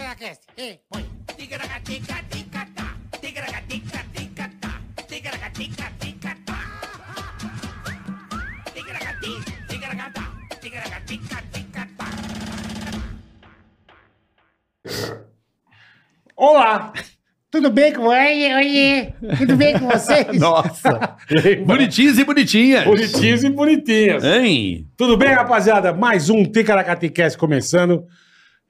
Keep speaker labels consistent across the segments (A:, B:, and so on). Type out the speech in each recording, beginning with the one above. A: Tigracast, e põe. Tigracatica, ticatá. Tigracatica, ticatá. Tigracatica, ticatá. Tigracati, tigracatá. Tigracatica, ticatá.
B: Olá! Tudo bem com Oi, oi! Tudo bem com vocês?
C: Nossa! Bonitinhos e bonitinhas. É.
B: Bonitinhos e bonitinhas.
C: Hein?
B: Tudo bem, rapaziada? Mais um Ticaracaticast começando.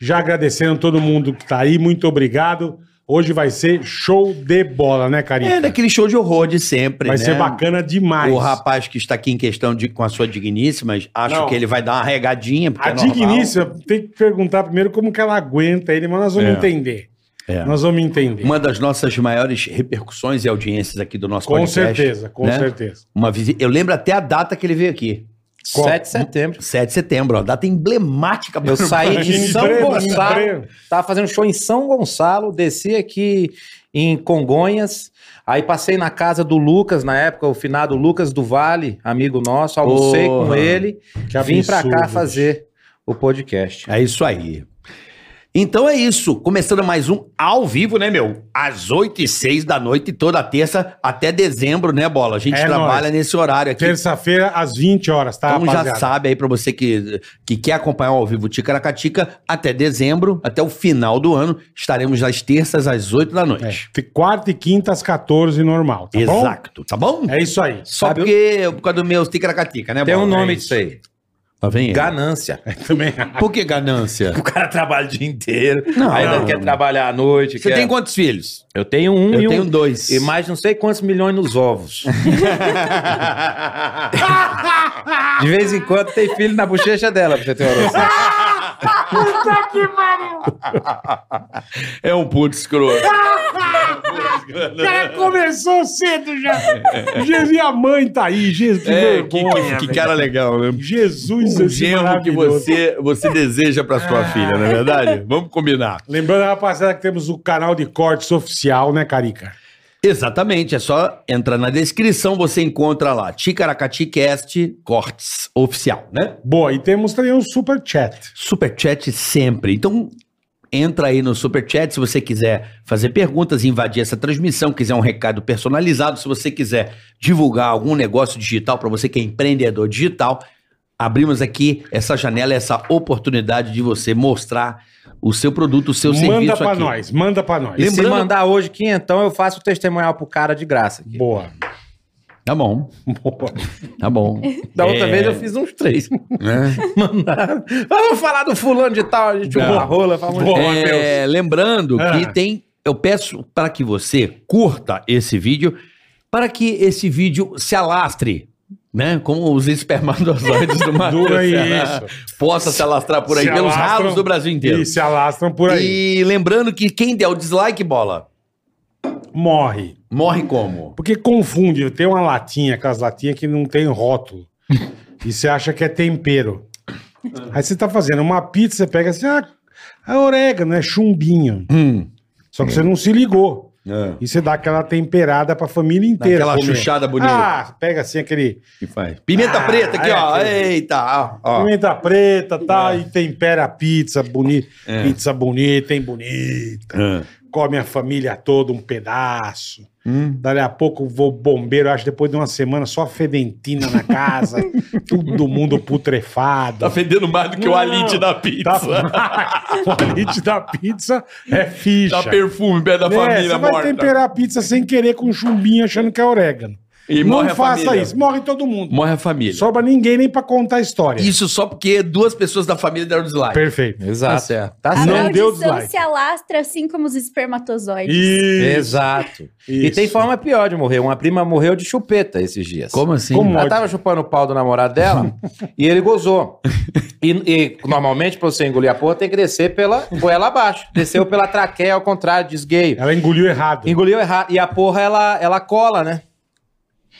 B: Já agradecendo todo mundo que tá aí, muito obrigado. Hoje vai ser show de bola, né, Carinha?
C: É daquele show de horror de sempre,
B: vai
C: né?
B: ser bacana demais.
C: O rapaz que está aqui em questão de, com a sua digníssima, acho
B: Não.
C: que ele vai dar uma regadinha. Porque
B: A
C: é normal.
B: digníssima tem que perguntar primeiro como que ela aguenta ele, mas nós vamos
C: É.
B: entender.
C: É.
B: Nós vamos entender.
C: Uma das nossas maiores repercussões e audiências aqui do nosso
B: com
C: podcast.
B: certeza, com
C: né?
B: certeza.
C: Uma visi... Eu lembro até a data que ele veio aqui.
B: Qual?
D: 7 de setembro.
C: 7 de setembro, ó, data emblemática. pra-
D: Eu saí de São
B: Emprego,
D: Gonçalo.
B: emprego.
D: Tava fazendo show em São Gonçalo, desci aqui em Congonhas. Aí passei na casa do Lucas, na época, o finado Lucas do Vale, amigo nosso, almocei com
C: Porra.
D: ele,
B: Que
D: vim pra
B: absurdo,
D: cá
B: bicho.
D: fazer o podcast.
C: É isso aí. Então é isso. Começando mais um ao vivo, né, meu? Às 8 e 6 da noite, toda terça até dezembro, né, Bola? A gente
B: É
C: trabalha
B: nóis.
C: nesse horário aqui.
B: Terça-feira, às 20 horas, tá,
C: Então já sabe aí pra você que, que quer acompanhar o ao vivo Ticaracatica, até dezembro, até o final do ano, estaremos nas terças às 8 da noite.
B: É, quarta e quinta às 14, normal, tá
C: Exato, tá bom?
B: bom? É isso aí.
C: Só
D: Sabe,
C: porque por causa do meu Ticaracatica, né,
D: Tem um
C: Bola?
D: nome
C: É
D: disso aí.
C: isso. Tá vendo?
D: Ganância.
B: Também.
C: Por que ganância?
D: O cara trabalha o dia inteiro,
C: Não.
D: ainda quer trabalhar à noite.
C: Você
D: quer-
C: tem quantos filhos?
D: Eu tenho um e
C: Eu
D: é? um.
C: tenho dois.
D: E mais não sei quantos milhões nos ovos. De vez em quando tem filho na bochecha dela, pra você ter uma noção.
C: É um puto escroto.
B: O cara começou cedo já. Jesus, e a mãe tá aí. Jesus, que
C: É, que,
B: vergonha.
C: que- que cara legal, né?
B: Jesus,
C: Um
B: esse
C: genro que
B: maravilhoso.
C: você, você deseja pra sua filha, não é verdade? Vamos combinar.
B: Lembrando, rapaziada, que temos o canal de cortes oficial, né, Carica?
C: Exatamente, é só entrar na descrição, você encontra lá, Ticaracaticast Cortes, oficial, né?
B: Boa, e temos também um super chat.
C: Superchat sempre. Então, entra aí no Superchat se você quiser fazer perguntas, invadir essa transmissão, quiser um recado personalizado, se você quiser divulgar algum negócio digital para você que é empreendedor digital, abrimos aqui essa janela, essa oportunidade de você mostrar o seu produto, o seu
B: manda
C: um serviço
B: pra
C: aqui.
B: nós, manda pra nós.
D: E se
C: Lembrando-
D: mandar hoje quinhentão, eu faço o testemunhal pro cara de graça. aqui.
B: Boa,
C: Tá bom,
B: boa.
C: tá bom.
D: Da outra
C: É.
D: vez eu fiz uns três.
C: Né?
D: Mandaram. Vamos falar do fulano de tal, a gente
C: Não.
D: uma rola, fala um
B: Boa.
C: É, lembrando
B: Ah.
C: que tem. Eu peço para que você curta esse vídeo, para que esse vídeo se alastre, né? Como os espermatozoides do Matheus
B: Dura
C: Ceará
B: isso.
C: possa se alastrar por aí
B: Se
C: pelos
B: alastram
C: ralos do Brasil inteiro.
B: E se alastram por aí.
C: E lembrando que quem der o dislike, bola,
B: Morre.
C: morre como?
B: Porque confunde, tem uma latinha, aquelas latinhas que não tem rótulo. e você acha que é tempero.
C: É.
B: Aí você tá fazendo uma pizza, você pega assim, ah, é orégano, é chumbinho.
C: Hum.
B: Só que você não se ligou.
C: É.
B: E você dá aquela temperada pra família inteira.
C: Aquela
B: comer.
C: chuchada bonita
B: Ah, pega assim aquele
C: que faz. Pimenta
B: Ah,
C: preta aqui,
B: é
C: ó.
B: aquele-
C: Eita, ó.
B: pimenta preta, tá? E tempera a pizza bonita.
C: É.
B: Pizza bonita, hein, bonita.
C: É.
B: Come a família toda um pedaço.
C: Hum.
B: Dali a pouco vou bombeiro, acho depois de uma semana só fedentina na casa, todo mundo
C: Tá
B: putrefado.
C: fedendo mais do que o
B: Não, Tá
C: alite da pizza.
B: Qualite da pizza é ficha.
C: Dá Tá perfume, pé da
B: É,
C: família
B: você vai
C: morta.
B: temperar a pizza sem querer com chumbinho achando que é orégano.
C: E
B: Não
C: morre a
B: faça
C: família.
B: isso, morre todo mundo.
C: Morre a família.
B: Sobra ninguém nem pra contar a história.
C: Isso só porque duas pessoas da família deram dislike.
B: Perfeito.
D: Exato. Tá certo. Tá
B: Não
E: A
D: certo.
B: deu
E: maldição
B: dislike.
E: se alastra assim como os espermatozoides.
B: Isso.
D: Exato. E tem forma pior de morrer. Uma prima morreu de chupeta esses dias.
C: assim?
B: Como?
D: Ela tava chupando o pau do namorado dela e ele gozou. E, e, normalmente, pra você engolir a porra, tem que descer pela goela abaixo. Desceu pela traqueia, ao contrário, desgueio.
B: Ela engoliu errado.
D: Engoliu errado. E a porra, ela, ela cola, né?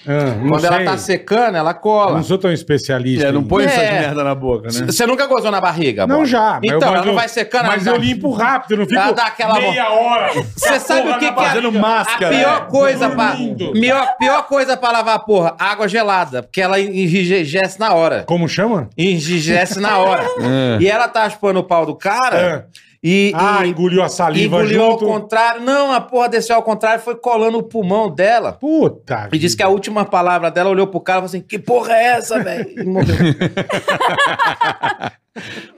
B: Ah, não
D: Quando ela
B: sei.
D: tá secando, ela
B: Eu
D: cola.
B: não sou tão especialista.
C: É,
B: em-
C: não põe
D: É.
C: essas merda na boca, né?
D: Você tá nunca gozou na
C: Tá
D: barriga,
B: Não
D: bola?
B: já. mas eu-
D: Então,
B: mas
D: ela não
B: eu-
D: vai secando.
B: Mas
D: ela
B: eu
D: tá-
B: limpo rápido, eu não
D: Dá-
B: fico
D: dá aquela
B: meia hora. tá
D: Você sabe o que, que é
B: fazendo
D: a,
C: máscara,
D: a pior
C: né?
D: coisa pra,
B: Dormindo.
D: pior, pior coisa pra lavar a porra? Água gelada, porque ela enrijece na hora.
B: Como chama?
D: Enrijece na hora.
C: É.
D: E ela tá chupando o pau do cara E,
B: Ah,
D: e-
B: engoliu a saliva
D: engoliu ao
B: junto.
D: contrário. Não, a porra desceu ao contrário, foi colando o pulmão dela.
B: Puta.
D: E disse que a última palavra dela olhou pro cara e falou assim: Que porra é essa, velho? E morreu.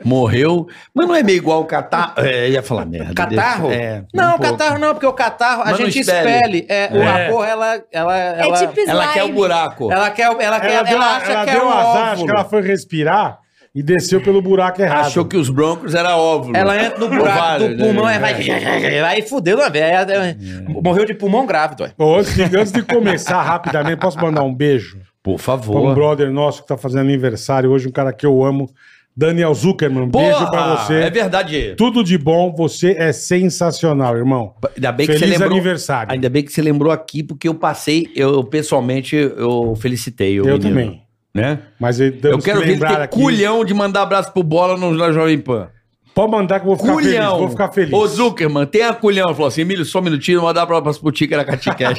C: Morreu. Mas não é meio igual o catarro. É, ia falar merda.
D: Catarro?
C: Deixa- É,
D: Não,
C: um pouco.
D: catarro não, porque o catarro a
C: Mas não
D: gente
C: expele.
D: expele. É, o-
C: É.
D: A porra, ela. ela, ela
F: é tipo slime.
C: Ela quer o buraco.
D: Ela quer, ela quer,
B: Ela,
D: ela,
B: deu,
D: acha
B: ela
D: que é
B: deu
D: um
B: azar, acho
D: óvulo.
B: que ela foi respirar e desceu pelo buraco errado.
C: Achou que os broncos era óvulo.
D: Ela entra no buraco
C: Ovário,
D: do pulmão
C: né?
D: e vai, vai fudendo a velha. eh, Morreu de pulmão grávido. ué.
B: Ô, Antes de, antes de começar rapidamente, posso mandar um beijo
C: Por
B: para um
C: favor.
B: brother nosso que tá fazendo aniversário hoje, um cara que eu amo, Daniel Zuckerman. Um beijo pra você.
C: É verdade.
B: Tudo de bom, você é sensacional, irmão.
C: Ainda bem que
B: Feliz
C: você lembrou.
B: aniversário.
C: Ainda bem que você lembrou aqui, porque eu passei, eu pessoalmente, eu felicitei o
B: eu
C: menino,
B: também.
C: Né?
B: Mas eu,
C: eu quero ver ele ter culhão de mandar abraço pro Bola no, na Jovem Pan.
B: Pode mandar que eu vou ficar
C: culhão.
B: feliz. Vou ficar feliz.
C: Ô, Zuckerman, tem a culhão. Ele Falou assim, Emílio, só um minutinho, vou mandar pra, pra, pro Ticaracati Cash.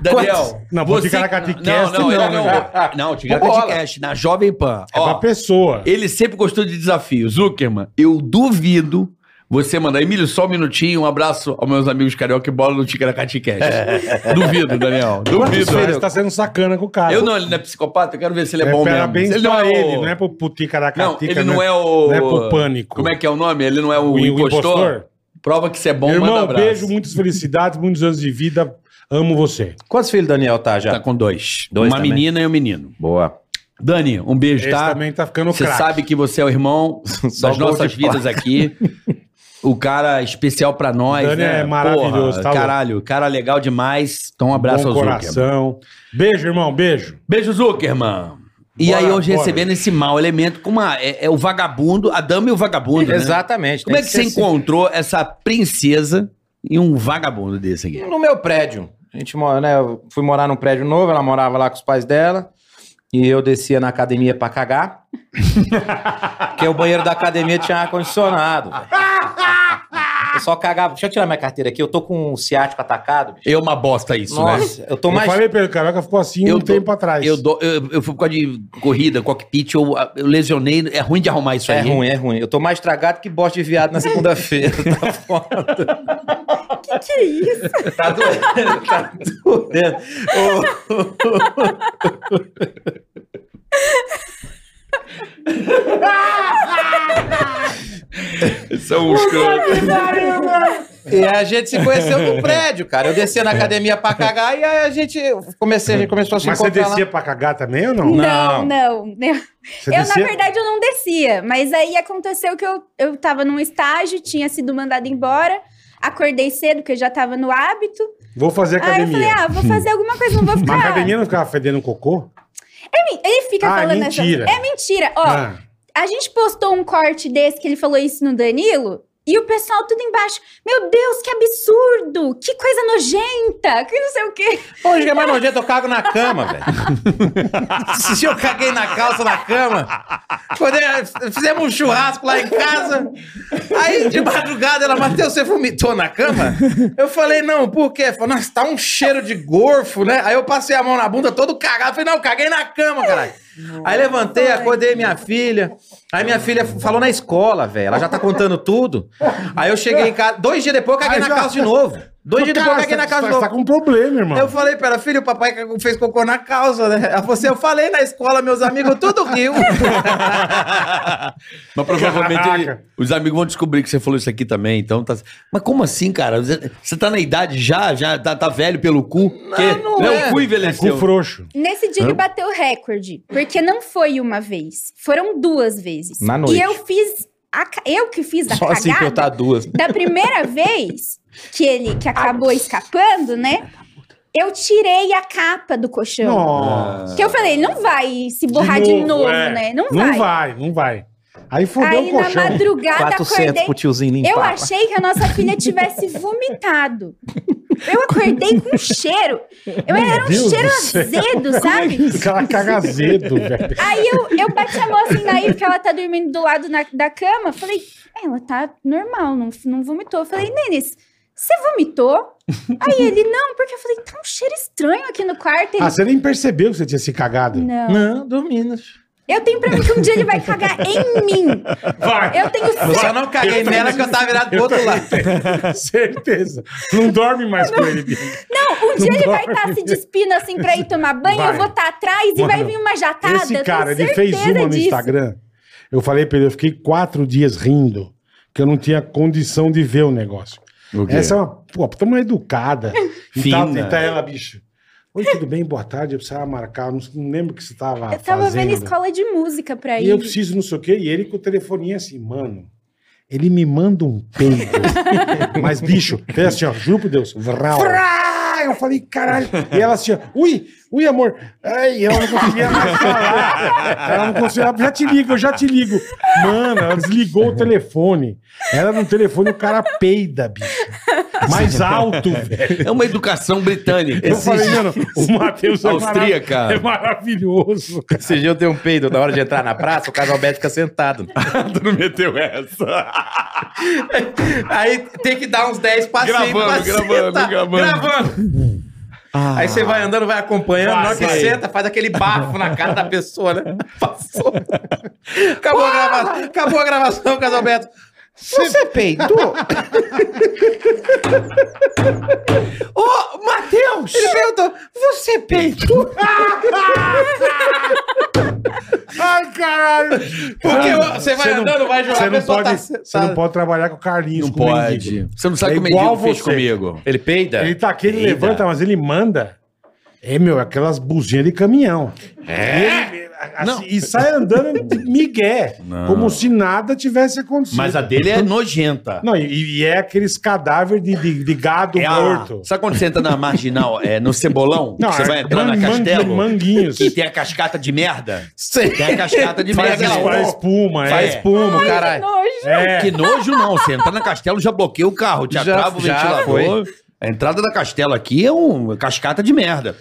C: Daniel,
B: Não, pro Ticaracati
C: Não,
B: Cast
C: não,
B: não,
C: ele não.
B: né?
C: Não,
D: Bola.
C: Ticaracati Cash, na Jovem Pan.
B: É pra
C: Ó,
B: pessoa.
C: ele sempre gostou de desafio. Zuckerman, eu duvido você mandar. Emílio, só um minutinho, um abraço aos meus amigos carioca e bola no Ticaracati Cash. duvido, Daniel. Duvido.
B: Mas Você tá sendo sacana com o cara.
C: Eu não, ele não é psicopata, eu quero ver se ele é,
B: É,
C: bom
B: pera,
C: mesmo.
B: bem
C: ele
B: pra
C: o-
B: ele, não é pro
C: Não,
B: Puticaracatica.
C: ele não é o.
B: Não é pro pânico.
C: Como é que é o nome? Ele não é o,
B: O
C: impostor?
B: impostor?
C: Prova que você é bom, manda
B: Irmão,
C: abraço.
B: beijo, muitas felicidades, muitos anos de vida. Amo você.
D: Quantos filhos Daniel tá já?
C: Tá com dois.
D: Dois
C: Uma
D: também.
C: menina e um menino.
D: Boa.
C: Dani, um beijo,
B: Esse
C: tá?
B: também tá ficando
C: Você
B: craque.
C: sabe que você é o irmão
D: Só
C: das
D: gol
C: nossas
D: de
C: vidas aqui. O cara especial pra nós,
B: Dani
C: né?
B: é maravilhoso,
C: Porra,
B: tá louco.
C: caralho, cara legal demais. Então um abraço
B: Bom
C: ao Zuckerman.
B: coração. Beijo, irmão, beijo.
C: Beijo, Zuckerman. E
B: Bora,
C: aí hoje
B: bora.
C: recebendo esse mau elemento com uma... É, é o vagabundo, a dama e o vagabundo, né?
D: Exatamente.
C: Como
D: tem
C: é que você
D: ser assim.
C: encontrou essa princesa e um vagabundo desse aqui?
D: No meu prédio. A gente mora, né? Eu fui morar num prédio novo, ela morava lá com os pais dela. E eu descia na academia pra cagar. porque o banheiro da academia tinha ar-condicionado. velho. Eu só cagava. Deixa eu tirar minha carteira aqui. Eu tô com um ciático atacado, bicho.
C: É uma bosta isso, né?
D: Nossa, eu tô mais.
B: Eu falei pra ele, o Carioca ficou assim um
C: Eu dou-
B: tempo atrás.
C: Eu, dou- eu, eu fui por causa de corrida, cockpit, eu, eu lesionei. É ruim de arrumar isso
D: É
C: aí.
D: ruim, é ruim. Eu tô mais tragado que bosta de viado na segunda-feira. Tá foda.
F: Que é isso?
D: Tá doendo, tá doendo. Ô,
C: São os
D: E a gente se conheceu no prédio, cara. Eu descia na academia pra cagar e aí a gente comecei, a gente começou a se
B: Mas você
D: encontrar
B: descia
D: lá.
B: pra cagar também ou não?
F: Não, não. não.
B: Você
F: Eu, na verdade, eu não descia. Mas aí aconteceu que eu, eu tava num estágio, tinha sido mandada embora. Acordei cedo, porque eu já tava no hábito.
B: Vou fazer
F: Aí eu
B: academia.
F: falei, ah, vou fazer alguma coisa, não vou
B: Mas a
F: ficar...
B: academia não ficava fedendo cocô?
F: Ele- Ele fica
B: Ah,
F: falando
B: mentira.
F: essa... É mentira. Ó,
B: Ah,
F: A gente postou um corte desse que ele falou isso no Danilo. E o pessoal tudo embaixo, meu Deus, que absurdo, que coisa nojenta, que não sei o quê.
D: Hoje que é mais nojento, eu cago na cama, velho. Se eu caguei na calça na cama, quando eu- fizemos um churrasco lá em casa, aí de madrugada ela, Matheus, você vomitou na cama? Eu falei, não, por quê? Falei, nossa, tá um cheiro de gorfo, né? Aí eu passei a mão na bunda todo cagado, falei, não, caguei na cama, caralho. Aí levantei, acordei minha filha. Aí minha filha falou na escola, velho. Ela já tá contando tudo. Aí eu cheguei em casa. Dois dias depois eu caguei
B: Aí
D: na
B: já-
D: calça de novo. Dois dias depois eu
B: Cara,
D: caguei
B: você
D: na
B: tá-
D: calça de
B: você
D: novo.
B: tá com um problema, irmão.
D: Eu falei pra ela, filho, o papai fez cocô na calça, né? Ela falou assim, eu falei na escola, meus amigos, tudo riu.
C: Mas provavelmente
B: Caraca.
C: ele- os amigos vão descobrir que você falou isso aqui também. Então tá... Mas como assim, cara? Você você tá na idade já? Já tá, tá velho pelo cu? Porque- O
D: não é.
C: cu
B: É cu
C: envelheceu.
B: frouxo.
F: Nesse dia
C: Hã?
F: ele bateu o recorde, porque não foi uma vez, foram duas vezes.
D: Na noite.
F: E eu fiz, a ca- eu que fiz a
B: assim
F: cagada.
D: assim
B: tá-
D: tá duas.
F: Da primeira vez que ele, que acabou escapando, né, eu tirei a capa do colchão.
B: Nossa.
F: Que eu falei, ele não vai se borrar de novo,
B: é.
F: né? Não vai.
B: Não vai, não vai. Aí fodeu
F: Aí
B: o
F: na
B: colchão.
F: madrugada acordei
D: tiozinho
F: Eu achei que a nossa filha tivesse vomitado. Eu acordei com um cheiro. Eu era um
B: Deus
F: cheiro
B: do céu. é
F: azedo, sabe?
B: O cara caga zedo, velho.
F: Aí eu, eu bati a mão assim na Ive, que ela tá dormindo do lado na- da cama. Falei, "É, ela tá normal, não, não vomitou. Eu Falei, Nenis, você vomitou? Aí ele, não, porque eu falei, tá um cheiro estranho aqui no quarto. Ele,
B: Ah, você nem percebeu que você tinha se cagado.
F: não.
D: Não, né? dormindo.
F: Eu tenho pra mim que um dia ele vai cagar em mim.
B: Vai.
F: Eu tenho
D: Eu só
F: certeza.
D: não caguei nela que eu tava virado pro outro lado.
B: Certeza. Não dorme mais com ele. Bianca.
F: Não, um dia ele vai
B: dorme.
F: estar se despindo assim pra ir tomar banho,
B: Vai.
F: eu vou estar atrás e
B: Mano,
F: vai vir uma jatada.
B: Esse
F: eu tenho
B: cara, ele fez
F: certeza
B: uma no
F: disso.
B: Instagram. Eu falei pra ele, eu fiquei quatro dias rindo, que eu não tinha condição de ver o negócio. Essa é uma pô, puta mulher educada. E tá,
C: Fina.
B: e tá ela, bicho. Oi, tudo bem? Boa tarde. Eu precisava marcar, não, não lembro o que você tava
F: Eu tava
B: fazendo.
F: vendo escola de música pra
B: E eu
F: ele.
B: preciso não sei o quê. E ele com o telefoninho assim, mano. Ele me manda um peido. Mas, bicho, fez assim, ó, juro por Deus. Vral. Vrá! Eu falei, caralho. E ela assim, ó, ui, ui, amor. Ai, ela não conseguia mais falar. Ela não conseguia. Ela, já te ligo, eu já te ligo. Mano, ela desligou o telefone. Ela no telefone, o cara peida, bicho. Mais alto, velho.
C: É uma educação britânica.
B: Eu falei, mano, o Matheus é,
C: Austríaca.
B: mara- é maravilhoso.
D: Esse dia eu dei um peido na hora de entrar na praça, o Casalberto fica sentado.
G: Tu não meteu essa.
D: Aí tem que dar uns 10 passinhos
G: Gravando,
D: pra
G: gravando,
D: sentar.
G: gravando.
D: Gravando. Aí você vai andando, vai acompanhando, na hora que
B: Vai.
D: senta, faz aquele bafo na cara da pessoa, né? Passou. Acabou a gravação, acabou a gravação, Casalberto. Você é peidou? Ô, Matheus! Ele perguntou, você peidou?
B: Ai, caralho.
D: Porque você vai
B: Você não-
D: andando, vai jogar,
B: Você
D: a
B: não,
D: pessoa
B: pode,
D: tá
B: você não
D: sentada.
B: pode trabalhar com o Carlinhos.
C: Não
B: com o
C: pode.
B: mendigo.
C: Você não sabe
B: É
C: o que o
B: igual
C: mendigo fez
B: você.
C: comigo.
D: Ele peida?
B: Ele tá aqui, ele
C: Eita.
B: levanta, mas ele manda. É, meu, aquelas buzinhas de caminhão. É? e sai andando de migué. Como se nada tivesse acontecido.
C: Mas a dele é nojenta.
B: Não, e, e é aqueles cadáveres de, de- de gado
C: É a-
B: morto.
C: Sabe quando você entra na marginal, é, no cebolão?
B: Não,
C: que você
B: é
C: vai entrar
B: man-
C: na Castelo?
B: man- manguinhos.
C: Que tem a cascata de merda?
D: Sim.
C: Tem a cascata de
B: Faz,
C: merda. né?
D: aquela-
B: faz espuma, é.
D: Faz espuma,
F: Que
D: caralho.
F: nojo.
B: É.
C: Que nojo não. Você entrar na Castelo já bloqueia o carro, te
D: Já-
C: atrava o
D: já
C: ventilador. A entrada da Castelo aqui é uma cascata de merda.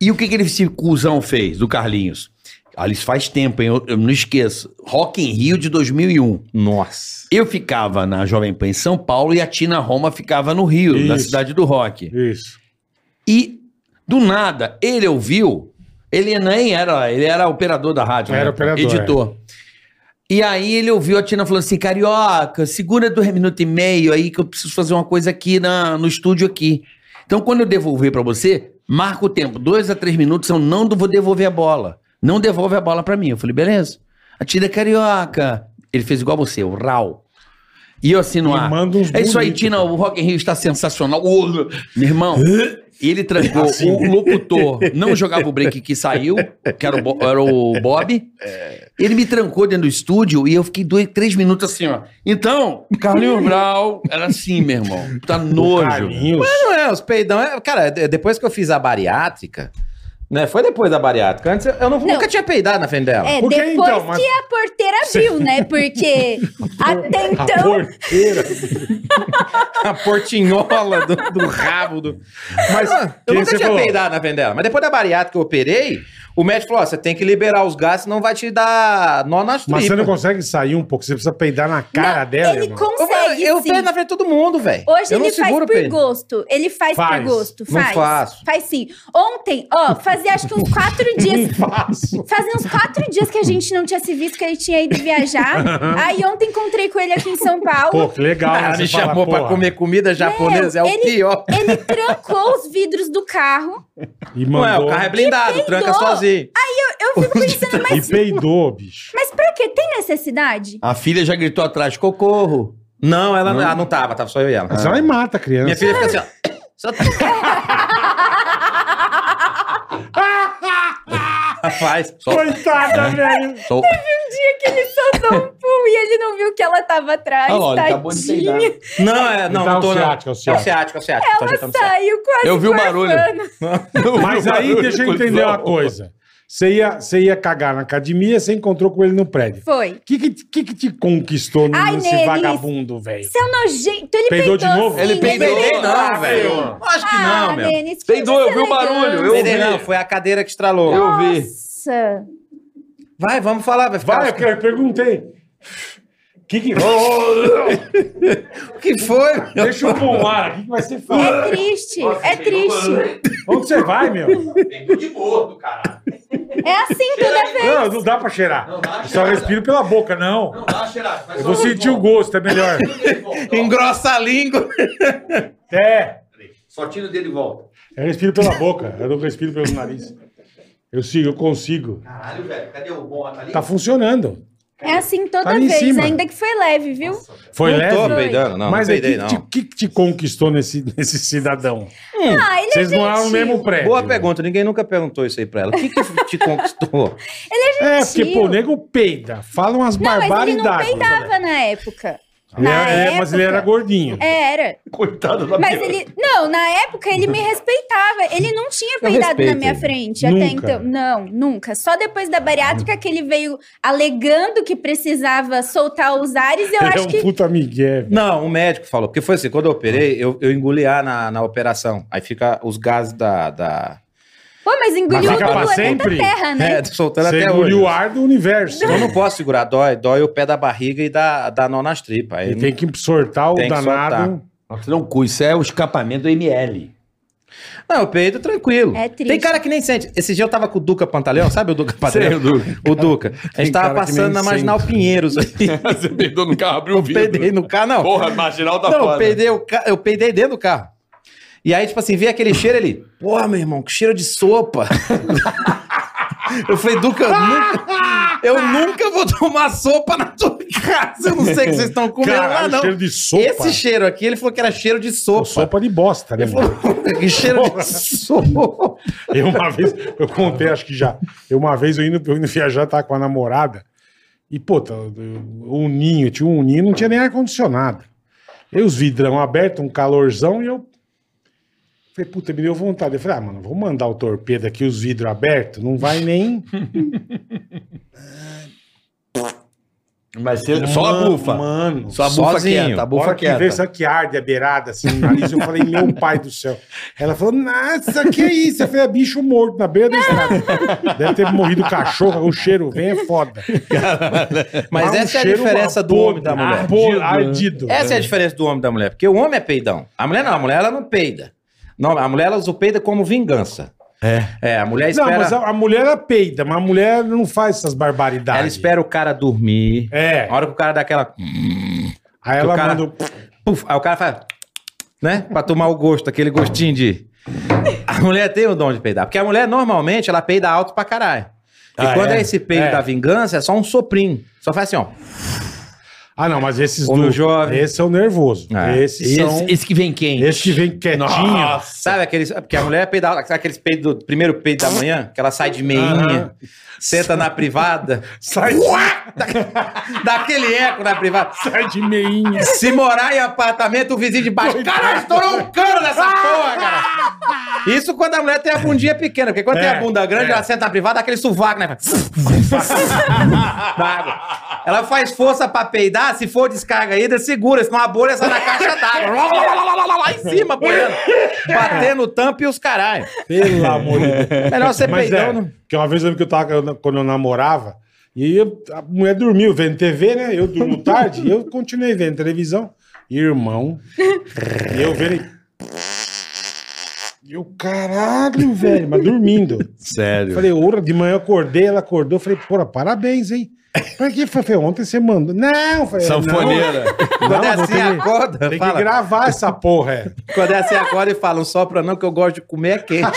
C: E o que, que ele, esse cuzão fez, do Carlinhos? Aliás, faz tempo, hein? Eu, eu não esqueço. Rock in Rio de 2001.
G: Nossa.
C: Eu ficava na Jovem Pan em São Paulo e a Tina Roma ficava no Rio, na
B: Isso.
C: cidade do rock.
B: Isso.
C: E do nada, ele ouviu. Ele nem era, ele era operador da rádio, né?
B: Era operador,
C: editor. E aí ele ouviu a Tina falando assim: Carioca, segura dois minutos e meio aí que eu preciso fazer uma coisa aqui na, no estúdio aqui. Então, quando eu devolver pra você, marca o tempo, dois a três minutos, eu não vou devolver a bola. Não devolve a bola pra mim. Eu falei, beleza. A Tina é carioca. Ele fez igual você, o Rau. E eu assim no
B: E
C: ar.
B: manda uns
C: é isso aí,
B: bonitos,
C: Tina. O Rock in Rio está sensacional. Ô, meu irmão, ele trancou o locutor, não jogava o break que saiu, que era o, Bo- era o Bob. Ele me trancou dentro do estúdio e eu fiquei dois, três minutos assim, ó. Então, Carlinhos Brau era assim, meu irmão. Tá nojo.
B: Carlinhos.
D: Não é, os peidão. é- cara, de- depois que eu fiz a bariátrica, né? Foi depois da bariátrica. Antes eu- eu não- nunca tinha peidado na frente dela.
F: É,
B: Por que
F: depois
B: então? Mas-
F: que a porteira abriu, né? Porque até
B: A
F: então.
B: porteira.
D: A portinhola do, do rabo do. Mas Ah,
B: quem
D: eu nunca
B: você
D: tinha
B: falou?
D: peidado na frente dela. Mas depois da bariátrica que eu operei, o médico falou: ó, você tem que liberar os gases, senão vai te dar nó nas
B: Mas
D: tripas.
B: você não consegue sair um pouco, você precisa peidar na cara
F: Não,
B: dela.
F: ele
B: irmão.
D: Eu,
F: consegue.
D: eu
F: sim.
D: peido na frente de todo mundo, velho.
F: Hoje
D: eu
F: ele faz por
D: peido.
F: gosto. Ele faz,
B: Faz.
F: por gosto.
D: Não
F: Faz.
D: faço.
F: Faz sim. Ontem, ó, fazia acho que uns quatro dias. Fazia uns quatro dias que a gente não tinha se visto, que ele tinha ido viajar. Aí ontem encontrei com ele aqui em São
B: Pô,
F: Paulo.
B: que legal. né?
D: Ela
B: Você
D: Ah, me
B: fala,
D: chamou pra
B: porra.
D: comer comida japonesa, é o
F: ele-
D: pior.
F: Ele trancou os vidros do carro.
B: E
D: Não é,
B: mandou.
D: o carro é blindado, tranca
F: peidou.
D: sozinho.
F: Eu, eu fico pensando,
B: E
F: mas,
B: peidou, bicho.
F: mas pra quê? Tem necessidade?
C: A filha já gritou atrás, socorro.
D: Não, ela não, ah, não tava, tava só eu e ela.
B: É. Você vai e mata a criança.
D: Minha filha fica assim, ó. Só Rapaz, só É.
B: Coitada, velho.
C: Só-
F: Um Dia que ele só deu um pum e ele não viu que ela tava atrás.
C: Ah, ó, ele acabou de
F: tadinha.
C: peidar.
D: Não, é,
B: Então
D: não,
B: é
D: não
B: o
D: tô não.
B: ciático, é o
D: É
B: ciático.
D: o ciático, é o ciático. Tô
B: Tá
F: Ela
D: ajeitando o ciático.
F: saiu quase
C: Eu vi o barulho.
F: gorfando.
B: Mas aí, deixa eu entender uma coisa. Você ia, você ia cagar na academia, você encontrou com ele no prédio.
F: Foi.
B: O que, que, que que te conquistou
F: Ai,
B: nesse
F: Nelis.
B: vagabundo, velho?
F: Seu é nojento. Ele
B: Peidou
F: peidou,
B: de novo?
F: sim,
B: Ele
F: né?
C: peidou?
D: Peidei não,
F: Ah,
D: velho. Acho que não, meu.
F: Denis, que
C: Peidou, eu vi o
F: deselegante.
C: barulho, eu-
D: Peidei
C: vi.
D: não, foi a cadeira que estralou.
C: Eu vi.
F: Nossa.
D: Vai, vamos falar, vai ficar.
B: Vai, eu quero- eu perguntei. Que que... Ô,
D: O que foi?
B: deixa eu pôr um ar aqui que vai ser foda.
F: É triste, é triste.
B: Onde você vai, meu?
G: Tem de gordo, caralho.
F: É assim toda vez.
B: Não, não dá pra cheirar.
C: Não dá
B: Eu só
C: cheirada.
B: respiro pela boca, não.
C: dá cheirar.
B: Eu vou sentir o gosto, é melhor.
D: Engrossa a língua.
B: É.
C: Só tira o dedo e volta.
B: Eu respiro pela boca, eu não respiro pelo nariz. Eu sigo, eu consigo.
C: Caralho, velho. Cadê o bom? Tá ali?
B: Tá funcionando.
F: É assim toda
B: Tá ali em
F: vez,
B: cima.
F: ainda que foi leve, viu?
B: Foi
D: não
B: leve.
D: tô peidando, não.
B: mas
D: não
B: aí, o que,
D: peidei, não.
B: te- que que te conquistou nesse, nesse cidadão?
F: Ah, ele
B: Vocês
F: é
B: não eram no
F: gentil.
B: mesmo prédio.
D: Boa pergunta, ninguém nunca perguntou isso aí pra ela. O que, que te conquistou?
B: É, porque,
F: gentil.
B: pô, o nego peida. Fala umas
F: Não, mas ele não
B: barbaridades.
F: peidava na época.
B: Ele
F: Na
B: era- é, mas ele era
F: época. É,
B: gordinho.
F: Era.
C: Coitado da
F: Mas
C: minha-
F: ele. Não, na época ele me respeitava. Ele não tinha peidado na
D: respeito
F: minha
D: ele.
F: frente
B: Nunca.
F: até então. Não, nunca. Só depois da bariátrica que ele veio alegando que precisava soltar os ares. Eu
B: ele é
F: acho
B: um
F: que.
B: puta migué. velho.
D: Não, o médico falou. Porque foi assim, quando eu operei, eu, eu engoli ar na, na operação. Aí fica os gases da... da...
F: Pô, mas engoliu
B: Mas
F: o
B: fica pra
F: planeta
B: sempre?
F: Terra, né?
D: É, soltando
B: Você
D: até hoje.
B: engoliu o ar do universo.
D: Eu não posso segurar, dói. Dói o pé da barriga e dá, dá nó nas tripas. Aí
B: Ele tem que sortar o
D: Tem que
B: danado.
C: Você não cu, isso é o escapamento do ML.
D: Não, eu peido tranquilo.
F: É triste.
D: Tem cara que nem sente. Esse dia eu tava com o Duca Pantaleão, sabe o Duca Pantaleão? o Duca. A
B: Tem
D: gente tava
B: cara que
D: passando
B: nem
D: na Marginal Pinheiros aí.
G: Você peidou no carro, abriu o vidro.
D: peidei no carro, não.
G: Porra, marginal tá
D: não,
G: foda.
D: eu peidei, o ca- eu peidei dentro do carro. E aí, tipo assim, veio aquele cheiro ali. Porra, meu irmão, que cheiro de sopa. eu falei, Duca, eu nunca, eu nunca vou tomar sopa na tua casa. Eu não sei o que vocês estão comendo lá,
B: Caralho,
D: não.
B: cheiro de sopa.
D: Esse cheiro aqui, ele falou que era cheiro de
B: Pô,
D: sopa.
B: sopa de bosta, né?
D: Ele falou,
B: mano?
D: que cheiro de sopa.
B: Eu uma vez, eu contei, acho que já. Eu uma vez eu indo, eu indo viajar, tava com a namorada. E, pô, tá, eu- o ninho, tinha um ninho, não tinha nem ar-condicionado. E os vidrão abertos, um calorzão, e eu. Falei, puta, me deu vontade. Eu falei, ah, mano, vou mandar o torpedo aqui, os vidros abertos, não vai nem.
C: Mas você- É só a
B: Mano,
C: bufa.
B: Mano.
C: Só a bufa
D: Sozinho.
C: quieta, a
B: A hora
C: bufa
B: que vê,
C: quieta.
B: sabe que arde a beirada, assim, no nariz, eu falei, meu pai do céu. Ela falou, nossa, que isso? Eu falei, é bicho morto na beira da estrada. Deve ter morrido cachorro, o cheiro vem, é foda.
D: Mas
B: Dá um
D: essa é a
B: cheiro né?
D: diferença do
B: podre,
D: homem e da mulher.
B: Ardido. né? ardido.
D: Essa é a diferença do homem e da mulher, porque o homem é peidão. A mulher não, a mulher ela não peida. Não, a mulher ela usa o peida como vingança. É. a mulher
B: Não,
D: espera.
B: mas a, a mulher ela peida, mas a mulher não faz essas barbaridades.
D: Ela espera o cara dormir.
B: É.
D: A hora que o cara dá aquela.
B: Aí ela
D: o cara-
B: manda.
D: Puf, aí o cara faz. Né? Pra tomar o gosto, aquele gostinho de. A mulher tem o dom de peidar. Porque a mulher, normalmente, ela peida alto pra caralho. E
B: Ah,
D: quando
B: é?
D: é esse peido
B: É.
D: da vingança, é só um soprinho. Só faz assim, ó.
B: Ah, não, mas esses
D: Ou no jovem.
B: Esses são nervosos.
D: É.
B: Esses são.
C: esse que vem quem?
B: Esse que vem quietinho.
D: Sabe aqueles. Porque a mulher peida alto. Sabe aqueles peidos do primeiro peido da manhã? Que ela sai de meinha,
B: Aham.
D: senta na privada.
B: Sai,
D: Dá aquele eco na privada.
B: sai de meinha.
D: Se morar em apartamento, o vizinho de baixo.
B: Coitado.
D: Caralho, estourou um cano nessa porra, cara. Isso quando a mulher tem a bundinha pequena, porque quando
B: É,
D: tem a bunda grande,
B: é.
D: ela senta na privada, dá aquele sovaco, né? Na água. Ela faz força pra peidar, se for descarga ainda, segura, senão a bolha sai na caixa d'água. Lá, lá, lá, lá, lá, lá, lá em cima, boiando. Batendo o tampo e os caralho.
B: Pelo amor de Deus.
D: Melhor você
B: Mas
D: peidão,
B: é,
D: né?
B: que uma vez eu lembro que eu tava eu- quando eu namorava, e eu- a mulher dormiu vendo TV, né? Eu durmo tarde, e eu continuei vendo televisão. Irmão. e eu vendo. E eu, caralho, velho, mas dormindo.
C: Sério.
B: Falei, ora, de manhã eu acordei, ela acordou. Falei, porra, parabéns, hein? Pra que foi? Ontem você mandou. Não,
C: "É,
B: falei,
C: Sanfoneira.
B: Não,
D: Quando é
B: não, vou
D: assim,
B: ter-
D: acorda.
B: Tem que
D: fala.
B: gravar essa porra. é.
D: Quando é assim, acorda e fala, um sopra não, que eu gosto de comer é quente.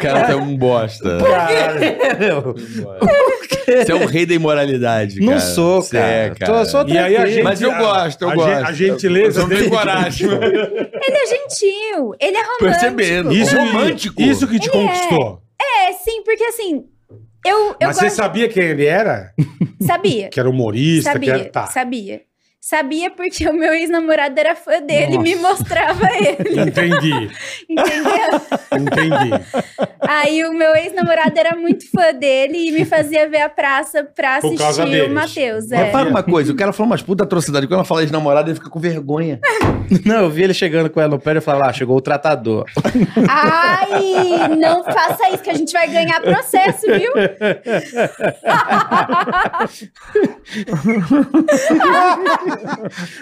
C: Cara, você é um bosta. Você é um rei da imoralidade,
D: Não
C: cara.
D: sou,
C: Você é,
D: cara. Tô- Então, sou
B: E aí a
D: tranquilo.
B: gente.
C: Mas eu gosto, eu
B: a,
C: gosto.
B: gen- A gentileza
G: Não tem
B: dele-
G: coragem.
C: né?
F: Ele é gentil, ele é romântico.
C: Percebendo.
B: Isso,
C: Romântico.
B: Isso que te
F: Ele é.
B: conquistou.
F: É, sim, porque assim, eu, eu
B: Mas é você
F: gosto...
B: sabia quem ele era?
F: Sabia,
B: Que era humorista, que
F: sabia,
B: era. Tá.
F: sabia. Sabia porque o meu ex-namorado era fã dele e me mostrava ele,
B: Entendi.
F: entendeu?
B: Entendi.
F: Aí o meu ex-namorado era muito fã dele e me fazia ver a praça pra
B: Por causa
F: assistir
B: deles.
F: o Matheus.
C: Mas
F: É.
C: fala uma coisa, o cara falou umas puta atrocidade. Quando ela fala de namorada, ele fica com vergonha.
D: Não, eu vi ele chegando com ela no prédio e falei, lá, chegou o tratador.
F: Ai, não faça isso que a gente vai ganhar processo, viu?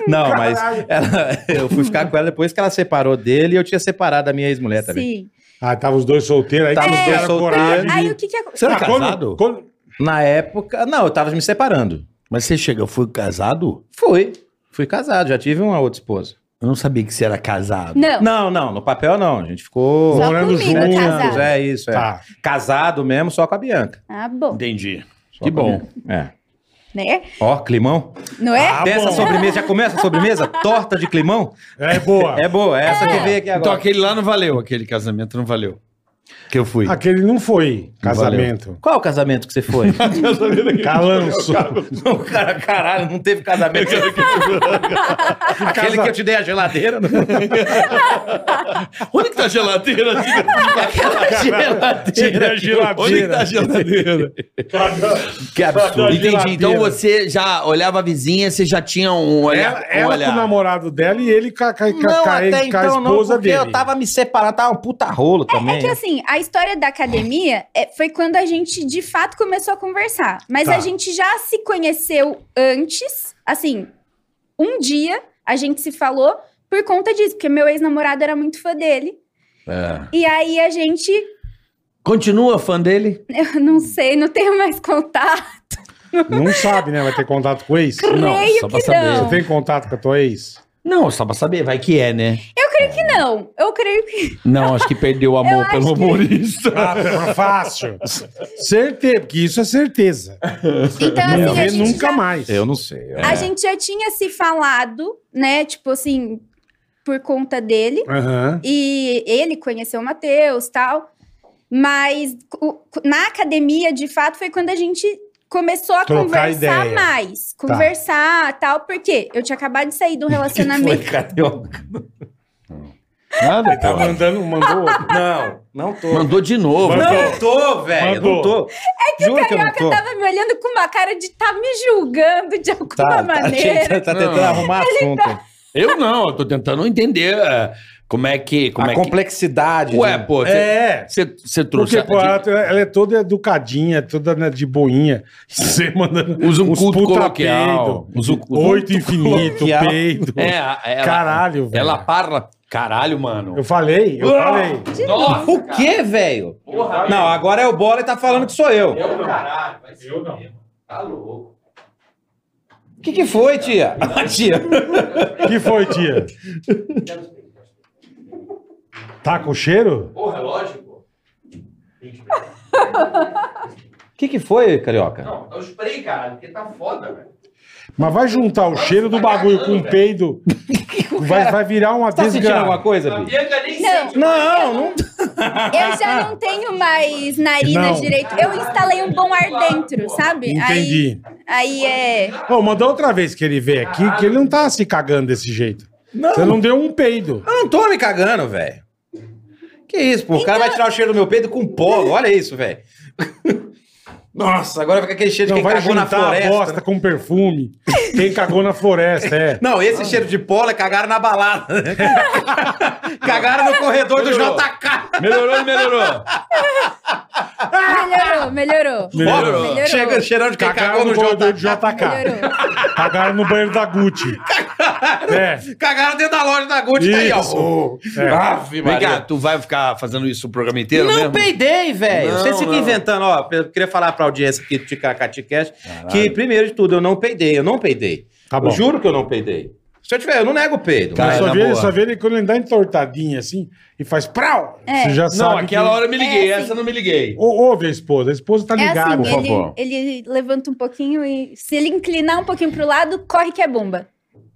D: Não, mas
B: Caralho.
D: ela- eu fui ficar com ela depois que ela separou dele e eu tinha separado a minha ex-mulher também.
F: Sim.
B: Ah, tava os dois solteiros, aí
D: Tava
B: que
D: os
B: os
D: dois
B: caras
D: solteiros.
B: coragem.
F: Aí o que que
C: Você
F: aconteceu?
C: era
B: Ah, quando-
C: casado?
B: quando-
D: Na época. Não, eu tava me separando.
C: Mas você chegou, foi casado?
D: Fui. Fui casado, já tive uma outra esposa.
C: Eu não sabia que você era casado.
F: Não.
D: Não, não, no papel não. A gente ficou.
F: Só
B: morando
F: comigo,
B: juntos,
F: casado.
D: É isso, é.
B: Tá.
D: Casado mesmo, só com a Bianca.
F: Ah, bom.
C: Entendi.
D: Só
C: Que
D: com a
C: bom.
D: Bianca. É.
F: Né?
D: Ó, climão.
F: Não é?
B: Ah,
D: Tem essa
B: bom.
D: sobremesa, já começa a sobremesa? Torta de climão?
B: É boa.
D: É boa, é essa que veio aqui
H: Então
D: agora.
H: aquele lá não valeu, aquele casamento não valeu. Que eu fui.
B: Aquele não foi casamento.
D: Qual o casamento que você foi?
B: Calanço.
D: não, cara, caralho, não teve casamento. Aquele que eu te dei a geladeira. não?
H: Onde que tá a geladeira?
D: Aquela geladeira.
B: Tira a geladeira.
H: Onde que tá a geladeira?
C: Que absurdo. Entendi.
B: Geladeira.
C: Então você já olhava a vizinha, você já tinha um olhar. um
B: Ela, ela com o
C: olhar.
B: namorado dela e ele com a, com a- com a-
D: Não,
B: com a-
D: até
B: com a
D: então não,
B: esposa
D: porque
B: dele.
D: eu tava me separando, tava um puta rolo também.
F: É que assim, a história da academia é, foi quando a gente de fato começou a conversar. Mas
B: Tá.
F: a gente já se conheceu antes, assim, um dia a gente se falou por conta disso, porque meu ex-namorado era muito fã dele.
C: É.
F: E aí a gente,
C: Continua fã dele?
F: eu não sei, não tenho mais contato.
B: Não sabe, né? Vai ter contato com o ex?
F: Creio
C: só pra
F: que
C: saber.
F: não.
B: Você tem contato com a tua ex?
C: Não, só pra saber, vai que é, né?
F: Eu creio que não. Eu creio que.
C: Não, acho que perdeu o amor pelo humorista.
B: Ah, fácil. Certeza, porque isso é certeza.
F: Então, assim,
B: Não
F: a
B: vê
F: gente
B: nunca
F: já-
B: mais.
D: Eu não sei. eu-
C: É.
F: A gente já tinha se falado, né? Tipo assim, por conta dele.
B: Aham.
F: E ele conheceu o Matheus tal. Mas o- na academia, de fato, foi quando a gente começou a
B: Trocar
F: conversar
B: ideia. Tá.
F: mais. Conversar tal, porque eu tinha acabado de sair de um relacionamento.
D: Carioca.
C: Nada,
B: Tá
C: cara.
B: mandando, mandou outro.
D: Não, não tô.
C: Mandou de novo.
B: Mandou.
D: Não tô, velho. Não tô. É que Juro que eu não tô.
F: Tava me olhando com uma cara de tá me julgando de alguma
D: tá,
F: maneira.
D: tá tentando
H: Não.
D: arrumar assunto.
C: Eu não, eu tô tentando entender é, como é que. Como
D: a
C: é
D: complexidade.
C: que... Ué,
D: de-
C: pô,
B: É.
C: você trouxe.
B: Porque, pô,
C: de-
B: ela, ela é toda educadinha, toda né, de boinha. Você mandando.
C: Usa um
B: uns
C: culto
B: puta
C: coloquial.
B: peido.
C: Usa um culto
B: Oito infinito,
D: coloquial.
B: peito.
C: É, a- ela,
B: Caralho, velho.
C: Ela parla. Caralho, mano.
B: Eu falei, eu falei.
C: Nossa,
D: O que, velho? Não, agora é o Bola e tá falando que sou eu. Eu, Tá caralho. Eu não. Tá louco. O que, que foi, tia? Ah, tia.
B: O que foi, tia? Tá com cheiro?
D: O que, que foi, Carioca?
I: Eu spray, cara, porque tá foda, velho.
B: Mas vai juntar o cheiro do bagulho com o peido. Vai, vai virar uma
D: Você tá sentindo alguma
B: desgraça.
D: coisa, Bi?
I: Bianca nem
F: Não,
D: Não, não.
F: eu já não tenho mais narina
B: Não.
F: direito. Eu instalei um bom ar dentro, sabe?
B: Entendi.
F: Aí, aí é.
B: Ô, manda outra vez que ele veio aqui, que ele não tá se cagando desse jeito. Você não deu um peido.
D: Eu não tô me cagando, velho. Que isso, pô? O cara vai Então tirar o cheiro do meu peito com pó. Olha isso, velho. Nossa, agora fica aquele cheiro de
B: Não
D: quem
B: vai
D: cagou na
B: juntar a
D: floresta.
B: bosta
D: né?
B: com perfume. Quem cagou na floresta, é.
D: Não, esse cheiro de pó é cagaram na balada. né? cagaram no corredor do
H: Melhorou.
D: JK.
H: Melhorou, não melhorou.
B: Ah!
F: Melhorou, melhorou.
B: Melhorou.
D: Ó,
F: Melhorou.
D: Chega cheirando de quem
B: Cagaram
D: cagou
B: no
D: no
B: corredor de
D: JK.
B: JK.
F: Melhorou.
B: Cagaram no banheiro da Gucci. É.
D: Cagaram dentro da loja da Gucci. Tá aí, ó. Ah,
B: Isso. É.
D: Ave
C: Vem cá,
D: Maria.
C: tu vai ficar fazendo isso o programa inteiro
D: não
C: mesmo?
D: peidei, velho.
C: Não,
D: Vocês ficam
C: não.
D: inventando, ó. Eu queria falar pra audiência aqui do Ticaracati Cast que, primeiro de tudo, eu não peidei. Eu não peidei.
B: Tá bom.
D: Eu juro que eu não peidei. Se eu tiver, eu não nego o peido.
C: Cara,
B: Eu
C: na
B: só, vi,
C: boa.
B: eu só vi ele quando ele dá entortadinha assim e faz prau.
F: É.
B: Você já sabe.
C: Não, aquela
B: que-
C: hora eu me liguei,
F: É, assim.
C: essa eu não me liguei.
B: Ô, Ouve a esposa. A esposa tá
F: É
B: ligada.
F: assim,
C: por favor.
F: ele, ele levanta um pouquinho e se ele inclinar um pouquinho pro lado, corre que é bomba.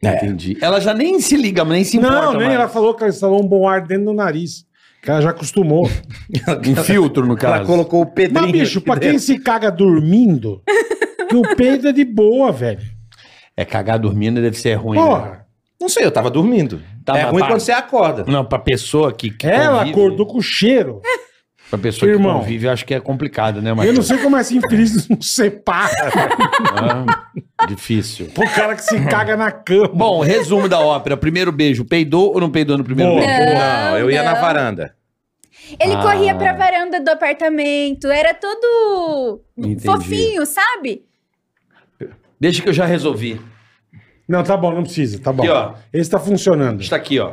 C: Entendi. Ela já nem se liga, nem se importa.
B: Não, nem
C: mais.
B: ela falou que ela instalou um bom ar dentro do nariz. Que ela já acostumou.
C: Um filtro, no
D: Ela
C: caso.
D: colocou o pedrinho.
B: Mas, bicho,
D: aqui
B: pra quem
D: dentro.
B: se caga dormindo, que o peito é de boa, velho.
C: É cagar dormindo deve ser ruim. né?
B: Porra,
D: Não sei, eu tava dormindo.
C: Tá,
D: é
C: mas
D: ruim
C: tá.
D: quando você acorda.
C: Não, pra pessoa que. que
B: ela
C: convive-
B: acordou com cheiro.
C: Pra pessoa
B: Irmão.
C: que convive, eu acho que é complicado, né,
B: Eu
C: Matheus?
B: não sei como é essa infeliz não separa velho,
C: Ah, difícil.
B: pro cara que se caga na cama.
C: Bom, resumo da ópera. Primeiro beijo. Peidou ou não peidou no primeiro
B: Boa.
C: beijo?
D: Não, eu ia
F: não.
D: na varanda.
F: Ele
C: Ah.
F: corria pra varanda do apartamento, era todo
C: Entendi.
F: fofinho, sabe?
C: Deixa que eu já resolvi.
B: Não, tá bom, não precisa, tá bom.
C: Aqui, ó.
B: Esse tá funcionando.
C: Está aqui, ó.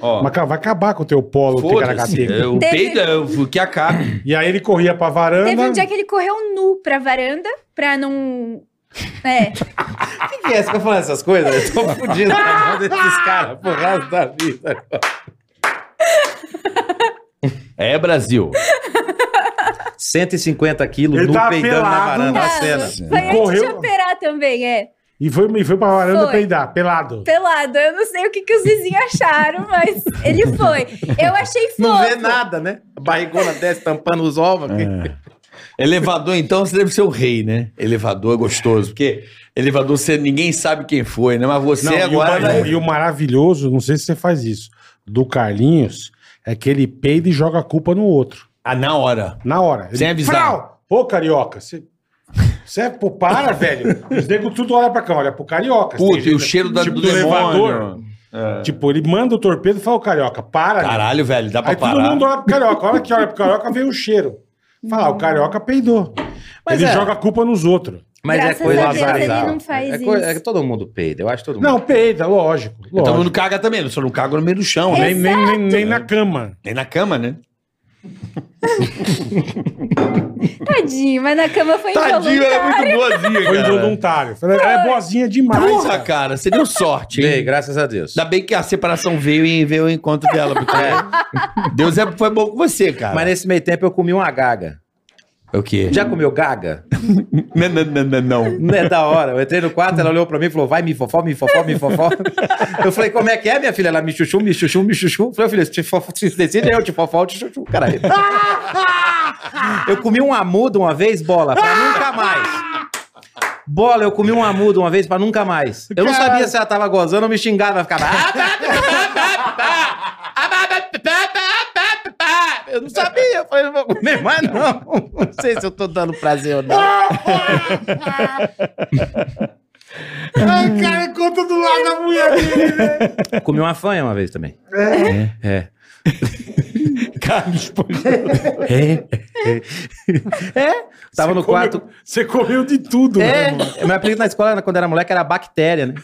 C: Ó.
B: Mas cara, vai acabar com o teu polo,
C: Foda-se.
B: ticaracateca.
C: é, O
F: Teve-
C: peido é o que acaba.
B: E aí ele corria pra
F: Teve um
B: varanda.
F: dia que ele correu nu pra varanda, pra não. É.
D: O que, que é? Você fica falando essas coisas? Eu tô fudido com a mão desses caras por resto da vida.
C: É Brasil.
D: 150 quilos,
B: Ele
D: nu
B: tava
D: peidando na
B: pelado.
D: varanda.
F: Tá,
D: a cena.
F: Foi antes
B: Correu.
F: de operar também, é.
B: E foi, e foi pra varanda
F: Foi.
B: peidar, pelado.
F: Pelado. Eu não sei o que, que os vizinhos acharam, mas ele foi. Eu achei fofo.
D: Não vê nada, né? A barrigona desce tampando os ovos. aqui.
G: É.
C: Elevador, então, você deve ser o rei, né? Elevador é gostoso, porque elevador você ninguém sabe quem foi, né? Mas você
B: Não, e,
C: agora. né?
B: o,
C: vai-
B: mar- e o maravilhoso, não sei se você faz isso, do Carlinhos, é que ele peida e joga a culpa no outro.
C: Ah, na hora.
B: Na hora. Ele,
C: Sem avisar.
B: "Frau! Ô, carioca, você. Você é, pô, para, velho. Os negros tudo olha pra cá, olha pro carioca.
C: Puta,
B: Tem
C: e o
B: gente-
C: cheiro da,
B: tipo,
C: do elevador.
B: elevador. Tipo, ele manda o torpedo e fala, ô, carioca, para. né?"
C: Caralho, velho, dá pra
B: Aí todo
C: parar.
B: mundo olha pro carioca. A hora que olha pro carioca, vem o cheiro. Fala, "Ah, o carioca peidou.
D: Mas
B: ele
D: é.
B: joga a culpa nos outros.
D: Mas
F: Graças
D: é coisa
F: a Deus,
D: azarada.
F: ele não faz
D: é coisa-
F: isso.
D: é que todo mundo peida. Eu acho que todo mundo.
B: Não, peida, lógico.
C: Então todo
B: lógico.
C: mundo caga também, só não caga no meio do chão, né?
B: Nem, nem, nem, nem na cama.
C: Nem na cama, né?
F: Tadinho, mas na cama foi
C: Tadinho, ela é
F: involuntário.
C: muito boazinha,
B: Foi
C: cara.
B: involuntário. Falei, ela é boazinha demais.
C: Porra,
B: cara.
C: cara, você deu sorte,
D: Dei,
C: hein?
D: graças a Deus.
C: Ainda bem que a separação veio e veio o encontro dela. Porque Deus é, foi bom com você, cara.
D: Mas nesse meio tempo eu comi uma gaga.
C: é O quê?
D: Já comeu gaga?
C: Não, não, não, não, não.
D: Não é da hora. Eu entrei no quarto, ela olhou pra mim e falou: vai, me fofó, me fofó, me fofó. Eu falei: como é que é, minha filha? Ela me chuchu, me chuchu, me chuchu. Eu falei: filha, se te fofó, se decide, eu te fofó, eu te chuchu. Caralho. Eu comi um amudo uma vez, bola, pra nunca mais. Bola, eu comi um amudo uma vez pra nunca mais. Eu não sabia se ela tava gozando ou me xingava. Ela ficava. "Ah, tá, tá, Eu não sabia. Eu falei, não vou comer mais, não. Não sei se eu tô dando prazer ou não.
B: Ai, cara, conta do lado da mulher dele, né?
D: Comi uma fanha uma vez também. É.
C: Carlos, pô,
D: É. É. É. Tava no quarto.
B: Você comeu de tudo,
D: É.
B: né?
D: Meu apelido na escola, né? quando era moleque, era bactéria, né?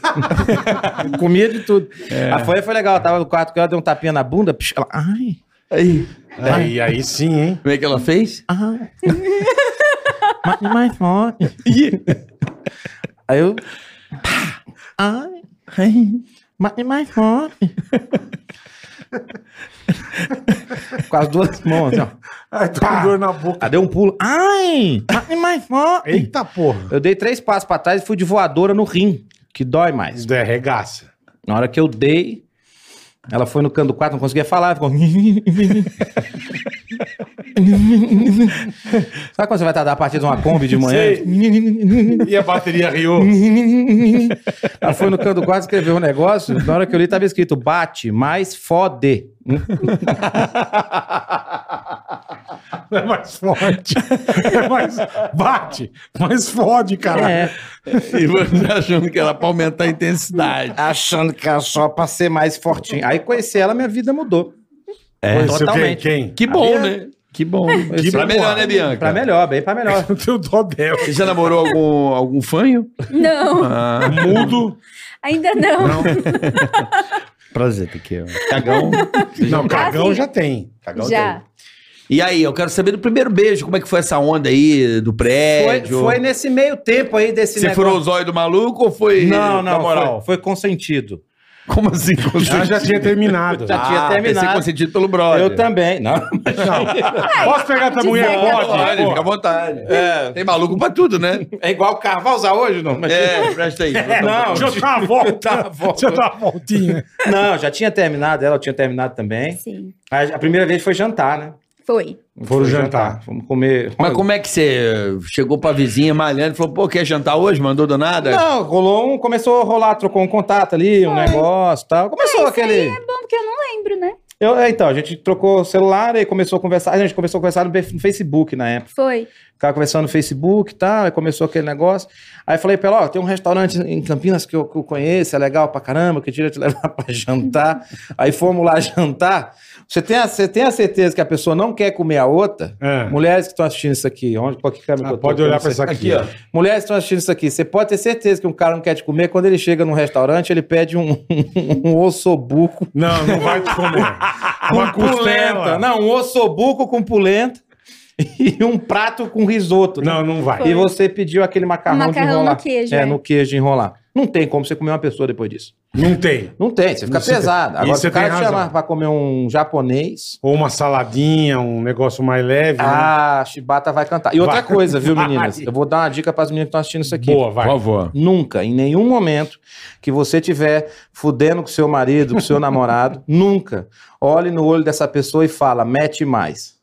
D: Comia de tudo. A folha foi legal. eu Tava no quarto com ela, deu um tapinha na bunda. psh, Ela, ai,
C: Aí.
B: Aí, aí sim, hein?
C: Como é que ela fez?
D: ai. mais, mais forte. Aí eu. pá, Ai. ai. Mais, mais forte. Com as duas mãos, assim, ó.
B: Ai, tô com dor na boca.
D: Aí deu um pulo. Ai! Mais, mais forte.
B: Eita porra.
D: Eu dei três passos pra trás e fui de voadora no rim, que dói mais.
B: Isso é regaça.
D: Na hora que eu dei, ela foi no canto do quarto, não conseguia falar, ficou. Sabe quando você vai estar a partir de uma Kombi de manhã?
B: E a bateria riu.
D: Ela foi no canto do quarto escrever um negócio. Na hora que eu li, tava escrito: bate, mas fode.
B: É mais forte. É mais... Bate. Mais fode, cara.
D: É,
C: E você tá achando que era pra aumentar a intensidade.
D: achando que era só pra ser mais fortinho. Aí conheci ela, minha vida mudou.
B: Conheceu
D: totalmente.
B: Quem? quem?
C: Que bom, né? Que bom.
D: Que
C: pra
B: bom.
C: melhor, né, Bianca?
D: Pra melhor, bem pra melhor.
B: Eu tenho dó dela.
C: Você já namorou algum, algum fanho?
F: Não,
C: Ah,
B: Mudo.
F: ainda não.
C: prazer, Tequila. Cagão.
B: Não, cagão
F: sim.
B: já tem.
F: Já.
C: E aí, eu quero saber do primeiro beijo. Como é que foi essa onda aí do
D: Foi,
C: prédio?
D: foi nesse meio tempo aí desse
C: Você furou os olhos do maluco ou foi
D: Não, não,
C: na moral?
D: Foi, foi consentido.
C: Como assim?
B: Ela já tinha terminado.
C: Ah,
D: Já tinha terminado.
C: consentido pelo brother.
D: Eu também. Não.
B: Posso pegar tua mulher?
F: Dizer que
B: Pode.
C: Pode,
B: pô.
C: fica à vontade. Tem maluco pra tudo, né?
D: É igual o Carvalza hoje, não? Mas...
C: É, presta aí.
D: Não,
B: Deixa eu dar uma
D: Dá uma
B: volta. Deixa
D: volta.
B: eu dar uma voltinha.
D: não, já tinha terminado, ela tinha terminado também.
F: Sim.
D: A, a primeira vez foi jantar, né?
F: Foi.
B: Foram jantar.
D: Fomos comer.
C: Mas como é que você chegou pra vizinha malhando e falou, pô, quer jantar hoje? Mandou do nada?
D: Não, rolou um. Começou a rolar, trocou um contato ali, um negócio e tal. Começou
F: Ah, Isso aí
D: aquele.
F: é bom, porque eu não lembro, né?
D: Eu- é, então, a gente trocou o celular e começou a conversar. A gente começou a conversar no Be- no Facebook na época.
F: Foi. Um
D: Ficava conversando no Facebook e tal, aí começou aquele negócio. Aí falei pra ela, ó, tem um restaurante em Campinas que eu, que eu conheço, é legal pra caramba, que tira te levar pra jantar. aí fomos lá jantar. Você tem, a, você tem a certeza que a pessoa não quer comer a outra?
B: É.
D: Mulheres que estão assistindo isso aqui, onde, qual que câmera que
B: Ah,
D: eu tô?
B: pode
D: Eu
B: olhar
D: não
B: pra
D: sei.
B: isso aqui.
A: Aqui, ó.
D: Mulheres que estão assistindo isso aqui, você pode ter certeza que um cara não quer te comer. Quando ele chega num restaurante, ele pede um, um ossobuco
B: Não, não vai te comer. Ah, Uma
D: com pulenta.
B: costela.
D: Não, um ossobuco com pulenta e um prato com risoto. né?
B: Não, não vai.
D: E você pediu aquele macarrão, de
F: Macarrão
D: enrolar.
F: no queijo,
D: É,
F: é.
D: no queijo de enrolar. Não tem como você comer uma pessoa depois disso.
B: Não tem.
D: Não tem, você fica
B: Não, você
D: pesado.
B: tem-
D: Agora,
B: Isso
D: se
B: você
D: o cara
B: tem
D: te
B: razão.
D: chamar pra comer um japonês,
B: Ou uma saladinha, um negócio mais leve.
C: Ah,
B: né?
D: a chibata vai cantar. E outra
B: Vai.
D: coisa, viu,
B: Vai.
D: meninas? Eu vou dar uma dica pras meninas que estão assistindo isso aqui.
B: Boa, vai.
G: favor.
D: Nunca, em nenhum momento que você tiver fudendo com seu marido, com seu namorado, nunca olhe no olho dessa pessoa e fala, mete mais.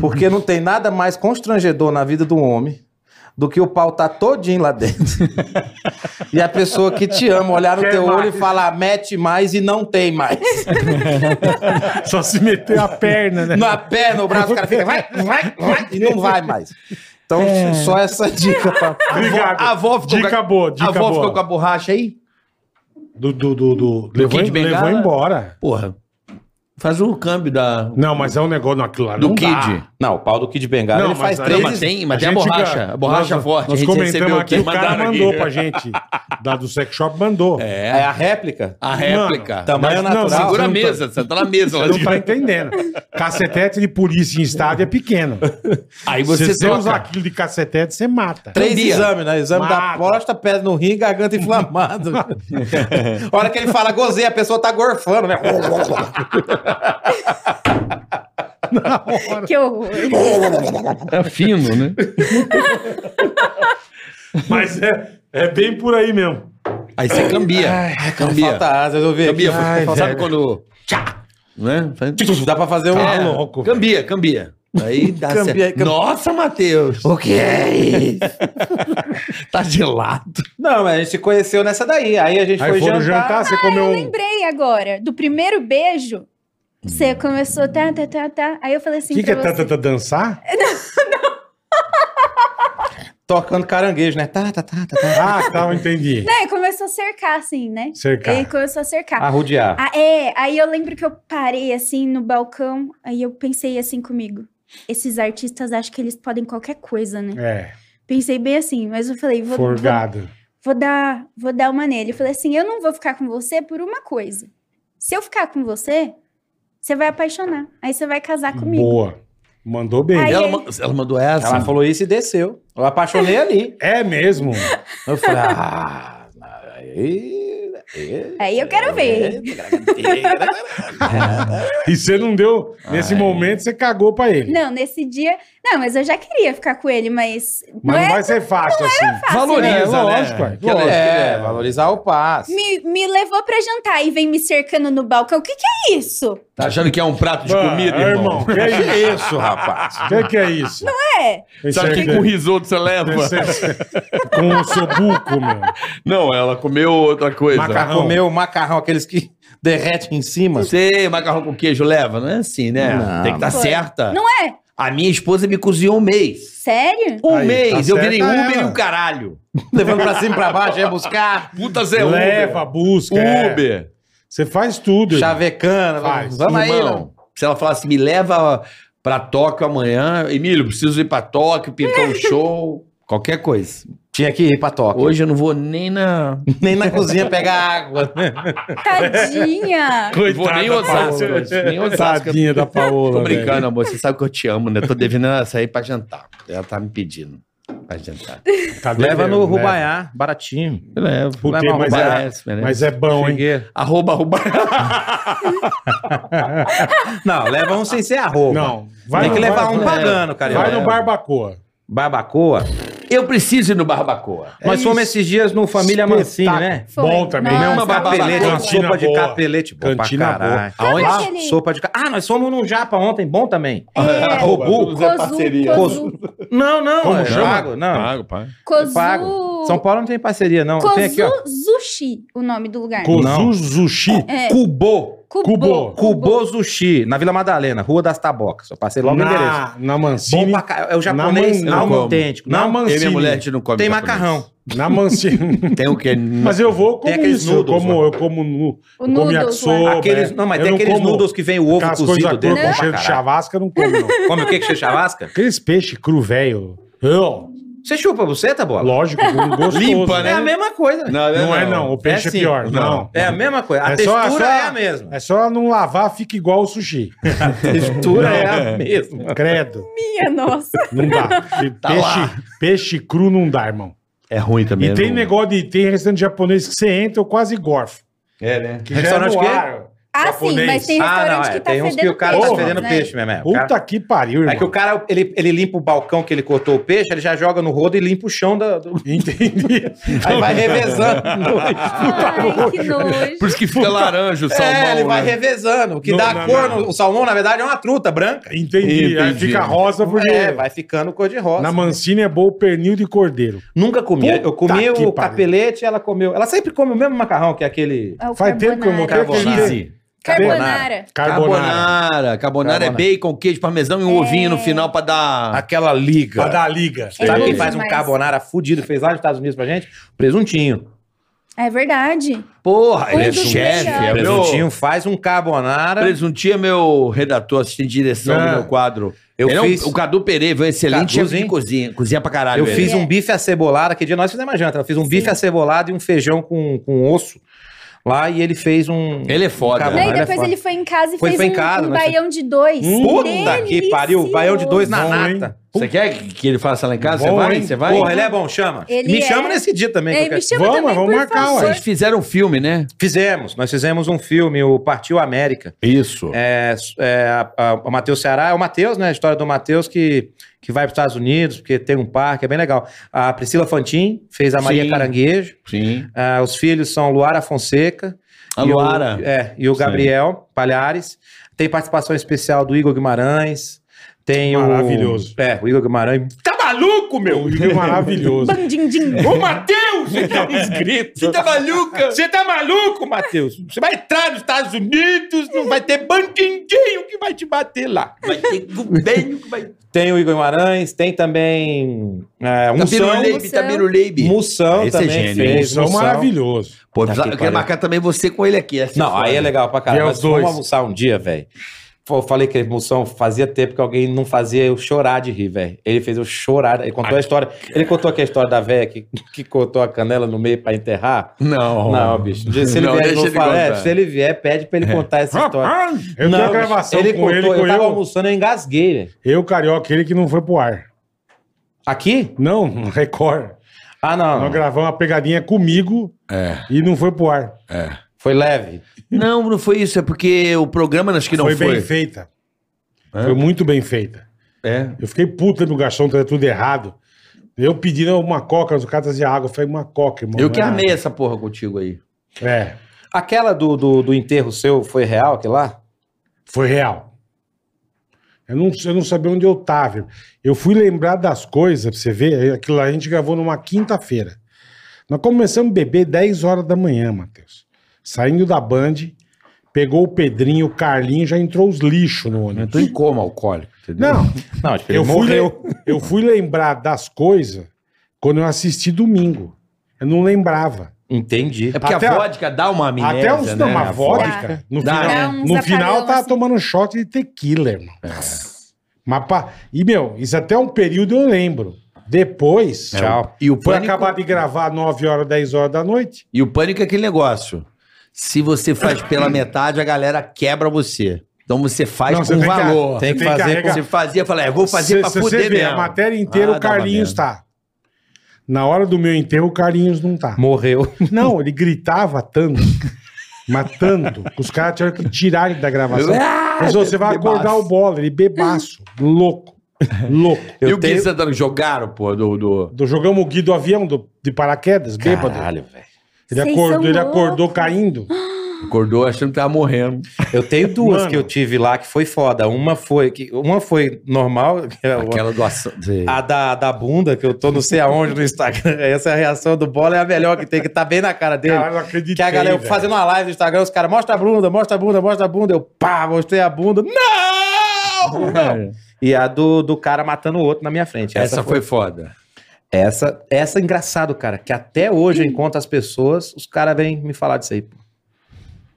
D: Porque não tem nada mais constrangedor na vida do homem do que o pau tá todinho lá dentro. e a pessoa que te ama olhar no
B: Quer
D: teu olho
B: mais.
D: e falar, mete mais e não tem mais.
B: Só se meter a perna, né?
D: Na perna, o braço, o cara fica, vai, vai, vai, e não vai mais. Então, só essa dica pra.
B: Obrigado.
C: A avó ficou
B: dica
C: com a-
B: boa,
C: a
B: dica
C: avó
B: boa.
C: ficou com a borracha aí?
B: Do, do, do, do- Levou,
C: Kid
B: em- levou
C: Bengala?
B: embora.
C: Porra. Faz o câmbio da.
B: Não, mas é um negócio. Não, aquilo lá
C: Do
B: não
C: Kid.
B: dá.
D: Não, o pau do Kid Bengala,
B: Não,
D: ele faz
B: mas aí-
D: três.
C: Não, mas tem, mas tem a
B: gente
C: borracha,
B: ga-
C: a borracha
B: nós-
C: forte,
B: Nós
C: a gente
B: comentamos
C: recebeu
B: aqui,
C: aqui,
B: o cara
C: mandaram aqui.
B: mandou pra gente, da do sex shop, mandou.
D: É. a réplica.
C: A réplica.
D: Tamanho
B: Mas não,
D: natural.
B: segura
C: Segura a
B: não tá-
C: mesa, você tá na mesa lá
B: Você não
C: de
B: tá entendendo. Cacetete de polícia em estádio é pequeno.
C: Aí
B: Se
C: você
B: você usar
C: troca.
B: aquilo de cacetete, você mata.
D: Três
C: Entendi.
D: exames, né? Exame
B: Mata.
D: da próstata, pedra no rim, garganta inflamada. a hora que ele fala gozei, a pessoa tá gorfando, né?
F: Que horror.
G: É fino, né?
B: Mas é, é bem por aí mesmo.
C: Aí você cambia. cambia.
D: Falta asa, eu vi.
C: é, Cambia.
D: Ai,
C: Sabe
D: velho.
C: quando. Tchá! Não é? Faz-
D: Dá pra fazer um...
B: Tá
C: É,
B: louco, velho.
C: Cambia, cambia. Aí dá
D: Cambia,
C: certo.
D: cambia.
C: Nossa, Matheus! O que é isso? tá gelado.
D: Não, mas a gente se conheceu nessa daí. Aí a gente
B: Aí
D: foi
B: foram
D: jantar.
B: jantar, você comeu um...
F: Ah, Lembrei agora do primeiro beijo. Você começou, tá, tá, tá, tá. Aí eu falei
B: O
F: assim
B: que, que
F: pra
B: é
F: você.
B: tanta dançar?
D: Tocando caranguejo, né? Tá, tá, tá, tá, tá.
B: Ah, tá, eu entendi.
F: Não, e começou a cercar, assim, né?
B: Cercar.
F: Ele começou a
D: tá.
F: cercar.
D: Arrudear.
F: Ah, é, aí eu lembro que eu parei assim no balcão, aí eu pensei assim comigo. Esses artistas acham que eles podem qualquer coisa, né?
B: É,
F: Pensei bem assim, mas eu falei, vou, vou,
B: forgado.
F: vou dar, vou dar uma nele. Eu falei assim, eu não vou ficar com você por uma coisa. Se eu ficar com você, você vai apaixonar. Aí você vai casar comigo.
B: Boa. Mandou bem.
F: Aí-
C: Ela, ma- ela mandou essa.
D: Ela falou isso e desceu. Eu apaixonei ali.
B: É mesmo?
D: Eu falei, ah... Aí... aí-
F: Aí eu quero ver.
B: E você não deu... Nesse momento, você cagou pra ele.
F: Não, nesse dia. Não, mas eu já queria ficar com ele, mas. não
B: Mas não
F: é
B: vai ser fácil assim.
F: fácil,
B: É,
F: né?
G: Valoriza,
B: lógico,
G: né?
B: é.
G: Que ela-
D: É, valorizar o passe.
F: Me, me levou pra jantar e vem me cercando no balcão. O que, que é isso?
C: Tá achando que é um prato de
B: Ah,
C: comida,
B: é,
C: irmão?
B: Que é isso,
D: rapaz?
B: O que, que é isso? Não
F: É.
G: Sabe quem com risoto você leva?
B: Com o sobuco, meu.
G: Não, ela comeu outra coisa.
B: Macarrão.
D: Comer o macarrão, aqueles que derretem em cima.
C: Você, macarrão com queijo, leva? Não é assim, né?
D: Não.
C: Tem que estar
F: Foi.
C: certa.
F: Não é?
C: A minha esposa me cozinhou um mês.
F: Sério?
C: Um
B: Aí,
C: mês.
B: tá
C: eu virei
B: certa
C: Uber
B: ela.
C: e o caralho.
D: levando pra cima e pra baixo, ia buscar,
G: Puta
C: é
G: Zé
B: Leva, busca.
G: Uber.
B: é.
G: Uber.
B: Você faz tudo.
D: chavecando.
B: Faz.
D: Vamos aí,
C: Irmão,
D: mano.
C: se ela falasse, me leva pra Tóquio amanhã. Emílio, preciso ir pra Tóquio, pintou um show. Qualquer coisa.
D: Tinha que ir pra toca.
C: Hoje eu não vou nem na.
D: Nem na cozinha pegar água.
F: Tadinha!
C: vou nem Osasco. hoje, Nem Osasco.
B: Tadinha da Paola.
C: Tô brincando,
B: velho.
C: amor. Você sabe que eu te amo, né? Tô devendo ela sair pra jantar. Ela tá me pedindo pra jantar.
B: Tá
D: Leva
B: devendo,
D: no
B: né?
D: Rubaiá, baratinho.
C: Eu levo.
B: Puta,
D: Leva
B: mas,
D: Rubaiá.
B: é,
C: Merece, merece.
B: mas é bom, hein?
D: Cheguei.
C: né? Arroba, arroba.
D: Não, leva um sem ser arroba.
B: Não. Vai
D: Tem que
B: no
D: levar
B: bar-
D: um
B: vai-
D: pagando, cara.
B: Vai no Barbacoa.
D: Barbacoa.
C: Eu preciso ir no Barbacoa.
D: Nós fomos esses dias no Família Mancini,
B: Espetáculo.
D: né?
F: Foi.
B: Bom também.
F: Nossa, tá
B: Não,
C: Uma babá-
D: Capelete,
F: Ah, boa.
D: uma
B: Cantina
D: sopa de
B: boa.
D: capelete. Boa
B: Cantina
D: pra caralho.
B: boa.
F: Sabe
C: Aonde?
D: Ah,
F: aquele-
D: sopa de ca- Ah, nós fomos num japa ontem, bom também.
F: É,
D: Robu?
F: Cozu, Cozu,
D: Não, não.
B: Como
D: é
B: chama?
D: pago, não.
G: pai.
F: Cozu,
D: É Pago. São Paulo não tem parceria, não. Tem aqui, ó.
F: Kozuzushi, o nome do lugar.
D: Não.
B: Kozuzushi.
F: É,
D: Cubo.
B: Kubo.
D: Kubo Zushi, na Vila Madalena, Rua das Tabocas. Eu passei É, logo o endereço.
B: Na, na
D: Bom
B: Mancini.
D: pra ca- É o japonês
B: na man-
D: algo
B: como.
D: autêntico.
B: Na
D: Não,
B: man-
C: Eu e minha
B: Mancini.
C: mulher, a gente não come
D: tem
C: japonês.
D: macarrão.
B: Na Mancini.
C: Tem o quê?
B: Mas eu vou como
D: Tem aqueles
B: isso. eu
D: noodles,
B: como,
D: né?
B: eu como nu.
F: o
B: eu como
F: noodles lá.
B: yakisoba.
D: Aqueles, não, mas
B: Eu
D: tem
B: não
D: aqueles
B: como
D: noodles que vem o ovo
B: Aquelas
D: cozido
B: coisas
D: dentro.
B: cruas com
D: bom pra
B: cheiro de
D: caralho.
B: chavasca, eu não como, não.
D: Come o que que chavasca?
B: Aqueles peixes cru, velho. Eu,
D: Você chupa você, tá bola?
B: Lógico, um gostoso.
C: Limpa, né?
D: É a mesma coisa.
B: Não é não, o peixe é,
D: sim.
B: pior. Não.
D: É a mesma coisa. A
B: É só-
D: textura
B: é só-
D: é a mesma.
B: É só não lavar, fica igual o sushi.
D: A textura
B: Não.
D: é a mesma.
B: Credo.
F: Minha nossa.
B: Não dá.
D: Tá
B: peixe, peixe cru não dá, irmão.
C: É ruim também.
B: E tem
C: não-
B: negócio de. Tem restaurante japonês que você entra, eu quase gorfo.
C: É, né?
B: Que
D: Restaurante
B: já é
D: quê?
B: no ar.
F: Ah, sim,
B: Japonês.
F: mas tem
D: Ah,
F: restaurante
D: não, é.
F: que tá
D: Tem uns
F: fedendo
D: que o cara tá
B: peixe,
D: fedendo
F: né?
D: peixe mesmo. é. O cara-
B: Puta que pariu, irmão.
D: É que o cara, ele, ele limpa o balcão que ele cortou o peixe, ele já joga no rodo e limpa o chão da... do-
B: Entendi.
D: Aí vai revezando. Ah, tá
F: Ai, que nojo.
C: Por isso que fica laranja o salmão,
E: É, ele vai
C: né?
E: revezando. O que
B: Não,
E: dá
B: não,
E: cor,
B: não.
E: no- o salmão, na verdade, é uma truta branca.
B: Entendi. Aí
C: Entendi.
B: fica rosa porque.
D: É, vai ficando cor de rosa.
B: Na Mancini é bom o pernil de cordeiro.
D: Nunca comi.
B: Puta
D: eu comi
B: que pariu.
D: o capelete, ela comeu. Ela sempre come o mesmo macarrão que é aquele.
F: É o
B: Faz tempo que eu não
F: carbonara.
B: quero
C: Cheese.
F: Carbonara.
B: Carbonara.
C: Carbonara. Carbonara. é bacon, queijo, parmesão e um ovinho no final pra dar...
D: Aquela liga.
B: Pra dar liga.
D: Sabe
F: É.
D: quem faz um
F: Mas-
D: carbonara fudido, fez lá nos Estados Unidos pra gente? Presuntinho.
F: É verdade.
C: Porra,
F: Um
C: ele é
F: dos
C: chefe.
F: melhores.
C: É
D: Presuntinho
C: meu...
D: faz um carbonara.
C: Presuntinho é meu redator, assistente de direção
B: Ah.
D: É.
C: do meu quadro.
D: Eu
C: Ele é um-
D: fiz-
C: o Cadu Pereira, um excelente
D: Caduzinho.
C: chefe de cozinha. Cozinha pra caralho.
D: Eu
C: ele.
D: fiz
F: É.
D: um bife acebolado, que dia nós fizemos uma janta. Eu fiz um bife acebolado e um feijão com, com osso lá e ele fez um.
C: Ele é foda.
D: Carbonara.
C: né?
F: Daí
D: ele é
F: depois
D: foda.
F: ele foi em casa e
D: Foi-
F: fez
D: foi em
F: um,
D: casa,
F: um
D: nós-
F: baião de dois.
D: Hum, Puta que pariu, baião de dois na
B: Bom,
D: nata.
C: Você quer que que ele faça lá em casa? Você
B: Bom,
C: vai?
B: hein?
C: Você vai?
D: Porra, ele é bom, chama.
F: Ele
D: Me
F: é.
D: chama nesse dia também. que eu
F: Ei,
D: quero-
F: me chama
B: Vamos,
F: também,
B: vamos
F: por
B: marcar,
F: favor.
B: ué.
C: Vocês fizeram um filme, né?
D: Fizemos, nós fizemos um filme, o Partiu América.
C: Isso.
D: É, é, a- a- o Matheus Ceará é o Matheus, né? A história do Matheus que, que vai para os Estados Unidos, porque tem um parque, é bem legal. A Priscila Fantin fez a Maria
C: Sim.
D: Caranguejo.
C: Sim.
D: Ah, os filhos são Luara Fonseca.
C: A
D: e o-
C: Luara.
D: é, e o Gabriel Palhares. Tem participação especial do Igor Guimarães. Tem o-
B: Maravilhoso.
D: é, o Igor Guimarães. Tá maluco, meu?
B: É maravilhoso.
D: Ô, Matheus, você tá inscrito. Você tá maluca? Você tá maluco, Matheus? Você vai entrar nos Estados Unidos, não vai ter bandidinho que vai te bater lá.
C: Vai ter Gubenho que vai.
D: Tem o Igor Guimarães, tem também
C: Tá
D: é, Moção.
C: Tabiruleibe, Tabiruleibe.
D: Moção
C: Esse é
D: também
C: gênio, hein?
D: fez.
B: Isso é
D: Moção.
B: maravilhoso.
C: Pô,
D: Tá
C: eu
D: que
C: quero
D: pariu.
C: marcar também você com ele aqui. essa
D: Não,
C: foda.
D: aí é legal pra caralho.
B: Ver
D: Nós
B: os
D: vamos
B: dois.
D: almoçar um dia, velho. Pô, Eu falei que a emoção fazia tempo que alguém não fazia eu chorar de rir, velho. Ele fez eu chorar. Ele contou a história. Ele contou aqui a história da velha que, que cortou a canela no meio pra enterrar.
C: Não.
D: Não, bicho. Se ele
C: Não,
D: vier,
C: deixa
D: eu
C: ele
D: falo, é,
C: contar.
D: se ele vier, pede pra ele contar essa história.
B: É. Eu
D: Não,
B: tenho a
D: bicho,
B: gravação
D: ele
B: com
D: contou,
B: ele, com
D: Eu tava
B: eu,
D: almoçando, eu engasguei, velho.
B: eu, carioca, ele que não foi pro ar.
D: Aqui?
B: Não, no Record.
D: Ah, não.
B: Nós gravamos uma pegadinha comigo
C: É.
B: e não foi pro ar.
D: Foi leve.
C: Não, não foi isso. É porque o programa acho que não
B: foi,
C: foi.
B: bem feita. Foi muito bem feita.
C: É.
B: Eu fiquei puta no garçom, tá tudo errado. Eu pedi não, uma coca, os caras traziam água. Eu falei, uma coca, irmão.
C: Eu
B: não
C: que
B: é
C: armei essa porra contigo aí.
B: água. É,
D: Aquela do, do, do enterro seu foi real, aquilo lá?
B: foi real. Eu não, eu não sabia onde eu tava. Eu fui lembrar das coisas, pra você ver. é Aquilo lá a gente gravou numa quinta-feira. Nós começamos a beber 10 horas da manhã, Matheus. Saindo da Band, pegou o Pedrinho, o Carlinho, já entrou os lixos no
C: Eu
B: ônibus.
C: tô em coma alcoólico, entendeu?
B: Não,
D: Não, tipo, ele
B: Eu fui,
D: morreu.
B: le- eu fui lembrar das coisas quando eu assisti domingo. Eu não lembrava.
D: Entendi.
C: É porque
B: Até
C: a
B: a-
C: vodka dá uma amnésia,
B: Até uns
C: né?
B: não, uma
C: A
B: vodka. No
C: Dá,
B: final,
F: né? Dá
B: no
F: uns
B: final
F: aparelhos
B: tava
F: assim.
B: tomando um shot de tequila, irmão.
C: É.
B: Mas pa- E, meu, isso até um período eu lembro. Depois, tchau.
C: é, E o
B: Foi
C: pânico,
B: acabar de gravar 9 horas, 10 horas da noite.
C: e o pânico é aquele negócio. Se você faz pela metade, a galera quebra você. Então você faz
B: Não,
C: com valor.
D: tem que fazer
B: arregar.
C: Você fazia, fala, é, vou fazer
B: Cê-
C: pra
B: cê-
C: fuder
B: cê vê,
C: mesmo.
B: A matéria inteira,
C: Ah,
B: o
C: dá uma
B: Carlinhos
C: merda.
B: tá. Na hora do meu enterro, o Carlinhos não tá.
D: Morreu.
B: Não, ele gritava tanto, mas tanto, que os caras tiveram que tirar ele da gravação.
C: "Ah,
B: Mas você vai acordar o bola, ele bebaço, louco, louco.
C: E
D: Eu
C: o
D: tenho-
C: que Santana jogaram, pô, do... do...
B: Do- Jogamos o Gui do avião do- de paraquedas, bêbado.
D: Caralho, velho.
B: Ele,
F: Vocês
B: acordou,
F: são
B: ele acordou
F: loucos.
B: caindo.
C: Acordou achando que tava morrendo.
D: Eu tenho duas
B: Mano.
D: que eu tive lá que foi foda. Uma foi, que, uma foi normal, que é o-
C: Aquela doação. Ah, de-
D: a da, da bunda, que eu tô não sei aonde no Instagram. Essa reação do bola é a melhor que tem, que tá bem na cara dele.
B: Caralho, não acreditei,
D: que a galera
B: velho.
D: fazendo uma live no Instagram, os caras, mostra a bunda, mostra a bunda, mostra a bunda. Eu, pá, mostrei a bunda. Não! E a do, do cara matando o outro na minha frente.
C: Essa foi foda.
D: Essa, essa é engraçado, cara, que até hoje eu encontro as pessoas, os caras vêm me falar disso aí. pô.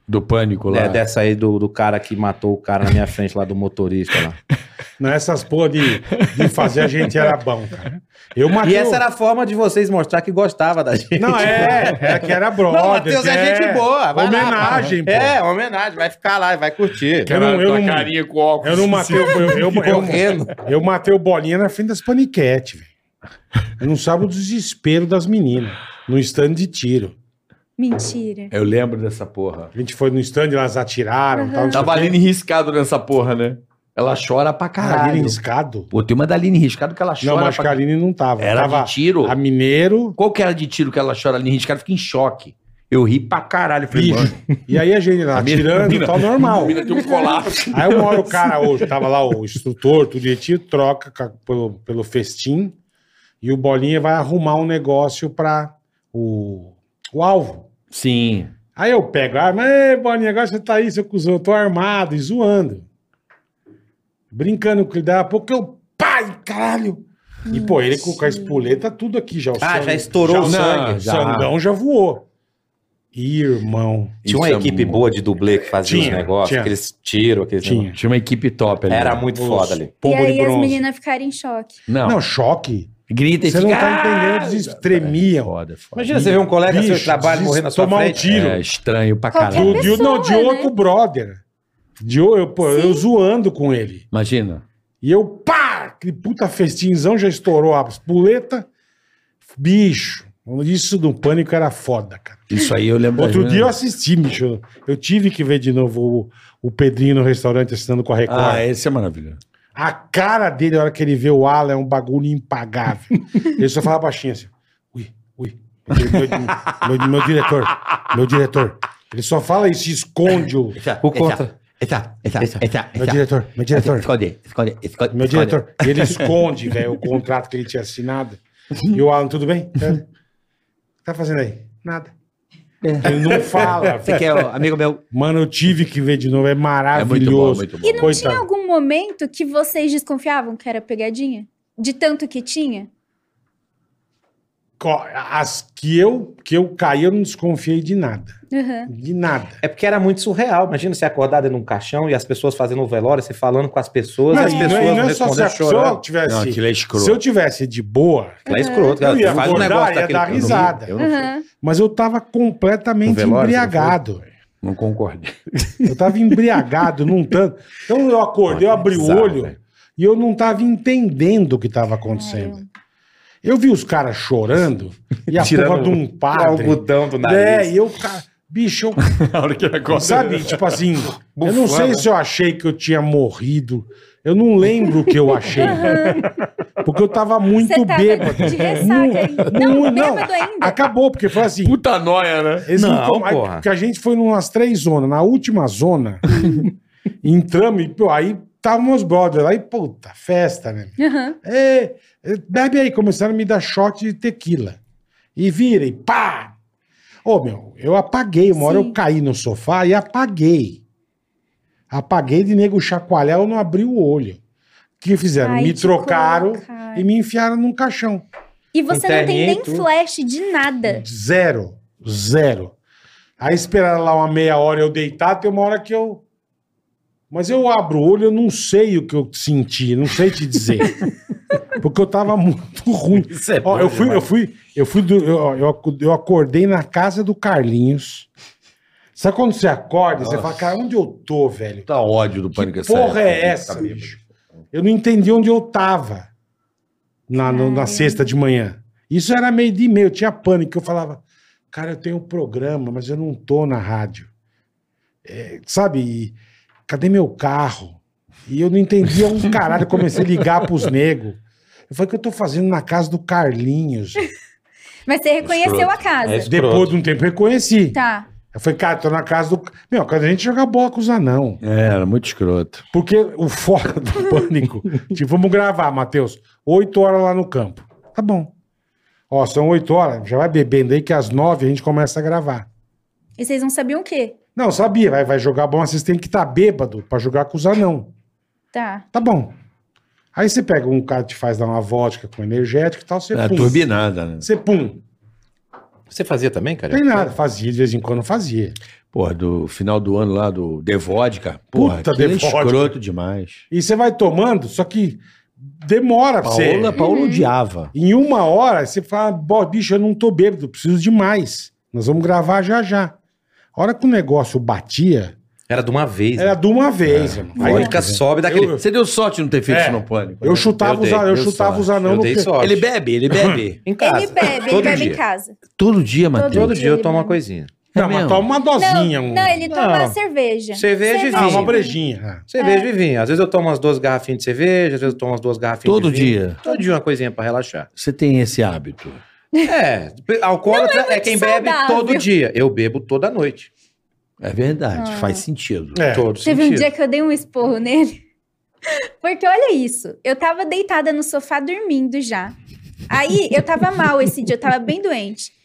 C: Do pânico lá.
D: É, dessa aí do, do cara que matou o cara na minha frente lá, do motorista lá.
B: Não, essas porra de, de fazer a gente era bom, cara. Eu matei.
D: E essa
B: o-
D: era a forma de vocês mostrar que gostava da gente.
B: Não, é, é que era brother.
D: Não, Matheus é, gente boa. vai lá,
B: homenagem,
D: pô. É, homenagem. Vai ficar lá e vai curtir.
B: Eu não, eu, não,
G: com óculos.
B: eu não matei o. Eu, eu, eu-
D: Correndo.
B: eu matei o bolinha na frente das paniquete, velho. Eu não sabe o desespero das meninas. No stand de tiro.
F: Mentira.
C: Eu lembro dessa porra.
B: A gente foi no stand, elas atiraram e tal. não sei o
C: Tava
B: quê.
C: a Aline riscado nessa porra, né? Ela chora pra
B: Caralho,
C: caralho.
B: riscado.
C: Pô, tem uma da Aline riscado que ela chora
B: Não, mas
C: pra
B: a Aline não tava.
C: Era
B: tava
C: de tiro?
B: a Mineiro.
C: Qual que era de tiro que ela chora ali? Riscado fica em choque. Eu ri pra caralho. Falei,
B: Bicho.
C: mano,
B: E aí a gente lá, atirando e tal, normal.
G: tem um colapso.
B: Aí uma hora o cara hoje, tava lá o instrutor, tudo direitinho, troca ca- pelo, pelo festim e o Bolinha vai arrumar um negócio pra o, o alvo.
C: Sim.
B: Aí eu pego a arma, ei, Bolinha, agora você tá aí, seu cuzão, eu tô armado e zoando. Brincando com ele, daqui a pouco eu, pai, caralho! E pô, ele com com a espoleta, tudo aqui já. o
D: Ah,
B: sangue-
D: já estourou o
B: o
D: sangue.
B: sangue. Sangão já voou. Ih, Irmão,
D: Tinha uma
C: Isso é
D: equipe
C: mu-
D: boa de dublê que fazia
B: Tinha,
D: os negócios,
B: tinha.
D: aqueles tiros, aqueles
B: tinha.
C: Tinha uma equipe top ali.
D: negócios. Era muito
B: Os-
D: foda ali.
F: E
B: pombo de
F: aí as
B: bronze.
F: meninas ficaram em choque.
C: Não,
B: Não, choque.
C: grita e
B: Você não
C: fica,
B: tá entendendo,
C: "Ah!"
B: eles tremiam.
C: Foda, foda.
D: Imagina você ver um colega seu de
B: Bicho,
D: trabalho morrer na sua
B: tomar um
D: frente.
B: tiro.
C: É estranho pra
F: Qualquer
C: caralho.
B: Do, de, não,
F: pessoa,
B: de outro
F: né?
B: brother. De, o- eu, pô, eu zoando com ele.
C: Imagina.
B: E eu, pá! Aquele puta festinzão já estourou a puleta. Bicho, isso do pânico era foda, cara.
C: Isso aí eu lembro.
B: Outro
C: das
B: dia eu
C: minhas-
B: assisti, bicho. Eu tive que ver de novo o, o Pedrinho no restaurante assinando com a Record.
C: Ah, esse é maravilhoso.
B: A cara dele, na hora que ele vê o Alan, é um bagulho impagável. ele só fala baixinho assim: ui, ui. Meu, meu- meu diretor, meu diretor. Ele só fala isso, e esconde o.
D: O contra.
C: Essa, essa, essa, essa.
B: Meu diretor, meu diretor.
C: Esconde, esconde, esconde.
B: Meu diretor, e ele esconde, velho, o contrato que ele tinha assinado. E o Alan, tudo bem? É. O que Tá fazendo aí? Nada. Ele não fala.
C: Você
B: velho.
C: quer, ó, amigo meu?
B: Mano, eu tive que ver de novo, é maravilhoso.
C: muito
F: E não
B: Coitado.
F: tinha um algum momento que vocês desconfiavam que era pegadinha? De tanto que tinha?
B: Co- As que eu, que eu caí, eu não desconfiei de nada.
F: Aham.
B: De nada.
D: É porque era muito surreal. Imagina você acordar dentro de um caixão e as pessoas fazendo o velório, você falando com as pessoas,
B: Não,
D: as
B: e não é-
D: pessoas
B: e não é
D: não
B: só se,
D: respondendo,
B: a- se eu
D: chorando.
B: tivesse.
C: Não, aquilo é escroto.
B: se eu tivesse de boa,
D: Ela é escroto.
B: eu ia
D: cara. Faz um
B: acordar,
D: negócio
B: ia dar
D: daquele.
B: risada.
C: Eu não, eu não-
F: aham.
B: mas eu tava completamente
D: No velório, você não
B: embriagado.
C: não concordo.
B: Eu tava embriagado, num tanto. Então eu acordei, eu abri o
D: Bizarro,
B: olho
D: velho.
B: e eu não tava entendendo o que tava
F: É.
B: acontecendo. Eu vi os caras chorando e a
D: Tirando
B: porra de um
D: O
B: padre.
D: algodão do
B: É,
D: nariz.
B: e eu, cara, bicho, eu
G: Na hora que ele acorda.
C: né?
B: Sabe, tipo assim, eu não
D: Bufando.
B: sei se eu achei que eu tinha morrido. Eu não lembro o que eu achei. porque eu tava muito
F: Você tava
B: bêbado.
F: de ressaca ainda. Não, bêbado ainda.
B: Acabou, porque foi assim.
G: Puta noia, né?
B: Eles não,
D: Não,
B: tão- aí-
D: porra.
B: Porque a gente foi numas três zonas. Na última zona, entramos e pô, aí estavam meus brothers lá. E puta, festa, né?
F: Aham.
B: É, é, bebe aí. Começaram a me dar shot de tequila. E virem, pá! Ô, meu, eu apaguei. Uma hora
F: Sim.
B: eu caí no sofá e apaguei. Apaguei de nego chacoalhar, eu não abri o olho. O que fizeram?
F: Ai,
B: me
F: te
B: trocaram
F: colocaram.
B: e me enfiaram num caixão.
F: E você não tem
D: terninho e
F: nem
D: tudo.
F: flash de nada.
B: Zero. Zero. Aí esperaram lá uma meia hora eu deitar, tem uma hora que eu. Mas eu abro o olho, eu não sei o que eu senti, não sei te dizer. Porque eu tava muito ruim.
D: Isso é
B: Ó,
D: bom
B: eu
C: né,
B: fui, eu
D: demais.
B: fui, eu fui, do- eu, ó, eu, acu- eu acordei na casa do Carlinhos. Sabe quando você acorda, e você fala, cara, onde eu tô, velho?
C: Tá ódio do pânico
B: Que porra é essa,
C: tá
B: bicho? Eu não entendi onde eu tava na, no- na
F: Caramba.
B: sexta de manhã. Isso era meio de meio, eu tinha pânico. Eu falava, cara, eu tenho um programa, mas eu não tô na rádio. É, sabe, e cadê meu carro? E eu não entendia um caralho. Eu comecei a ligar pros negros. Eu falei, o que eu tô fazendo na casa do Carlinhos?
F: Mas você reconheceu a casa.
D: É isso.
B: Depois de um tempo eu reconheci.
F: Tá.
B: Eu falei, cara, tô na casa do. Meu, quando a gente joga bola com os anão.
G: É, era muito escroto.
B: Porque o fora do pânico. tipo, vamos gravar, Matheus. Oito horas lá no campo. Tá bom. Ó, são oito horas. Já vai bebendo aí que às nove a gente começa a gravar.
F: E vocês não sabiam o quê?
B: Não, sabia. Vai, vai jogar bom, vocês têm que estar bêbado pra jogar com os anão.
F: Tá.
B: Tá bom. Aí você pega um cara que te faz dar uma vodka com energético e tal, você
C: Era
B: pum.
C: turbinada, né?
B: Você pum.
D: Você fazia também, cara?
B: Tem nada. Fazia, de vez em quando fazia.
C: Porra, do final do ano lá do The Vodka. Porra,
B: Puta,
C: aquilo é
B: The Vodka.
C: escroto demais.
B: E você vai tomando, só que demora pra você.
C: Paola, Paola odiava.
B: Em uma hora, você fala, "Bó, bicho, eu não tô bêbado, preciso de mais. Nós vamos gravar já já. A hora que o negócio batia,
D: Era de uma vez.
B: era de uma vez.
D: É,
B: irmão. Aí
D: Vodka sobe daquele.
B: Eu-
C: Você deu sorte de não ter feito
B: É.
C: isso no pânico.
B: eu chutava
D: Eu dei,
B: os, eu
D: deu
B: chutava
D: sorte.
B: os anão
D: Eu
B: no
D: dei
B: pe-
D: sorte.
C: Ele bebe, ele bebe.
D: Em casa.
F: Ele bebe,
D: Todo
F: ele bebe
D: dia.
F: em casa.
C: Todo dia, Matheus.
D: Todo dia eu
F: Ele
D: tomo uma
F: bebe.
D: coisinha.
C: É
B: Não, mas
C: mesmo?
B: toma uma
F: Não,
B: dosinha. um-
F: não, ele toma assim.
D: Não.
F: cerveja.
D: Cerveja e
B: Ah, uma
D: vinho.
B: brejinha.
F: É.
D: Cerveja e vinho. Às vezes eu tomo umas duas garrafinhas de cerveja, às vezes eu tomo umas duas garrafinhas
C: Todo
D: de vinho.
C: dia.
D: Todo dia uma coisinha pra relaxar.
C: Você tem esse hábito.
D: É, alcoólatra é, quem bebe
F: saudável.
D: todo dia. Eu bebo toda noite.
C: É verdade,
F: Ah.
C: faz sentido.
B: É.
D: Todo
F: Teve um
D: sentido.
F: dia que eu dei um esporro nele. Porque olha isso, eu tava deitada no sofá dormindo já. Aí eu tava mal esse dia, eu tava bem doente.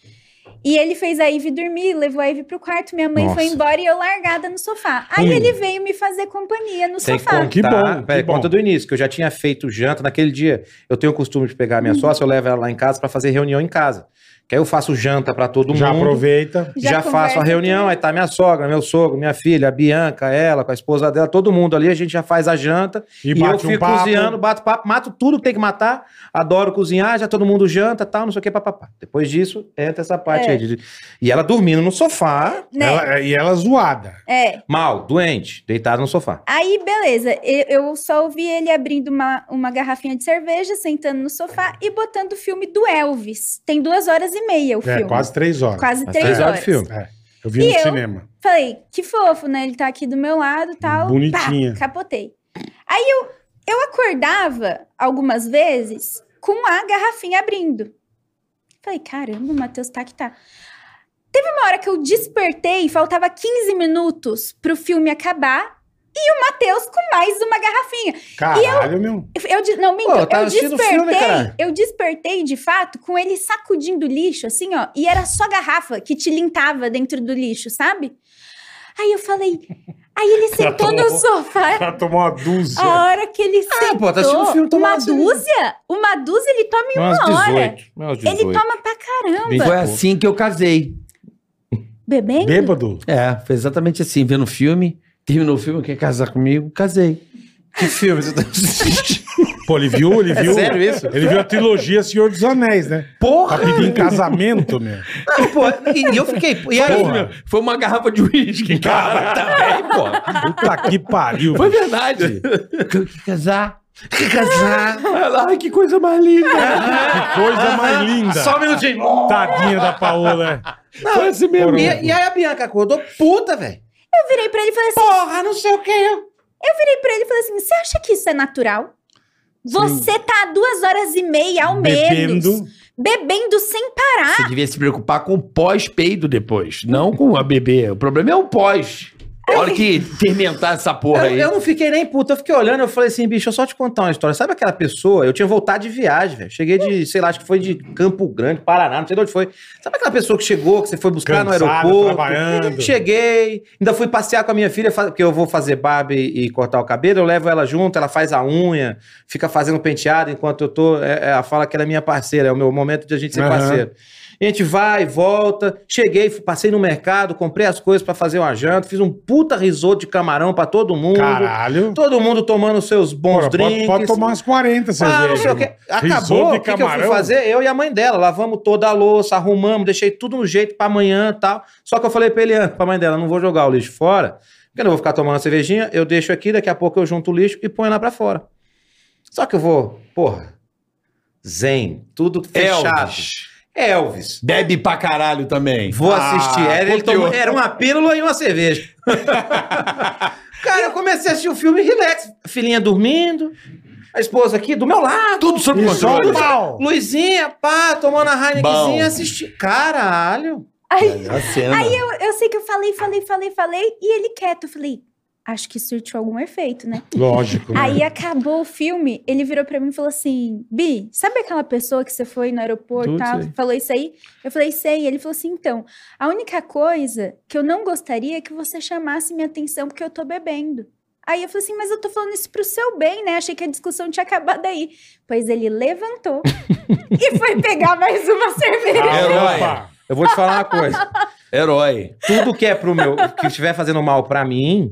F: E ele fez a Ivy dormir, levou a Ivy pro quarto, minha mãe foi
D: Nossa. Hum.
F: embora e eu largada no sofá. Aí ele veio me fazer companhia no
D: Tem que
F: sofá.
D: contar.
B: Que bom, que
D: Peraí,
B: bom.
D: conta do início, que eu já tinha feito janta naquele dia. Eu tenho o costume de pegar a minha
F: Uhum.
D: sócia, eu levo ela lá em casa pra fazer reunião em casa. Que aí eu faço janta pra todo
B: Já
D: mundo.
B: aproveita.
F: Já
D: Já,
F: conversa
D: faço a reunião,
F: com-
D: aí tá minha sogra, meu sogro, minha filha, a Bianca, ela, com a esposa dela, todo mundo ali, a gente já faz a janta.
B: E,
D: E, eu
B: bate
D: fico
B: um papo.
D: cozinhando, bato papo, mato tudo que tem que matar, adoro cozinhar, já todo mundo janta, tal, não sei o que, papapá. Depois disso, entra essa parte
F: É.
D: aí. de- E ela dormindo no sofá,
F: Né?
B: Ela- e ela zoada.
F: É.
D: mal, doente, deitada no sofá.
F: Aí, beleza, eu, eu só ouvi ele abrindo uma, uma garrafinha de cerveja, sentando no sofá e botando o filme do Elvis. Tem duas horas e meia o
B: É,
F: filme.
B: quase três horas.
F: Quase
D: Mas
F: três horas.
D: de filme.
B: É, eu vi
F: E
B: no
F: eu?
B: cinema.
F: Falei, que fofo, né? Ele tá aqui do meu lado e tal.
B: Bonitinha.
F: Pá, capotei. Aí eu, eu acordava algumas vezes com a garrafinha abrindo. Falei, caramba, o Matheus tá que tá. Teve uma hora que eu despertei, faltava 15 minutos pro filme acabar. E o Matheus com mais uma garrafinha.
B: Caralho, meu.
F: Eu, de- não, minto,
D: Pô,
F: eu,
D: tá assistindo
F: despertei.
D: filme, cara.
F: eu despertei de fato com ele sacudindo o lixo, assim, ó. E era só garrafa que tilintava dentro do lixo, sabe? Aí eu falei. Aí ele sentou no
B: tomou.
F: sofá.
B: Pra tomar uma dúzia.
F: A hora que ele sentou.
D: pô, tá assistindo filme, toma
F: uma
D: uma dúzia.
F: dúzia? Uma dúzia ele toma em
D: Umas
F: uma hora.
D: 18. Umas 18.
F: Ele toma pra
C: Foi
F: caramba.
C: assim que eu casei.
F: Bebendo?
B: Bêbado.
C: É, foi exatamente assim, vendo o filme, terminou o filme, quer casar comigo, casei.
D: Que filme você tá assistindo?
B: Pô, ele viu, ele viu.
D: É sério isso?
B: Ele viu a trilogia Senhor dos Anéis, né? Pra
C: Porra!
B: pedir em casamento, meu.
C: Não, pô, e, e eu fiquei. E aí,
B: Porra.
C: meu, foi uma garrafa de uísque, cara, também,
D: tá
C: pô.
B: Puta que pariu.
C: Foi verdade. Que- que casar.
D: Que casar.
C: Ela, ai, que coisa mais linda.
B: Que coisa mais linda.
D: Só um minutinho.
B: Tadinha da Paola.
D: Não,
C: assim
B: mesmo.
D: E, é e aí a Bianca acordou puta, velho.
F: Eu virei pra ele e falei assim.
D: Porra, não sei o que. eu-
F: Virei pra ele e falei assim: você acha que isso é natural? Você tá há duas horas e meia, ao menos.
B: Bebendo.
F: Bebendo sem parar.
C: Você devia se preocupar com o pós-peido depois, não com a bebê. O problema é o pós. A hora que fermentar essa porra
D: Eu,
C: aí.
B: É um
D: eu não fiquei nem puta, eu fiquei olhando, eu falei assim, bicho, eu só te contar uma história. Sabe aquela pessoa? Eu tinha voltado de viagem, velho. Cheguei de, sei lá, acho que foi de Campo Grande, Paraná, não sei de onde foi. Sabe aquela pessoa que chegou, que você foi buscar no
B: Cansado,
D: aeroporto?
B: trabalhando.
D: Cheguei, ainda fui passear com a minha filha, fa- porque eu vou fazer barba e, e cortar o cabelo, eu levo ela junto, ela faz a unha, fica fazendo penteado enquanto eu tô. é- é, Ela fala que ela é minha parceira, é o meu momento de a gente ser
B: Aham.
D: parceiro. A gente vai, volta. Cheguei, fui- passei no mercado, comprei as coisas pra fazer uma janta, fiz um puta risoto de camarão pra todo mundo.
B: Caralho.
D: Todo mundo tomando seus bons
B: Porra, pode,
D: drinks.
B: pode tomar umas 40
D: Ah, não sei
B: cervejas.
D: o que.
B: né? Risoto
D: Acabou,
B: de
D: o que, que eu fui
B: camarão?
D: fazer? Eu e a mãe dela, lavamos toda a louça, arrumamos, deixei tudo no jeito pra amanhã e tal. Só que eu falei pra Eliana, pra mãe dela, não vou jogar o lixo fora, porque eu não vou ficar tomando cervejinha, eu deixo aqui, daqui a pouco eu junto o lixo e ponho lá pra fora. Só que eu vou, porra, zen, tudo fechado. Elvis.
C: Elvis. Bebe pra caralho também.
D: Vou
C: Ah,
D: assistir. Era, ele
C: conteúdo.
D: tomou- era uma pílula e uma cerveja. Cara, eu comecei a assistir o filme relax. Filhinha dormindo, a esposa aqui do meu lado.
C: Tudo sob
B: E só o
C: controle.
B: pau.
D: Luizinha, pá, tomando a Heinekenzinha,
C: Bom.
D: assistindo. Caralho.
F: Aí
C: A cena.
F: Aí eu, eu sei que eu falei, falei, falei, falei, e ele quieto. Eu falei, acho que surtiu algum efeito, né?
B: Lógico. né?
F: Aí acabou o filme, ele virou pra mim e falou assim: Bi, sabe aquela pessoa que você foi no aeroporto e
D: Tudo
F: tal?
D: sei.
F: Falou isso aí? Eu falei, sei. Ele falou assim: então, a única coisa que eu não gostaria é que você chamasse minha atenção porque eu tô bebendo. Aí eu falei assim, mas eu tô falando isso pro seu bem, né? Achei que a discussão tinha acabado aí. Pois ele levantou e foi pegar mais uma cerveja.
E: Herói.
B: Ah, Opa.
D: Eu vou te falar uma coisa.
C: Herói.
D: Tudo que é pro meu, que estiver fazendo mal pra mim,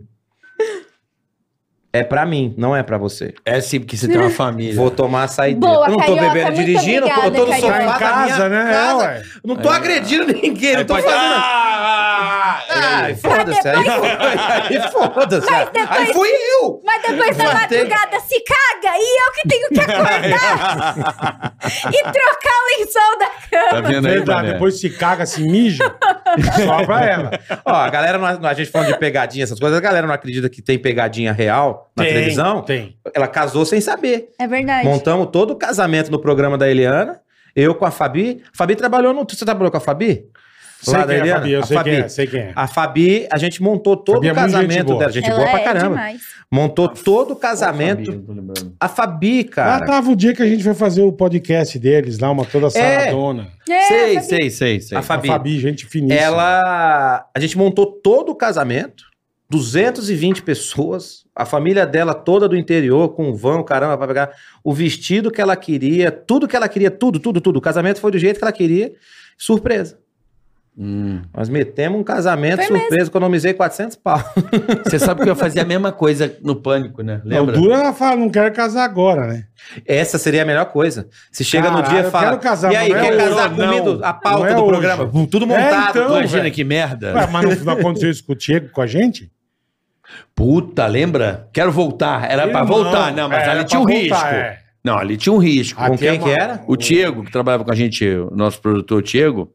D: é pra mim, não é pra você.
C: É sim, porque você tem uma família.
D: Vou tomar a saideira.
F: Boa,
D: eu não tô
F: Carioca,
D: bebendo
F: muito
D: dirigindo, pô, eu tô no
F: obrigada,
D: sofá
B: Tá em
D: da
B: casa,
D: minha
B: né? É, Ah,
D: casa.
B: ué.
E: Não tô agredindo ninguém, não tô
D: pode-
E: fazendo.
D: Ai, foda-se. Aí,
F: é
D: aí foda-se.
E: Aí fui eu!
F: Mas depois da
E: Manteiga.
F: madrugada se caga e eu que tenho que acordar e trocar o lençol da
C: Tá
D: É
C: vendo aí,
B: Verdade,
C: Mané?
B: depois se caga, se mija, sobra ela.
D: Ó, a galera, não- a gente falando de pegadinha, essas coisas, a galera não acredita que tem pegadinha real na
B: Tem,
D: televisão.
B: Tem.
D: Ela casou sem saber.
F: É verdade.
D: Montamos todo o casamento no programa da Eliana. Eu com a Fabi. A Fabi trabalhou no. Você trabalhou com a Fabi?
B: Sei
D: Lá da
B: quem é,
D: Eliana?
B: Fabi, eu
D: A
B: sei quem é,
D: Fabi.
B: sei quem é.
D: A Fabi, a gente montou todo
B: Fabi é
D: o
B: muito gente
D: casamento
B: boa.
D: dela. Gente
F: Ela
D: boa pra
F: é
D: caramba.
F: demais.
D: Montou todo o casamento. A Fabi,
B: Lá
D: cara.
B: Ah, tava o dia que a gente foi fazer o podcast deles, lá, uma toda saladona.
F: É,
C: Sei,
F: Fabi.
C: sei, sei, sei.
D: A Fabi.
B: A Fabi, gente finíssima.
D: Ela. A gente montou todo o casamento. 220 pessoas, a família dela toda do interior, com um vão, caramba, pra pegar o vestido que ela queria, tudo que ela queria, tudo, tudo, tudo. O casamento foi do jeito que ela queria. Surpresa.
C: Hum.
D: Nós metemos um casamento
F: Foi
D: surpresa, economizei 400 pau.
C: Você sabe que eu fazia a mesma coisa no pânico, né?
B: Não,
C: Lembra?
B: dura ela fala, não quero casar agora, né?
D: Essa seria a melhor coisa. Se chega
B: Caralho,
D: no dia
B: eu
D: e fala.
B: quero casar,
D: e aí,
B: mas não é
D: quer
B: hoje,
D: casar
B: não.
D: comigo? A
B: Não
D: pauta
B: é
D: do
B: hoje.
D: programa. com Tudo montado.
B: então,
D: dois-
C: Imagina
B: velho.
C: que merda.
B: Ué, mas não, não aconteceu isso com o Diego, com a gente?
C: Puta, lembra? Quero voltar. Era pra
B: Irmão,
C: voltar. Não, mas
B: é,
C: ali
B: era
C: tinha um
B: pra
C: risco.
B: voltar, é.
C: Não, ali tinha um risco.
B: Aqui
D: quem
B: é uma-
D: que era?
C: O Tiago, que trabalhava com a gente, o nosso produtor Tiago,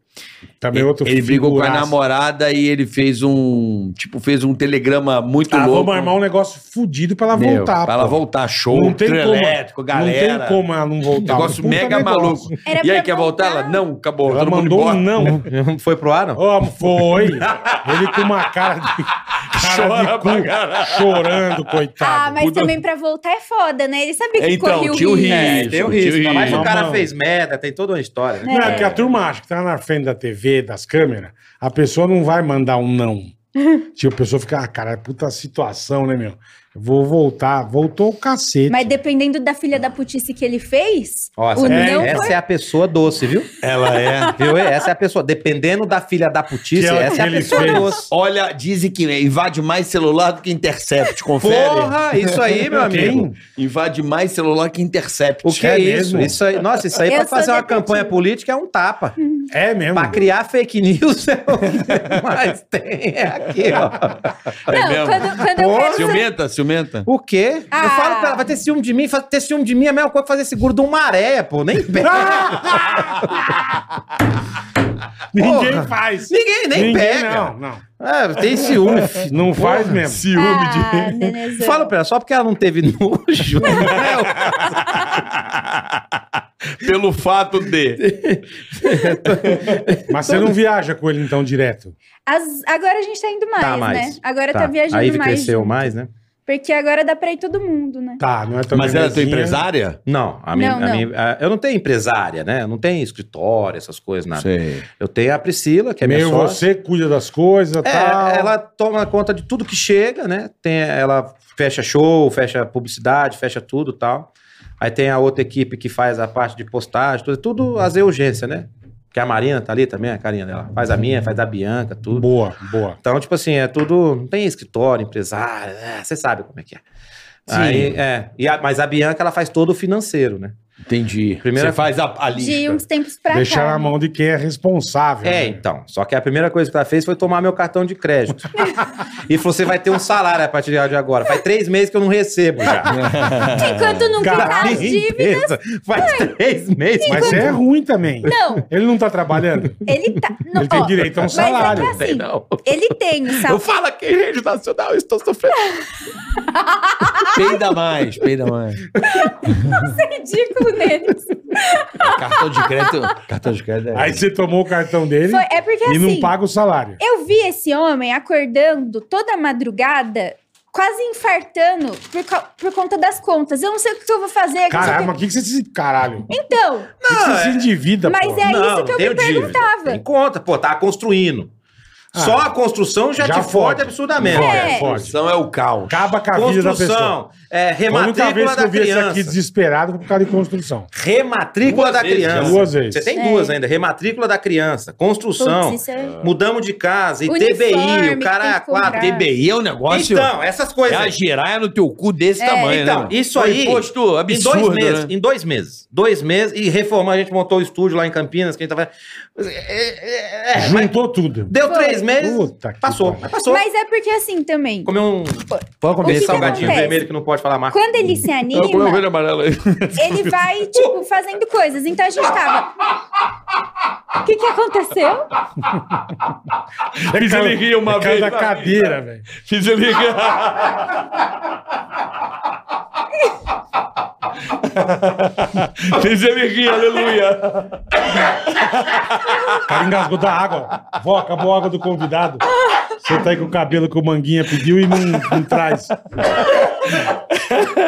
B: Também
C: ele,
B: outro
C: ele brigou com a
B: figuraça.
C: namorada e ele fez um, tipo, fez um telegrama muito
B: Ah,
C: louco.
B: vamos armar um negócio fudido pra ela
C: Meu,
B: voltar.
C: pra ela
B: pô.
C: voltar, show,
B: Não tem
C: trio
B: como-
C: elétrico,
B: Não
C: galera.
B: tem como ela não voltar.
C: Negócio
B: Um puta
C: mega
B: negócio.
C: maluco.
F: Era
C: e aí,
F: pra
C: quer voltar?
F: voltar?
C: Ela, não, acabou.
B: Ela
C: todo mundo
B: mandou um
C: embora.
B: não.
D: Não foi pro ar, não?
B: Ó, foi. Ele com uma cara de, cara de cu, chorando, coitado.
F: Ah, mas também pra voltar é foda, né? Ele sabia que
C: Então,
F: corria o
C: tinha o
F: risco.
C: risco.
D: tem o
C: tinha
D: risco. Mas mais
B: É, um risco.
D: o cara
B: Mamão.
D: fez merda, tem toda uma história. né?
B: Não, é que a turma acha que tá na frente da TV, das câmeras, a pessoa não vai mandar um não. Tipo, a pessoa fica, ah, cara, puta situação, né, meu? Eu Vou voltar. Voltou o cacete.
F: Mas dependendo da filha da putice que ele fez,
D: Ó,
F: o
D: essa,
F: não
D: essa
F: foi...
D: é a pessoa doce, viu?
C: Ela é.
D: viu? Essa é a pessoa. Dependendo da filha da putice,
B: Que ela-
D: essa é a
B: que ele
D: pessoa
B: fez.
D: doce.
C: Olha, dizem que né, invade mais celular do que intercept, confere.
D: Porra, isso aí, meu amigo.
C: Invade mais celular que intercept.
D: O que
B: É
D: é, isso?
B: mesmo?
D: isso aí, nossa, isso aí
F: Eu
D: pra
F: sou
D: fazer uma
F: detetive.
D: campanha política é um tapa.
B: É mesmo.
D: Pra criar fake news é o que mais tem é aqui, ó.
F: Não, quando, quando eu quero...
C: Ciumenta, ciumenta.
D: O quê?
F: Ah.
D: Eu falo pra ela, vai ter ciúme de mim? Fa- Ter ciúme de mim é a mesma coisa que fazer seguro de uma areia, pô. Nem
B: Ah,
D: pega.
B: Ninguém
D: Porra.
B: faz.
D: Ninguém nem pega.
B: Não, não.
D: Ah, tem ciúme. fi.
B: Não faz mesmo.
F: Ah, nenezão.
D: Fala pra ela, só porque ela não teve nojo. não é o-
C: Pelo fato de.
B: Mas você não viaja com ele, então, direto.
F: As- Agora a gente tá indo mais,
D: Tá, mais.
F: né? Agora tá, viajando
D: Aí
F: mais.
D: cresceu
F: junto.
D: mais, né?
F: Porque agora dá pra ir todo mundo, né?
B: Tá, não é tão
C: Mas ela é tua
B: bebezinha.
C: empresária?
D: Não, a minha,
F: Não,
D: a
F: não.
D: minha- a- eu não tenho empresária, né? Eu não tenho escritório, essas coisas, nada.
C: Sei.
D: Eu tenho a Priscila, que é minha
B: Meio
D: sócia.
B: você cuida das coisas e
D: É,
B: tal.
D: ela toma conta de tudo que chega, né? Tem, ela fecha show, fecha publicidade, fecha tudo e tal. Aí tem a outra equipe que faz a parte de postagem, tudo, tudo as urgências, né? Que a Marina tá ali também, a carinha dela. Faz a minha, faz da Bianca, tudo.
B: Boa, boa.
D: Então, tipo assim, é tudo. Não tem escritório, empresário, né? você sabe como é que é.
C: Sim.
D: Aí, é. E a- mas a Bianca, ela faz todo o financeiro, né?
C: Entendi.
D: Primeira-
C: Você faz a, a
F: De
C: lista.
F: uns tempos pra
B: Deixar
F: cá.
B: na mão de quem é
F: Ah.
B: responsável.
D: É,
B: né?
D: então. Só que a primeira coisa que ela fez foi tomar meu cartão de crédito. e falou: você vai ter um salário a partir de agora. Faz três meses que eu não recebo já.
F: Enquanto não quitar
D: Caralho,
F: as dívidas...
D: empresa. Faz três meses.
B: Mas é ruim também.
F: Não,
B: Ele não tá trabalhando?
F: ele tá... Não,
B: Ele tem
F: ó,
B: direito a um
F: mas
B: salário.
F: É que assim, Ele tem o
C: Eu
F: salário.
C: falo aqui em rede nacional, eu estou sofrendo. peida mais, peida mais.
F: Ridículo. banco deles.
C: Cartão de crédito. Cartão de crédito é.
B: Aí você tomou o cartão dele
F: Foi- é porque
B: e não
F: assim,
B: paga o salário.
F: eu vi esse homem acordando toda madrugada, quase infartando por, cau- por conta das contas. Eu não sei o que eu vou fazer. eu não sei o
B: Caralho,
F: que-
B: mas o que, que você se. Caralho. O
F: Então,
B: que, que
D: é-
B: você se endivida,
F: mas
B: porra?
F: é
E: Não,
F: isso que eu
E: tenho
F: me
E: dívida.
F: perguntava.
D: Tem conta, pô, tá construindo.
B: Ah,
D: Só a construção já,
B: já
D: te fode
B: fode.
D: absurdamente.
B: Fode,
F: É.
B: fode.
C: é o caos.
B: Acaba com a vida da pessoa.
D: Construção, é,
B: A única vez
D: rematrícula
B: que eu
D: da
B: vi esse aqui
D: criança.
B: desesperado foi por causa de construção.
D: Rematrícula
E: Duas
D: da
E: vezes,
D: criança.
B: Duas vezes.
D: Você tem
F: É.
D: duas ainda. Rematrícula da criança, construção,
F: Putz, isso é...
D: mudamos de casa, e
F: Uniforme
D: TBI,
F: que
D: o cara
F: tem
D: é
F: que cobrar.
D: quatro.
C: TBI é um negócio.
D: Então, essas
C: é
D: coisas.
C: a
D: aí.
C: giraia no teu cu desse
F: É,
C: tamanho,
D: então,
C: né?
D: isso
C: Um
D: aí,
C: Imposto
D: Em
C: absurdo.
D: dois meses,
C: né?
D: em dois meses. Dois meses. E reformar, a gente montou o estúdio lá em Campinas, que a gente tava. É, é, é, mas
B: Juntou tudo.
D: deu três meses,
B: Puta que
D: passou.
B: pariu.
D: Mas passou.
F: Mas é porque assim também,
D: Comeu um
C: Pode
F: O que
C: comer
F: que
C: salgadinho.
F: acontece?
D: vermelho que não pode
B: é?
D: falar mais.
F: quando ele se anima,
C: Eu comi o velho amarelo aí.
F: ele vai, tipo, fazendo coisas. Então a gente tava... O que que aconteceu?
C: Fiz ele rir uma
B: É
C: vez.
B: cada cadeira, velho.
C: Fiz ele rir.
D: Ah,
C: Fiz ele rir, aleluia.
B: O cara engasgou da água. Vó, acabou a água do convidado. Você tá aí com o cabelo que o Manguinha pediu e não, não traz.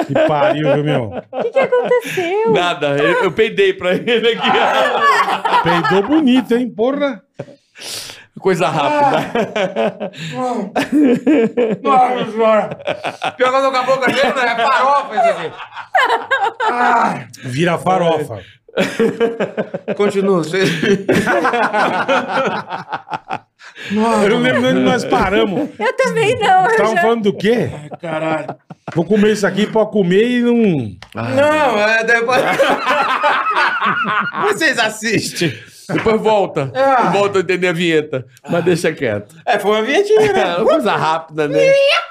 B: Que pariu, viu, meu?
F: O que que aconteceu?
C: Nada, eu, eu peidei pra ele aqui.
B: Peidou bonito, hein? Porra.
C: Coisa
D: Ah,
C: rápida.
B: Nossa senhora.
E: Pior que eu tô com a boca cheia, né? É farofa isso aqui.
B: Vira farofa.
E: Continua.
B: Eu não lembro nem onde nós paramos.
F: Eu também não. Eu
B: Estavam
F: já...
B: falando do quê?
E: Caralho.
B: Vou comer isso aqui pra comer e não.
E: Não, é depois. Vocês assistem.
C: Depois volta.
D: Ah.
C: Volta a entender a vinheta. Mas deixa quieto.
E: É, foi uma vinhetinha, né?
C: É, coisa rápida, né?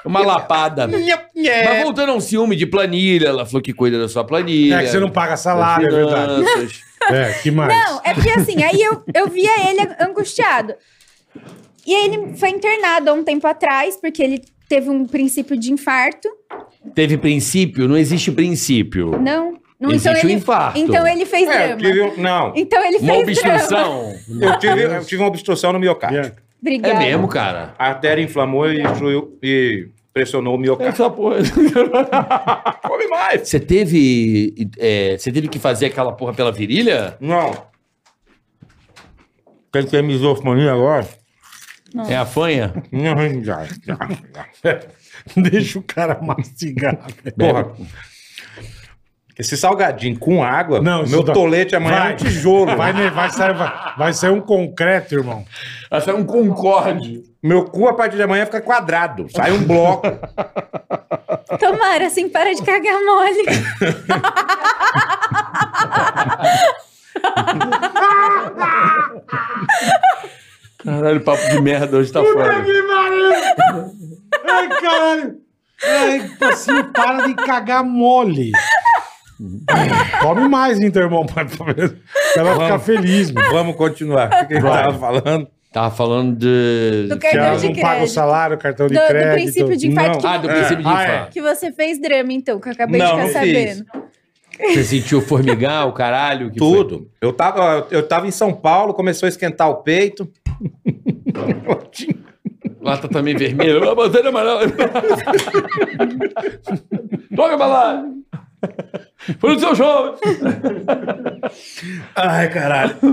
C: Uma lapada. né? Mas voltando a um ciúme de planilha, ela falou que cuida da sua planilha.
B: É que você não paga salário, é
C: das
B: verdade.
C: finanças.
B: É, que mais?
F: Não, é porque assim, aí eu, eu via ele angustiado. E ele foi internado há um tempo atrás, porque ele teve um princípio de infarto.
C: Teve princípio? Não existe princípio.
F: Não. não
C: Existe um
F: então ele,
C: infarto.
F: Então ele fez
D: É, eu
F: drama.
D: tive um- não,
F: Então ele
C: Uma
F: fez drama.
C: obstrução.
D: eu tive, eu tive uma obstrução no miocárdio.
B: Bianca.
C: É
F: Obrigada.
C: mesmo, cara.
D: A artéria inflamou e, destruiu- e pressionou o miocárdio.
C: porra.
D: Come mais!
C: Você teve. é, você teve que fazer aquela porra pela virilha?
D: Não. Quem tem misofonia agora?
C: É a fanha?
D: Não, já, já, já.
B: Deixa o cara mastigar. velho.
D: Porra. Esse salgadinho com água,
B: Não, isso
D: meu
B: dá-
D: tolete amanhã
B: Vai.
D: é um tijolo.
B: Vai, ne- vai, sair, vai, vai sair um concreto, irmão.
C: Essa é um concorde.
D: Meu cu a partir de amanhã fica quadrado. Sai um bloco.
F: Tomara, assim, para de cagar mole.
C: Caralho, papo de merda hoje tá foda.
B: Ai, caralho. Ai, assim, para de cagar mole. Come mais, então, irmão. Pra ela ficar feliz, meu.
D: Vamos continuar. O que que ele tava falando?
C: Tava falando de.
F: Do
B: Que ela
F: cartão É,
B: não
F: de
B: paga o
F: crédito.
B: salário, cartão de
F: Do, do
B: crédito.
F: princípio de infarto
C: Ah,
F: que,
C: do princípio de
B: Ah, é.
C: infarto.
F: que você fez drama, então, que eu acabei
D: Não,
F: de
D: não
F: ficar
D: fiz.
F: sabendo.
C: Você sentiu formigar, o caralho? que foi?
D: Tudo. Eu tava, eu tava em São Paulo, começou a esquentar o peito.
C: Lata também vermelha. Ah, A bandeira amarela. Toca pra lá. Foi no seu show.
D: Ai, caralho.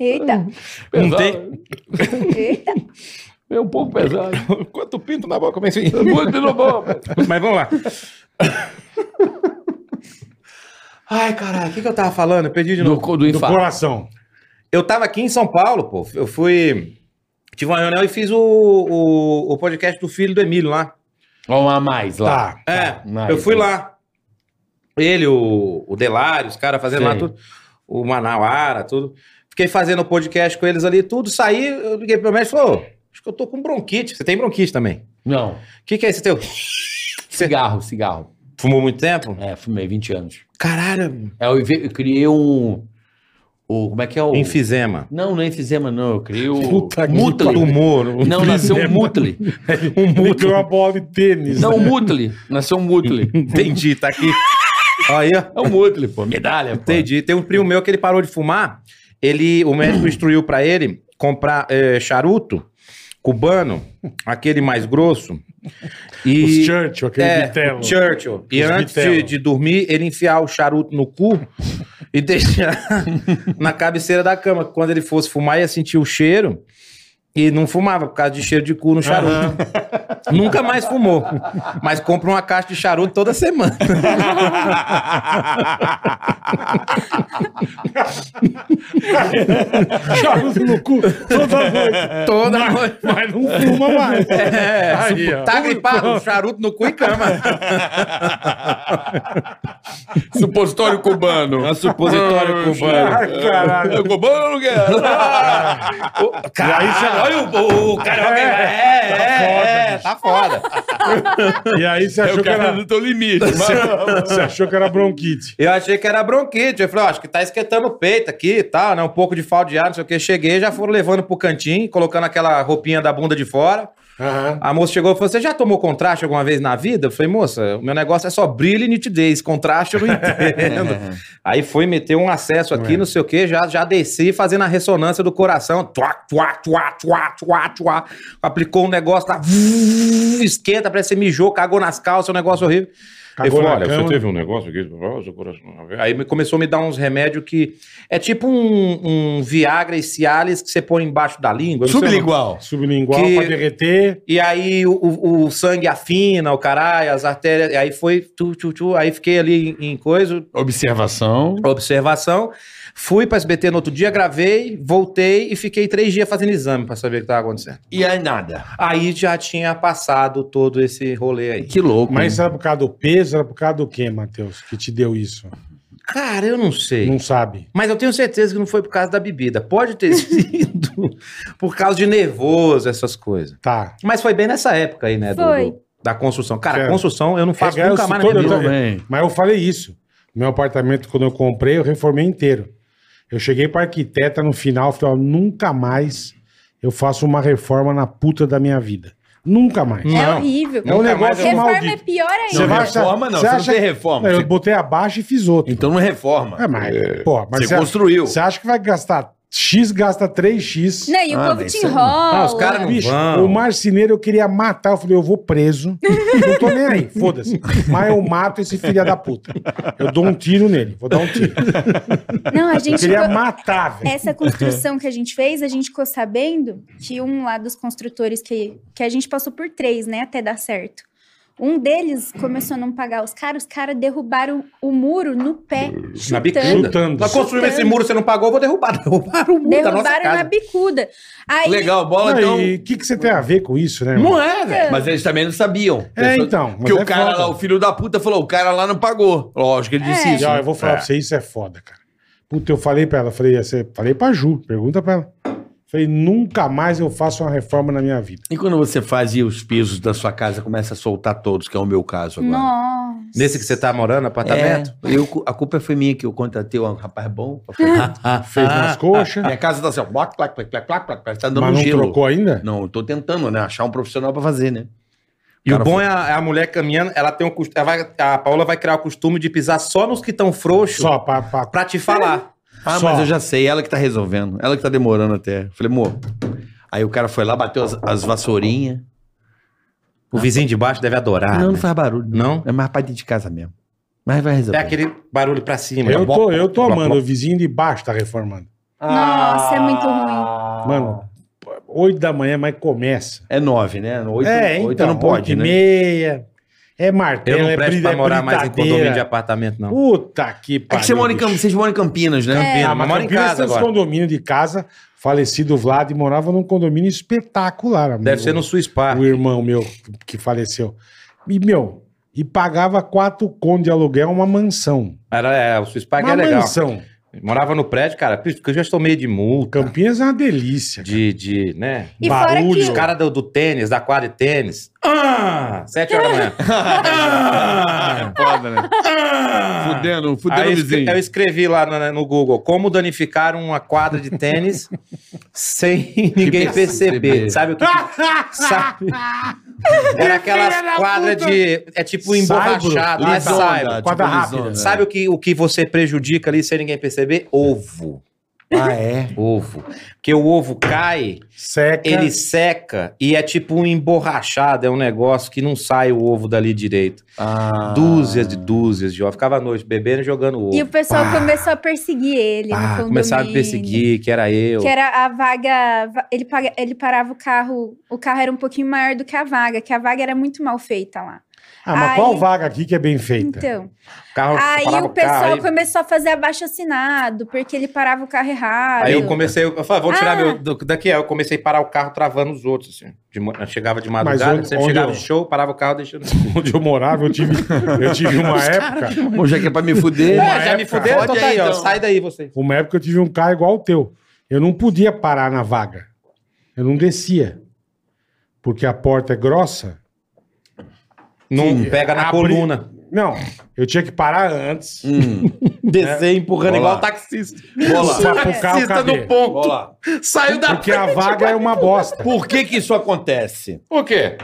F: Eita,
D: Não
C: Pesado.
D: tem-
F: eita.
C: É um pouco pesado.
D: Quanto pinto na boca, mas enfim.
C: Muito de novo.
D: Mas vamos lá. Ai, caralho, o que, que eu tava falando? Eu perdi de novo.
C: Do, do
B: Do
C: infarto.
B: coração.
D: Eu tava aqui em São Paulo, pô. Eu fui. Tive uma reunião e fiz o, o, o podcast do filho do Emílio lá.
C: Ó, um a mais lá.
B: Tá.
D: É,
C: nice.
D: eu fui lá. Ele, o, o Delário, os caras fazendo lá
C: Sim.
D: tudo. O Manauara, tudo. Fiquei fazendo podcast com eles ali, tudo. Saí, eu liguei pro meu médico e falou: "Ô, Acho que eu tô com bronquite. Você tem bronquite também.
C: Não.
D: O que, que é esse teu?
C: Cigarro, cigarro.
D: Fumou muito tempo?
C: É, fumei 20 anos.
D: Caralho.
C: É, eu, inve- eu criei um. O, como é que é o.
D: Enfisema.
C: Não, não é enfisema, não. Eu criei o.
B: Puta que
C: Mutli.
D: Tumor.
C: Não, nasceu um
B: Enfisema.
C: Mutli.
B: Um uma bola de tênis.
C: Não, um Mutli. Nasceu um Mutli.
D: Entendi, tá aqui. Aí, ó.
C: É o Mutley, pô. Medalha, pô.
D: Entendi. Tem um primo meu que ele parou de fumar. Ele, o médico instruiu pra ele comprar eh, charuto cubano, aquele mais grosso.
B: Os
D: E
B: Churchill, aquele
D: é,
B: bitelo.
D: o Churchill. E
B: Os
D: antes
B: bitelo.
D: de, de dormir, ele enfiar o charuto no cu e deixar na cabeceira da cama. Quando ele fosse fumar, ia sentir o cheiro. E não fumava por causa de cheiro de cu no charuto. Nunca mais fumou. Mas compra uma caixa de charuto toda semana.
B: Charuto um no cu toda noite.
D: toda noite.
B: Mas não fuma mais.
D: É,
B: Aí,
D: supo-
B: ó.
D: tá gripado, charuto no cu e cama.
C: Supositório cubano. É supositório
B: Ah, caralho. Ah,
C: É cubano ou não quer?
B: Aí você-
C: Olha o, o cara.
D: É, é, é, tá foda.
B: E aí você
C: É
B: achou
C: o
B: que
C: cara
B: era.
C: do teu limite.
B: Você achou que era bronquite.
D: Eu achei que era bronquite. Eu falei, ó, acho que tá esquentando o peito aqui e tal, né? Um pouco de falta de ar, não sei o que. Cheguei, já foram levando pro cantinho, colocando aquela roupinha da bunda de fora.
B: Aham.
D: A moça chegou e falou: Você já tomou contraste alguma vez na vida? Eu falei, moça, o meu negócio é só brilho e nitidez. Contraste eu não entendo. Aí foi meter um acesso
B: É.
D: aqui, não sei o quê, já, já desci fazendo a ressonância do coração. Tuá, tuá, tuá, tuá, tuá, tuá. Aplicou um negócio lá, vuv, esquenta, parece que você mijou, cagou nas calças, um negócio horrível. Ele
B: Cagou
D: falou:
B: na
D: Olha,
B: cama.
D: você teve um negócio aqui, ó, seu coração. Aí me- começou a me dar uns remédios que. É tipo um, um Viagra e Cialis que você põe embaixo da língua. eu
C: é
D: não sei o nome.
G: Sublingual.
B: Sublingual
D: Que-
B: pra derreter.
D: E aí o, o- o sangue afina, o caralho, as artérias. E aí foi. Tu, tu, tu, aí fiquei ali em, em coisa,
G: Observação.
D: observação. Fui pra SBT no outro dia, gravei, voltei e fiquei três dias fazendo exame pra saber o que tava acontecendo.
C: E aí nada.
D: Aí já tinha passado todo esse rolê aí.
C: Que louco.
D: Hum.
B: Mas isso era por causa do peso, era por causa do quê, Matheus? Que te deu isso?
D: Cara, eu não sei.
B: Não sabe.
D: Mas eu tenho certeza que não foi por causa da bebida. Pode ter sido por causa de nervoso, essas coisas.
B: Tá.
D: Mas foi bem nessa época aí, né? do-
F: Foi.
D: do- da construção. Cara,
B: Certo.
D: construção eu não faço
B: Regar, eu
D: nunca
B: sou
D: mais na
B: todo-
D: minha vida.
B: eu Mas eu falei isso. Meu apartamento, quando eu comprei, eu reformei inteiro. Eu cheguei pra arquiteta no final, falei, ó, nunca mais eu faço uma reforma na puta da minha vida. Nunca mais.
F: É
D: Não.
F: horrível.
B: É um negócio
F: Reforma é
B: maldito.
F: pior ainda.
B: Você vai achar-
G: reforma não,
B: você
G: você
B: acha- É,
G: não tem reforma.
B: Eu
G: Você-
B: botei abaixo e fiz outro.
G: Então não reforma.
B: É, mas, pô, mas
G: você construiu.
B: Você acha que vai gastar X, gasta 3X.
F: Não, e o
C: Ah,
F: povo
C: mas
F: te
C: isso é-
F: enrola.
D: Ah, os caras não
B: Bicho,
D: vão.
B: o marceneiro eu queria matar. Eu falei, eu vou preso. Não tô nem aí, foda-se. Mas eu mato esse filho da puta. Eu dou um tiro nele, vou dar um tiro.
F: Não, a
B: Eu
F: gente.
B: queria matar, velho.
F: Essa construção que a gente fez, a gente ficou sabendo que um lá dos construtores que, que a gente passou por três, né, até dar certo. Um deles começou a não pagar os caras, os caras derrubaram o muro no pé, chutando.
B: Chutando.
D: Nós construímos esse muro, você não pagou, eu vou derrubar. Derrubaram o muro da nossa
F: Derrubaram na
D: casa.
F: bicuda. Aí,
C: Legal, bola
B: Não,
C: então.
B: E o que, que você tem a ver com isso, né? irmão?
C: Não é, velho. Mas eles também não sabiam.
B: É,
C: Eles-
B: então, mas
C: Porque o
B: é
C: cara
B: foda.
C: lá, o filho da puta, falou: o cara lá não pagou. Lógico, ele disse
F: É.
B: E,
C: isso.
B: ó, eu vou falar pra você, isso é foda, cara. Puta, eu falei pra ela, falei, você- falei pra Ju, pergunta pra ela. Falei, nunca mais eu faço uma reforma na minha vida.
C: E quando você faz e os pisos da sua casa começa a soltar todos, que é o meu caso agora.
F: nossa.
D: Nesse que você tá morando,
C: É,
D: apartamento?
C: eu, a culpa foi minha que eu contratei um rapaz bom. pra fazer.
B: Fez nas coxas,
C: Minha casa Ah, tá assim, ó, plac, plac, plac, plac, plac, plac, plac, tá dando
B: mas
C: um
B: não
C: gelo.
B: trocou ainda?
C: Não, eu tô tentando, né? Achar um profissional pra fazer, né?
D: E o
C: Cara,
D: bom
C: foi-
D: é a, é a mulher caminhando, ela tem um costume. ela vai- A Paola vai criar o costume de pisar só nos que estão frouxos
B: Só pra... pra-
D: pra te
F: É.
D: falar.
C: Ah,
B: Só.
C: mas eu já sei, ela que tá resolvendo. Ela que tá demorando até. Falei, amor. Aí o cara foi lá, bateu as, as vassourinhas.
D: O vizinho de baixo deve adorar.
C: não,
D: né?
C: não faz barulho.
D: Não?
C: É mais pra dentro de casa mesmo. Mas vai resolver.
D: É aquele barulho pra cima. né?
B: Eu tô, eu tô
D: Blá, blá,
B: amando,
D: blá.
B: o vizinho de baixo tá reformando.
D: Ah.
F: Nossa, é muito ruim.
B: Mano, oito da manhã, mas começa.
C: É nove, né? Oito,
B: é,
C: oito
B: então,
C: não pode,
B: oito e
C: né?
B: meia, é martelo,
D: Eu não
B: é
D: presto
B: brida-
D: pra
B: é
D: morar mais em condomínio de
B: britadeira.
D: apartamento, não.
B: Puta que
C: É
B: pariu,
C: que você mora em, Camp-
B: bicho.
C: vocês moram em Campinas, né?
D: Campina,
B: Ah, mas
D: mas mora em
B: Campinas
D: casa
B: tem uns
D: agora.
B: condomínio de casa, falecido Vlad, morava num condomínio espetacular. amigo.
D: Deve ser no Swiss Park.
B: O irmão meu que faleceu. E, meu, e pagava quatro contos de aluguel uma mansão.
D: Era, é, o Swiss Park
B: uma
D: é legal.
B: mansão.
D: Morava no prédio, cara, porque eu já estou meio de multa,
B: Campinas é uma delícia. cara.
D: de, de, né?
F: E
B: Barulho.
F: fora
D: Os
F: que
D: caras do, do tênis, da quadra de tênis. Ah! Sete horas da manhã. Ah!
G: Foda, né?
B: Ah!
G: Fudendo, fudendo
D: Aí
G: o
D: eu
G: vizinho.
D: escre- eu escrevi lá no, no Google como danificar uma quadra de tênis sem ninguém perceber.
C: perceber.
D: Sabe o que? que- sabe, Era aquelas quadras de. É tipo emborrachado,
G: Lisonda,
D: é saiba.
G: tipo
B: Quadra rápida.
G: lisonda.
D: Sabe o que, o que você prejudica ali sem ninguém perceber? Ovo.
B: Ah, é?
D: Ovo. Porque o ovo cai,
B: Seca.
D: ele seca e é tipo um emborrachado, é um negócio que não sai o ovo dali direito.
G: Ah.
D: Dúzias de dúzias de ovo. Ficava à noite bebendo e jogando ovo.
F: E o pessoal começou a perseguir ele no
D: Ah,
F: condomínio.
D: começaram a me perseguir, que era eu.
F: Que é- era a vaga. va- Ele, paga- ele parava o carro. O carro era um pouquinho maior do que a vaga, que a vaga era muito mal feita lá.
B: Ah, mas
F: Aí-
B: qual vaga aqui que é bem feita?
F: Então.
D: O carro
F: Aí
D: parava
F: o pessoal
D: carro, aí-
F: começou a fazer abaixo assinado, porque ele parava o carro errado.
D: Aí eu comecei, eu falei, vou tirar
F: Ah.
D: meu do- daqui. Aí eu comecei a parar o carro travando os outros, assim. De mo- eu chegava de
B: Mas
D: madrugada,
B: onde-
D: sempre
B: onde
D: chegava
B: eu-
D: de show, parava o carro, deixando...
B: Onde eu morava, eu tive, eu tive uma época.
C: Bom, já que é pra me fuder.
B: Uma
D: É, já me
B: época-
D: fudeu, então
C: Fode
D: tá aí,
C: aí,
D: ó.
C: então.
D: Sai daí, vocês.
B: Uma época eu tive um carro igual o teu. Eu não podia parar na vaga. Eu não descia. Porque a porta é grossa.
D: Não
B: Que-
D: pega na
B: abre-
D: coluna.
B: Não, eu tinha que parar antes.
C: Hum,
D: Descer empurrando
C: Olá.
D: igual o taxista.
C: Olá.
B: Pra pro carro
C: tá
D: Taxista
B: caber.
D: no ponto.
C: vamos lá.
D: Saiu da
B: Porque a vaga é uma bosta.
C: Por que que isso acontece?
G: O quê?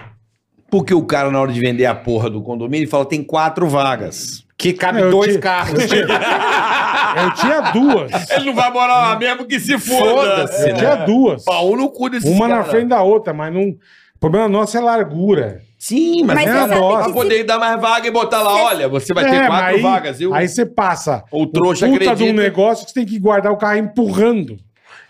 C: Porque o cara, na hora de vender a porra do condomínio, ele fala, tem quatro vagas.
D: Que cabe
B: Eu
D: dois
B: te-
D: carros.
B: Eu tinha duas.
C: Ele não vai morar lá mesmo que se
D: Foda-se,
C: foda-se.
B: Eu tinha duas.
C: Pau no cu desses
B: Uma na
C: cara.
B: frente da outra, mas não. O problema nosso é largura.
C: Sim, mas,
F: Mas
C: é
B: você
C: uma
B: sabe
C: bosta.
F: que
C: Pra poder dar mais vaga e botar lá, olha, você vai
B: É,
C: ter
B: mas
C: quatro
B: aí-
C: vagas, viu?
B: Aí você passa
C: O trouxa
B: puta de um
C: acredita.
B: negócio que você tem que guardar o carro empurrando.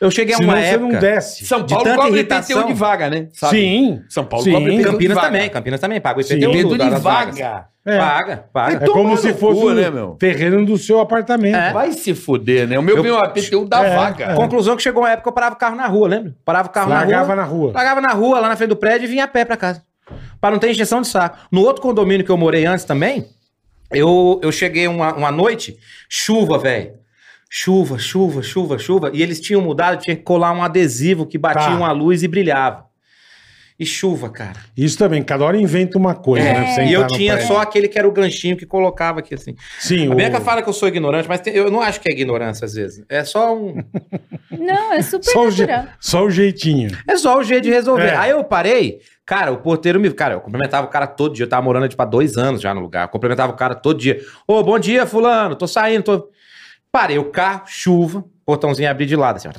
D: Eu cheguei a
B: senão
D: É uma
B: você não
D: época...
B: desce.
C: São
D: de
C: Paulo
D: tanta
C: cobra
D: irritação.
C: IPTU de vaga, né? Sabe?
B: Sim.
C: São Paulo
B: Sim.
C: cobra IPTU
D: Campinas
C: de vaga.
D: também, Campinas também. Paga o
B: Sim.
D: IPTU
C: Dentro de
D: das vagas.
C: vaga.
B: É,
D: Paga,
B: É
D: paga.
B: como
C: tomar
B: se
C: no
B: fosse
C: cu,
B: o
C: né, meu?
B: terreno do seu apartamento.
D: É.
C: Vai se fuder, né? O meu
D: Eu-
C: veio uma IPTU da
B: É,
C: vaga.
B: é.
D: Conclusão que chegou uma época que eu parava o carro na rua, lembra? Parava o carro na rua.
B: Largava na rua.
D: Pagava na rua, lá na frente do prédio, e vinha a pé pra casa. Pra não ter injeção de saco. No outro condomínio que eu morei antes também, eu, eu cheguei uma, uma noite, chuva, velho. Chuva, chuva, chuva, chuva. E eles tinham mudado, tinha que colar um adesivo que batia
B: Tá.
D: uma luz e brilhava. E chuva, cara.
B: Isso também, cada hora inventa uma coisa, né? pra você
F: É.
D: E
B: entrar
D: eu
B: no
D: tinha
B: prédio.
D: só aquele que era o ganchinho que colocava aqui, assim.
B: Sim,
D: A
B: o-
D: Bianca fala que eu sou ignorante, mas tem- eu não acho que é ignorância, às vezes. É só um...
F: Não, é super
B: só o, je-
F: natural.
B: só o jeitinho.
D: É só o jeito de resolver.
B: É.
D: Aí eu parei, cara, o porteiro me. Cara, eu cumprimentava o cara todo dia. Eu tava morando tipo há dois anos já no lugar. Eu cumprimentava o cara todo dia. Ô, bom dia, Fulano, tô saindo, tô. Parei o carro, chuva, portãozinho abri de lado, assim, ó.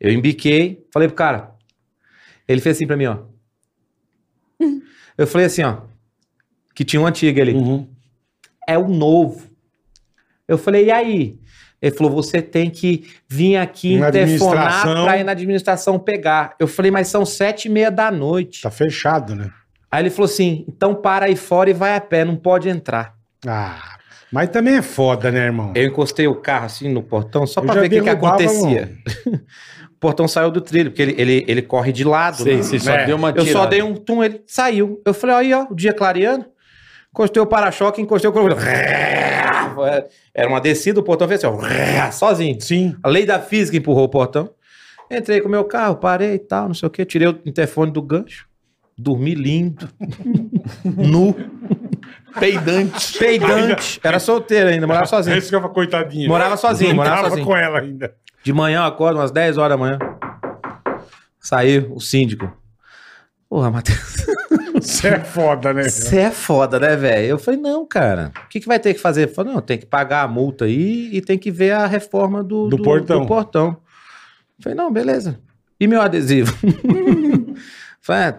D: Eu embiquei, falei pro cara. Ele fez assim pra mim, ó. Eu falei assim, ó. Que tinha um antigo ali.
B: Uhum.
D: É o novo. Eu falei, e aí? Ele falou, você tem que vir aqui
B: Na
D: interfonar
B: administração.
D: pra ir na administração pegar. Eu falei, mas são sete e meia da noite.
B: Tá fechado, né?
D: Aí ele falou assim, então para aí fora e vai a pé, não pode entrar.
B: Ah, mas também é foda, né, irmão?
D: Eu encostei o carro assim no portão só
B: Eu
D: pra
B: já
D: ver o que, que
B: derrubava, um.
D: acontecia. o portão saiu do trilho, porque ele, ele, ele corre de lado.
G: Sei,
D: né?
G: sei, só
B: É,
G: deu uma
D: Eu só
G: tirada.
D: dei um tum, ele saiu. Eu falei, aí ó, o dia clareando. Encostei o para-choque, encostei o... corpo. Era uma descida, o portão fez assim, ó, sozinho.
B: Sim.
D: A lei da física empurrou o portão. Entrei com o meu carro, parei e tal, não sei o quê. Tirei o interfone do gancho. Dormi lindo. nu. Peidante. Peidante. Era solteiro ainda, morava
B: É
D: sozinho.
B: isso que eu falo, coitadinho.
D: Morava sozinho,
B: Não
D: morava
B: tava
D: sozinho.
B: com ela ainda.
D: De manhã eu acordo, umas 10 horas da manhã. Saiu o síndico. Porra, Matheus,
B: Você é foda, né?
D: você é foda, né, velho? Eu falei, não, cara. O que, que vai ter que fazer? Ele falou, não, tem que pagar a multa aí e tem que ver a reforma do,
B: Do portão.
D: do portão. Eu falei, não, beleza. E meu adesivo? Falei, é,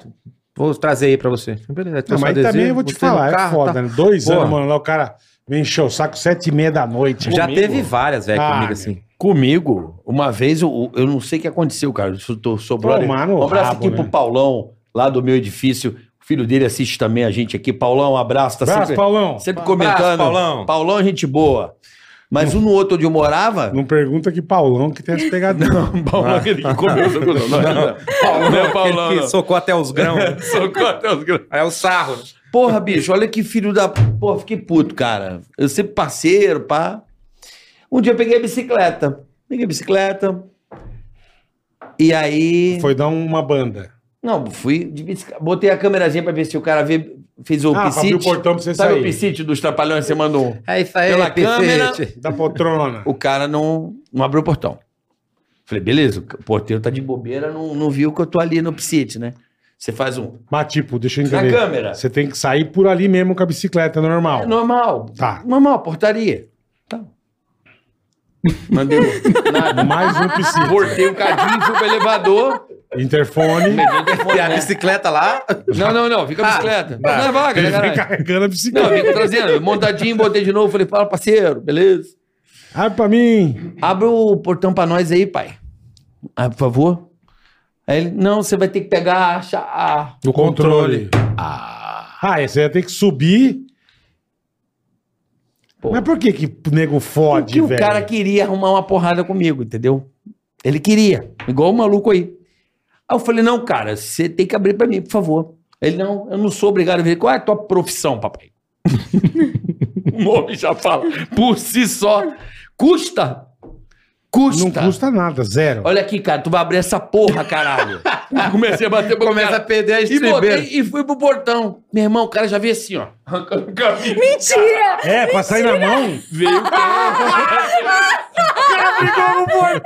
D: vou trazer aí pra você. Falei, Beleza, aí
B: Não,
D: trouxe o
B: Ah, mas aí também eu vou te
D: botei no
B: falar, é
D: carro,
B: foda,
D: tá.
B: né? Dois
D: Porra.
B: anos, mano, lá o cara vem encher o saco sete e meia da noite.
D: Já
B: né? Comigo.
D: teve várias, velho,
B: Ah,
D: comigo
B: meu.
D: assim.
C: Comigo, uma vez, eu, eu não sei o que aconteceu, cara. Eu tô, sou brother.
B: Tomar no
C: Um abraço
B: rabo,
C: aqui
B: né?
C: pro Paulão, lá do meu edifício. O filho dele assiste também a gente aqui. Paulão, um abraço. Tá
B: Abraço,
C: sempre,
B: Paulão.
C: sempre
D: Abraço,
C: comentando.
D: Paulão.
C: Paulão é gente boa. Mas um no outro onde eu morava...
B: Não pergunta que Paulão que tem as pegadinhas.
C: Paulão, aquele que comeu. Não, não, Paulão, é Paulão.
D: Aquele
C: não.
D: que socou até os grãos.
C: Socorro até os grãos.
D: é o sarro.
C: Porra, bicho, olha que filho da. Porra, fiquei puto, cara. Eu sempre parceiro, pá. Um dia eu peguei a bicicleta. Peguei a bicicleta. E aí.
B: Foi dar uma banda.
C: Não, fui de bicicleta. Botei a câmerazinha pra ver se o cara vê, fez o
B: Ah, pra abrir
C: piscite.
B: o portão pra você
C: Sabe o
B: sair.
C: piscite dos Trapalhões? Você manda um.
D: É isso aí,
C: Pela
D: Pela
C: câmera.
B: Da poltrona.
C: O cara não, não abriu o portão. Falei, beleza, o porteiro tá de bobeira, não, não viu que eu tô ali no piscite, né? Você faz um.
B: Mas, tipo, deixa eu
C: Na
B: entender.
C: câmera.
B: Você tem que sair por ali mesmo com a bicicleta normal.
C: É normal.
B: Tá.
C: Normal, portaria. Tá. Mandei um- nada.
B: Mais um psico.
C: Cortei o cadinho, fui pro elevador.
B: Interfone.
E: E a bicicleta lá.
C: Não, não, não. Fica a bicicleta. não é vaga, né,
B: Ele vem
C: caralho?
B: carregando a
C: Não,
B: bicicleta.
C: eu fico trazendo. Montadinho, botei de novo. Falei, fala, parceiro, beleza?
B: Abre pra mim.
C: Abre o portão pra nós aí, pai. Ah, por favor. Aí ele, não, você vai ter que pegar a... cha- a...
B: O controle. Ah, esse aí ia ter que subir.
C: Pô.
B: Mas por que que o nego fode,
C: Porque o
B: velho?
C: cara queria arrumar uma porrada comigo, entendeu? Ele queria, igual o maluco aí. Aí eu falei, não, cara, você tem que abrir pra mim, por favor. Ele, não, eu não sou obrigado a ver. Qual é a tua profissão, papai? o nome já fala. Por si só. Custa. Custa.
B: Não custa nada, zero.
C: Olha aqui, cara, tu vai abrir essa porra, caralho. Comecei a bater pro
E: Começa a
C: cara.
E: perder a
C: E
E: estribeira.
C: botei e fui pro portão. Meu irmão, o cara já veio assim, ó. Arrancando o caminho.
F: Mentira!
B: É, pra sair na mão.
C: Veio o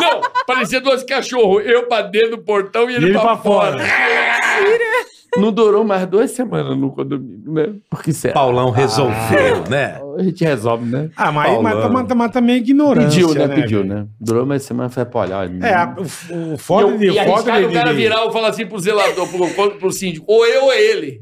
C: Não, parecia dois cachorros. Eu pra dentro do portão e ele,
B: E ele
C: pra,
B: pra
C: fora.
B: fora.
C: Não durou mais duas semanas no condomínio, né? Porque será?
E: Paulão resolveu,
C: Ah.
E: né?
C: A gente resolve, né?
B: Ah, mas aí
E: Paulão.
B: mata, mata, mata meio ignorância.
C: Pediu, né?
B: né?
C: Pediu, né? Durou uma semana, foi pra olhar.
B: É, a- o, o foda de.
C: e
B: o foda
C: arriscar
B: de-
C: o cara
B: de-
C: virar e falar assim pro zelador, pro, pro, pro síndico, ou eu ou ele.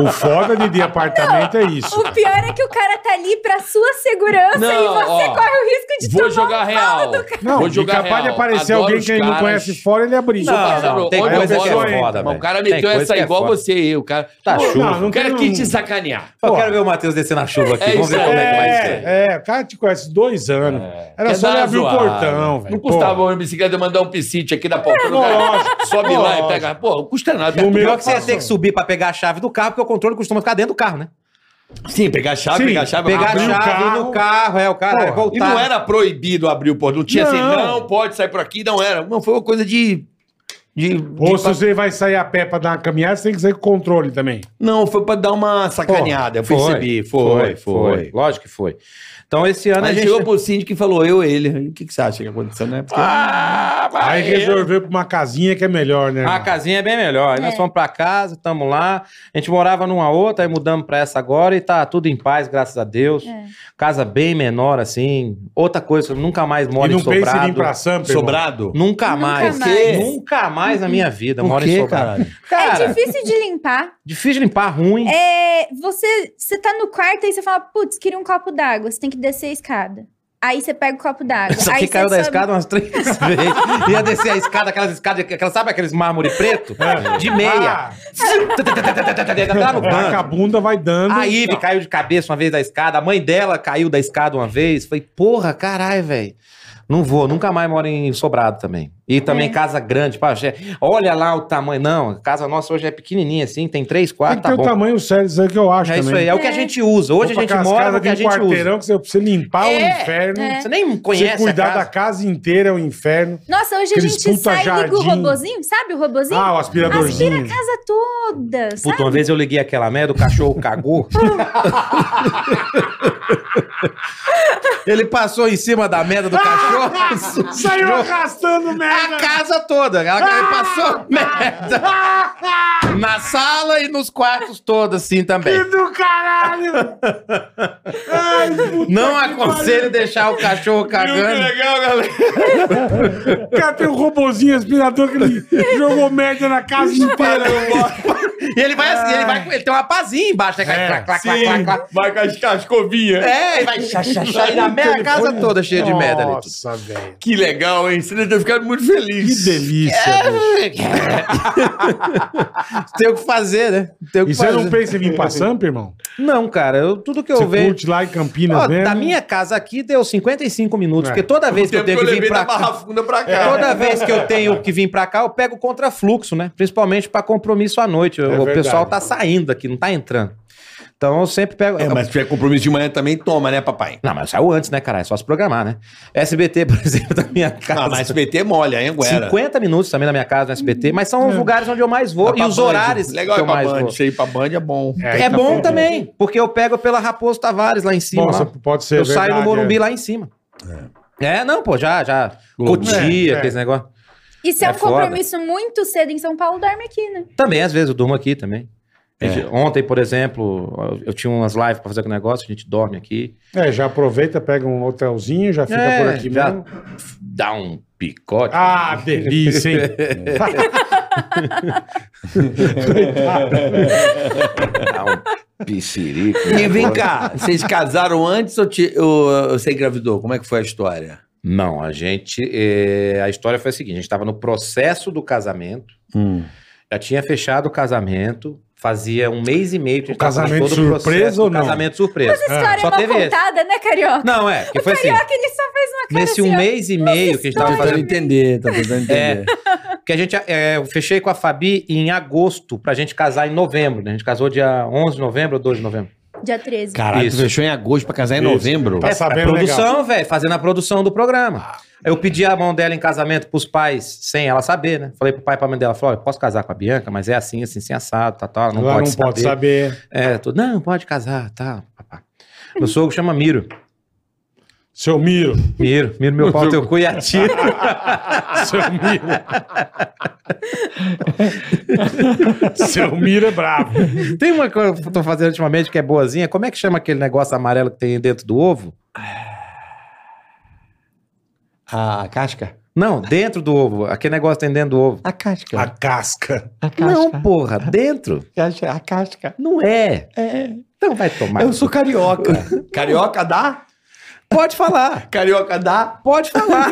B: O foda de, de apartamento é isso.
F: O pior é que o cara tá ali pra sua segurança
C: Não,
F: e você
C: ó,
F: corre o risco de
C: Vou
F: tomar
C: jogar
F: um pau
C: real.
F: do cara.
B: Não,
C: Vou
B: e
C: jogar
B: capaz de
C: real.
B: aparecer
C: Adoro
B: alguém
C: os
B: que ele não
C: caras.
B: conhece fora, ele abrir.
D: Não,
C: Não,
D: não,
C: não,
D: tem
C: ou
D: coisa
C: eu
D: que
C: gosto,
D: é foda,
C: Mas
D: velho.
C: o cara
D: Tem
C: meteu
D: coisa
C: essa
D: que é
C: igual
D: foda.
C: você aí, o cara.
D: Tá
C: Pô,
D: chuva.
B: Não, não
C: O cara
B: tem
C: quis
B: um-
C: te sacanear.
D: Pô,
B: Pô.
D: quero ver o Matheus descer na chuva aqui.
C: É
D: Vamos ver
C: isso
D: como é que vai
B: É,
D: ser. É.
B: é, o cara te conhece dois anos. Era
C: Quer
B: só ele
C: dar
B: abrir o
C: zoada. né,
D: né,
B: portão, velho.
C: Não custava
B: Pô, É,
C: uma bicicleta mandar um piscite aqui na porta. do
B: lógico,
C: cara sobe lá
B: lógico.
C: e pega. Pô, não custa nada.
B: No meio-
D: Pior que você ia ter que subir pra pegar a chave do carro, porque o controle costuma ficar dentro do carro, né?
C: Sim, pegar a chave,
B: Sim,
C: pegar a chave.
D: Pegar
B: Abrir
D: a
B: o
D: chave
B: carro.
D: no carro, é, o cara
B: Porra.
D: é voltar.
C: E não era proibido abrir o portão. Não tinha assim,
B: Não.
C: não pode sair por aqui, não era. Não, foi uma coisa de. de,
B: Ou
C: de-
B: se você vai sair a pé pra dar uma caminhada, você tem que sair com controle também.
C: Não, foi pra dar uma sacaneada. eu percebi. Foi, foi.
D: Lógico que foi. Então esse ano
C: Aí
D: a gente.
C: chegou pro síndico e falou, eu, ele. Aí, O que, que você acha que aconteceu, né? Porque... Ah,
B: Aí resolveu pra uma casinha que é melhor, né?
D: A
B: irmão?
D: casinha é bem melhor. Aí nós
F: É.
D: fomos pra casa, estamos lá. A gente morava numa outra, aí mudamos pra essa agora e tá tudo em paz, graças a Deus.
F: É.
D: Casa bem menor, assim. Outra coisa, eu nunca mais
B: E
D: moro em
B: não pense em
D: sobrado.
B: vir pra Sampa, irmão.
C: Sobrado?
D: Nunca,
F: Nunca
D: mais.
F: mais.
D: Nunca mais na minha vida moro em sobrado. Cara,
F: É difícil de limpar.
D: difícil limpar, ruim.
F: É, você, você tá no quarto e você fala, putz, queria um copo d'água. Você tem que descer a escada. Aí você pega o copo d'água.
D: Isso
F: aí
D: aqui
F: você
D: caiu da
F: sobe-
D: escada umas três vezes. Ia descer a escada, aquelas escadas, aquelas, sabe aqueles mármore preto? De meia.
B: Ah,
D: Tá
B: tá
D: no
B: com a
D: canto.
B: bunda vai dando.
D: A Ive caiu de cabeça uma vez da escada, a mãe dela caiu da escada uma vez. Falei, porra, caralho, velho. Não vou, nunca mais moro em Sobrado também. E também
F: É.
D: casa grande, pá, che- olha lá o tamanho. Não, a casa nossa hoje é pequenininha assim, tem três,
B: tem
D: quatro,
B: que
D: tá
B: ter
D: bom.
B: o tamanho certo, isso aí que eu acho
D: é
B: também.
D: isso aí, é o que a gente usa. Hoje
B: Compra
D: a gente
B: aquelas
D: mora
B: casas
D: no que
B: de
D: a
B: um
D: gente usa.
B: quarteirão que você precisa limpar é um
D: É.
B: inferno.
F: É.
D: Você nem
B: Você
D: conhece
B: cuidar
D: a
B: da
D: casa.
B: casa inteira é um inferno.
F: Nossa, hoje a
B: Aqueles
F: gente
B: puta
F: sai e liga o
B: jardim.
F: robozinho, sabe o robozinho?
B: Ah, o aspiradorzinho.
F: Aspira a casa toda, sabe?
D: Puta, uma vez eu liguei aquela merda, o cachorro cagou. Ele passou em cima da merda do cachorro.
B: Saiu arrastando
D: A casa toda. Ela ela passou merda. Na sala e nos quartos todos, assim também.
B: do caralho!
D: Não aconselho deixar o cachorro cagando.
C: legal, galera.
B: O cara tem um robozinho aspirador que ele jogou merda na casa inteira.
D: E ele vai assim, ele vai. Ele tem uma pazinha embaixo, né? Clac, clac, clac, clac, clac.
C: Ah. É, Vai com as, com as escovinhas.
D: É, e vai chá, chá, chá, e na merda, a casa toda cheia de merda ali.
B: Nossa, velho.
C: Que legal, hein? Você deve ter ficado muito
B: Que
C: feliz.
B: delícia, velho.
D: Tem o que fazer, né? Tem o que
B: E você
D: fazer.
B: não pensa em vir pra Sampa, irmão?
D: Não, cara, eu, tudo que eu
B: Você
D: vejo.
B: curte lá em Campinas
D: Ó,
B: mesmo?
D: da minha casa aqui deu 55 minutos,
B: É.
D: porque toda vez que eu
C: Tempo
D: tenho
C: que eu
D: que
C: levei
D: vir pra
C: da
D: cá. É.
C: Barra Funda pra cá.
D: Toda vez que eu tenho que vir pra cá, eu pego contrafluxo, né? Principalmente pra compromisso à noite. o
B: É verdade.
D: pessoal tá saindo aqui, não tá entrando. Então eu sempre pego.
C: É, mas se tiver compromisso de manhã também, toma, né, papai?
D: Não, mas saiu antes, né, cara? É só se programar, né? SBT, por exemplo, da minha casa.
C: Ah, mas SBT molha, hein, Guera?
D: 50 minutos também na minha casa no SBT, mas são os
B: É.
D: lugares onde eu mais vou e os horários
C: Tá Legal
D: que
C: é
D: eu
C: pra
D: mais
C: Band.
D: vou.
C: Isso aí pra Band é bom.
D: É,
B: tá
D: bom
B: bom.
D: também, porque eu pego pela Raposo Tavares lá em cima.
B: Nossa,
D: lá.
B: pode ser
C: é
D: eu saio
B: verdade,
D: no Morumbi
B: é.
D: lá em cima. É. não, pô, já, já.
C: Globo.
D: Cotia,
B: É, é.
D: aqueles negócios.
F: E se é,
D: É
F: um
D: foda.
F: compromisso muito cedo em São Paulo, dorme aqui, né?
D: Também, às vezes, eu durmo aqui também.
C: É.
D: A gente- Ontem, por exemplo, eu- eu tinha umas lives pra fazer com o negócio, a gente dorme aqui.
B: É, já aproveita, pega um hotelzinho, já fica
D: É,
B: por aqui
D: já-
B: mesmo.
D: Dá um picote.
B: Ah, delícia, hein?
D: Dá um piscirico.
C: E vem cá, vocês casaram antes ou, te, ou você engravidou? Como é que foi a história?
D: Não, a gente. eh, a história foi a seguinte: a gente tava no processo do casamento,
B: Hum.
D: já tinha fechado o casamento, fazia um mês e meio que a gente
B: O
D: tava fazendo
B: casamento
D: o processo
B: surpresa
D: do
B: ou não?
D: Casamento surpresa.
F: Essa história
D: Ah, Só
F: é mal
D: teve esse.
F: contada, né, Carioca?
D: Não, é, porque foi assim.
F: Carioca, ele só fez uma cara
D: Nesse
F: assim,
D: um
F: ó.
D: mês e meio que a gente tava
C: Tá tentando
D: fazendo.
C: entender, tá tentando
D: É,
C: entender.
D: porque a gente, eh, eu fechei com a Fabi em agosto pra gente casar em novembro, né? A gente casou dia 11 de novembro ou 12 de novembro.
F: Dia 13.
G: Caralho, tu
D: Isso.
G: fechou em agosto pra
D: É
G: casar em
B: Isso.
G: novembro?
B: Tá
D: A
B: sabendo legal.
D: é produção, velho, fazendo a produção do programa. Eu pedi a mão dela em casamento pros pais, sem ela saber, né? Falei pro pai e pra mãe dela, falou, "Ó, eu posso casar com a Bianca, mas é assim, assim, assim, assado, tá, tá, ela não,
B: Ela
D: pode,
B: não pode
D: saber.
B: saber.
D: É, tô, não, pode casar, tá, papá. Meu sogro chama Miro.
B: Seu Miro.
D: Miro, Miro, meu pau, teu cu e atira.
B: Seu Miro. Seu Miro é bravo.
D: Tem uma que eu tô fazendo ultimamente que é boazinha. Como é que chama aquele negócio amarelo que tem dentro do ovo?
G: A casca?
D: Não, dentro do ovo. Aquele negócio tem dentro do ovo.
G: A casca.
B: A casca.
G: A
D: Não, porra, dentro?
G: casca. A casca.
D: Não é.
G: É.
D: Então vai tomar.
G: Eu sou carioca. carioca dá?
D: Pode falar,
G: Carioca dá?
D: pode falar.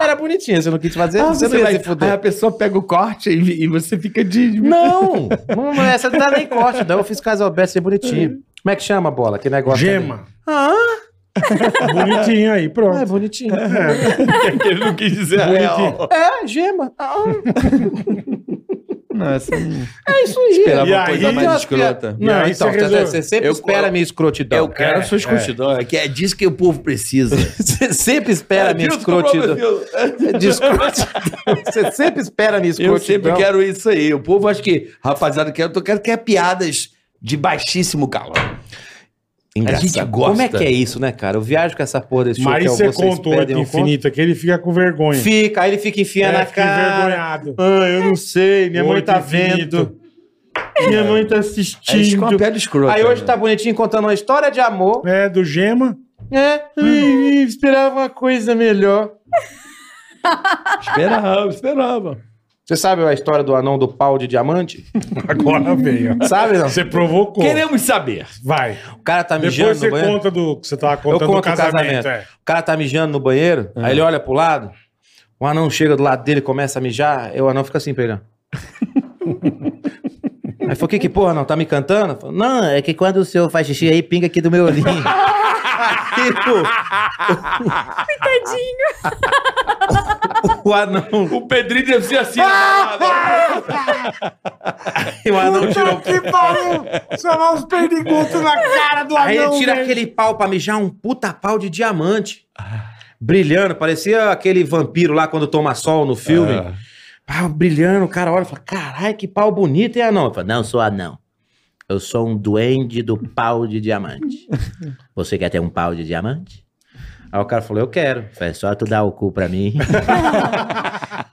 D: Era bonitinha, você não quis
B: Ah,
D: fazer, Ah, você, não ia se
G: Aí
D: fuder.
G: a pessoa pega o corte e, e você fica de...
D: Não, não, não é, você não dá nem corte, não. Eu fiz caso ao Beto, você é bonitinho. Como é que chama a bola? Que negócio?
B: Gema.
D: ali? Ah,
B: Bonitinho aí,
D: é
B: pronto.
D: bonitinho.
G: Ele não quis dizer
B: Bonitinho.
D: É, gema. Ah,
G: Não, essa...
D: é isso aí.
G: Esperava
B: E uma coisa aí- mais
D: Eu acho que-
G: escrota.
B: E
D: Não,
B: aí
D: então,
B: você
D: você,
B: resolve.
D: você sempre
C: Eu-
D: espera a minha escrotidão.
C: eu quero
B: é,
C: sua escrotidão. É. que é disso que o povo precisa.
D: Você sempre espera a minha
C: Disso que o povo
D: escrotidão.
C: precisa.
D: De escrotidão. Você sempre espera a minha escrotidão.
C: Eu sempre quero isso aí. O povo acha que, rapaziada, quer, eu quero que é piadas de baixíssimo calor.
D: Engraçado.
C: A gente gosta.
D: Como é que é isso, né, cara? Eu viajo com essa porra desse show
B: Mas
D: que é o
B: você
D: Vocês
B: conta o
D: Pedem, eu conto.
B: infinito que ele fica com vergonha.
D: Fica, aí ele fica enfiando
B: É,
D: a
B: fica
D: cara.
B: envergonhado.
D: Ah, eu não sei, minha mãe
B: Oito
D: tá
B: infinito. É.
D: vendo. Minha mãe tá
C: Aí fica uma
D: assistindo.
C: piada escrota.
D: Aí hoje
C: né?
D: tá bonitinho contando uma história de amor.
B: É, do Gema.
D: É, Ih, ih, esperava uma coisa melhor.
G: Esperava, esperava.
D: Você sabe a história do anão do pau de diamante?
B: Agora veio. ó.
D: Sabe, não?
B: Você provocou.
C: Queremos saber.
B: Vai.
D: O cara tá mijando
B: Depois
D: no
B: você
D: banheiro.
B: conta do que você tava contando
D: conto
B: do
D: o
B: casamento.
D: casamento.
B: é.
D: O cara tá mijando no banheiro, aí ele olha pro lado, o anão chega do lado dele, começa a mijar, aí o anão fica assim pra ele, ó. Aí falou, que que porra, não, tá me cantando? Falou, não, é que quando o senhor faz xixi aí, pinga aqui do meu olhinho. Tipo, Aí, pô,
F: Tadinho.
D: o anão,
C: O Pedrinho deve ser assim.
D: né?
C: Ah!
D: o anão tirou...
B: que pariu! Chamar os perdigotos na cara do
D: Aí ele tira
B: velho.
D: aquele pau pra mijar, um puta pau de diamante. Brilhando, parecia aquele vampiro lá quando toma sol no filme. pau brilhando, o cara olha e fala, caralho, que pau bonito, é anão? Eu falo, não, sou anão. Eu sou um duende do pau de diamante. Você quer ter um pau de diamante? Aí o cara falou, eu quero. Eu falei, é só tu dar o cu pra mim.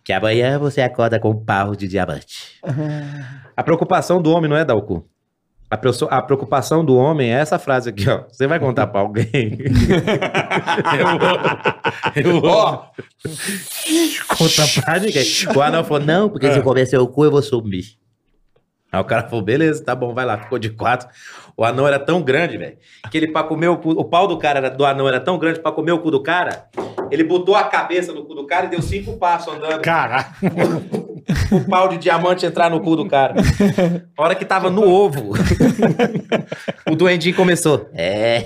D: que amanhã você acorda com um pau de diamante. A preocupação do homem não é dar o cu. A, preocu- a preocupação do homem é essa frase aqui, ó. Você vai contar pra alguém?
C: Ó,
D: Conta pra ninguém. É. O anão falou, não, porque se eu comer seu cu, eu vou sumir. Aí o cara falou, beleza, tá bom, vai lá. Ficou de quatro. O anão era tão grande, velho, que ele pra comer o cu... O pau do cara, era- do anão, era tão grande pra comer o cu do cara, ele botou a cabeça no cu do cara e deu cinco passos andando.
B: Cara,
D: O pau de diamante entrar no cu do cara. A hora que tava no ovo, o duendinho começou. É.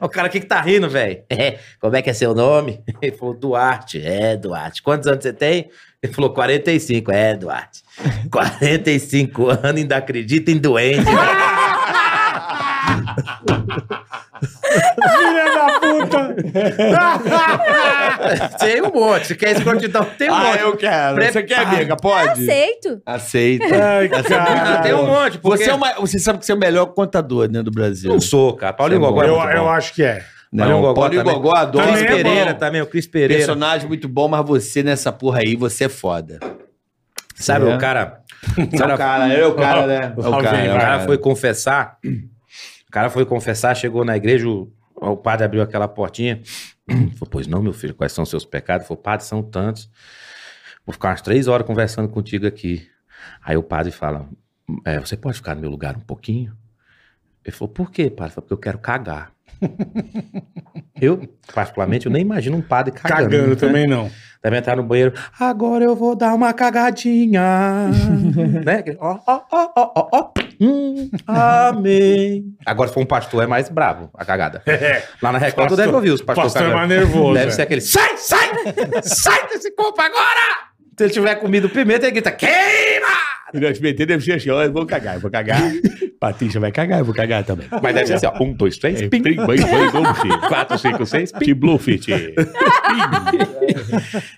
D: O cara, o que que tá rindo, velho? É. Como é que é seu nome? Ele falou, Duarte. É, Duarte. Quantos anos você tem? Ele falou, 45. É, Duarte. 45 anos, ainda acredita em duende.
B: filha da puta!
D: tem um monte. Quer escrotidão? Tem um
G: Ah,
D: monte.
G: eu quero. Você quer,
D: Prepara.
G: amiga? Pode?
F: Tá Aceito.
G: Aceita.
B: Ai,
D: Ah, tem um
B: cara.
D: monte. porque-
G: Você, é uma, você sabe que você é o melhor contador né, do Brasil.
D: Não sou, cara. Paulinho
G: Você é
D: Gogó é
B: Eu,
D: muito bom.
B: eu acho que é.
D: Paulinho
C: Não,
D: Gogó
C: Paulinho
D: também.
C: Gogó adora.
D: Cris
B: Também é
D: Pereira
B: bom.
D: também, o Cris Pereira.
C: Personagem muito bom, mas você nessa porra aí, você é foda.
D: Sabe,
C: É.
D: o cara.
C: Você é o cara, é o cara, né? É o cara, é
D: o
C: o
D: cara
C: cara.
D: foi confessar. O cara foi confessar, chegou na igreja, o, o padre abriu aquela portinha. Falou, pois não, meu filho, quais são os seus pecados? Falou, padre, são tantos. Vou ficar umas três horas conversando contigo aqui. Aí o padre fala, "É, você pode ficar no meu lugar um pouquinho? Ele falou, por quê, padre? Ele falou, porque eu quero cagar. eu, particularmente, eu nem imagino um padre cagando.
B: Cagando
D: né?
B: também não.
D: Deve entrar no banheiro. Agora eu vou dar uma cagadinha. né? Aquele, Ó, ó, ó, ó, ó, ó. Hum, amém. Agora, se for um pastor, é mais bravo a cagada. Lá na Record, tu deve ouvir os pastores
B: É. pastor é mais
D: cagando.
B: nervoso.
D: Deve
B: é.
D: ser aquele, sai, sai, sai desse corpo agora! Se ele tiver comido pimenta, ele grita, queima!
G: O SBT deve ser assim, ó, eu vou cagar, eu vou cagar. Patrícia vai cagar, eu vou cagar também.
D: Mas deve ser assim, ó, um, dois, três,
G: É,
D: pim.
G: pim, pim, pim, quatro, cinco, seis, pim. Blue Fit.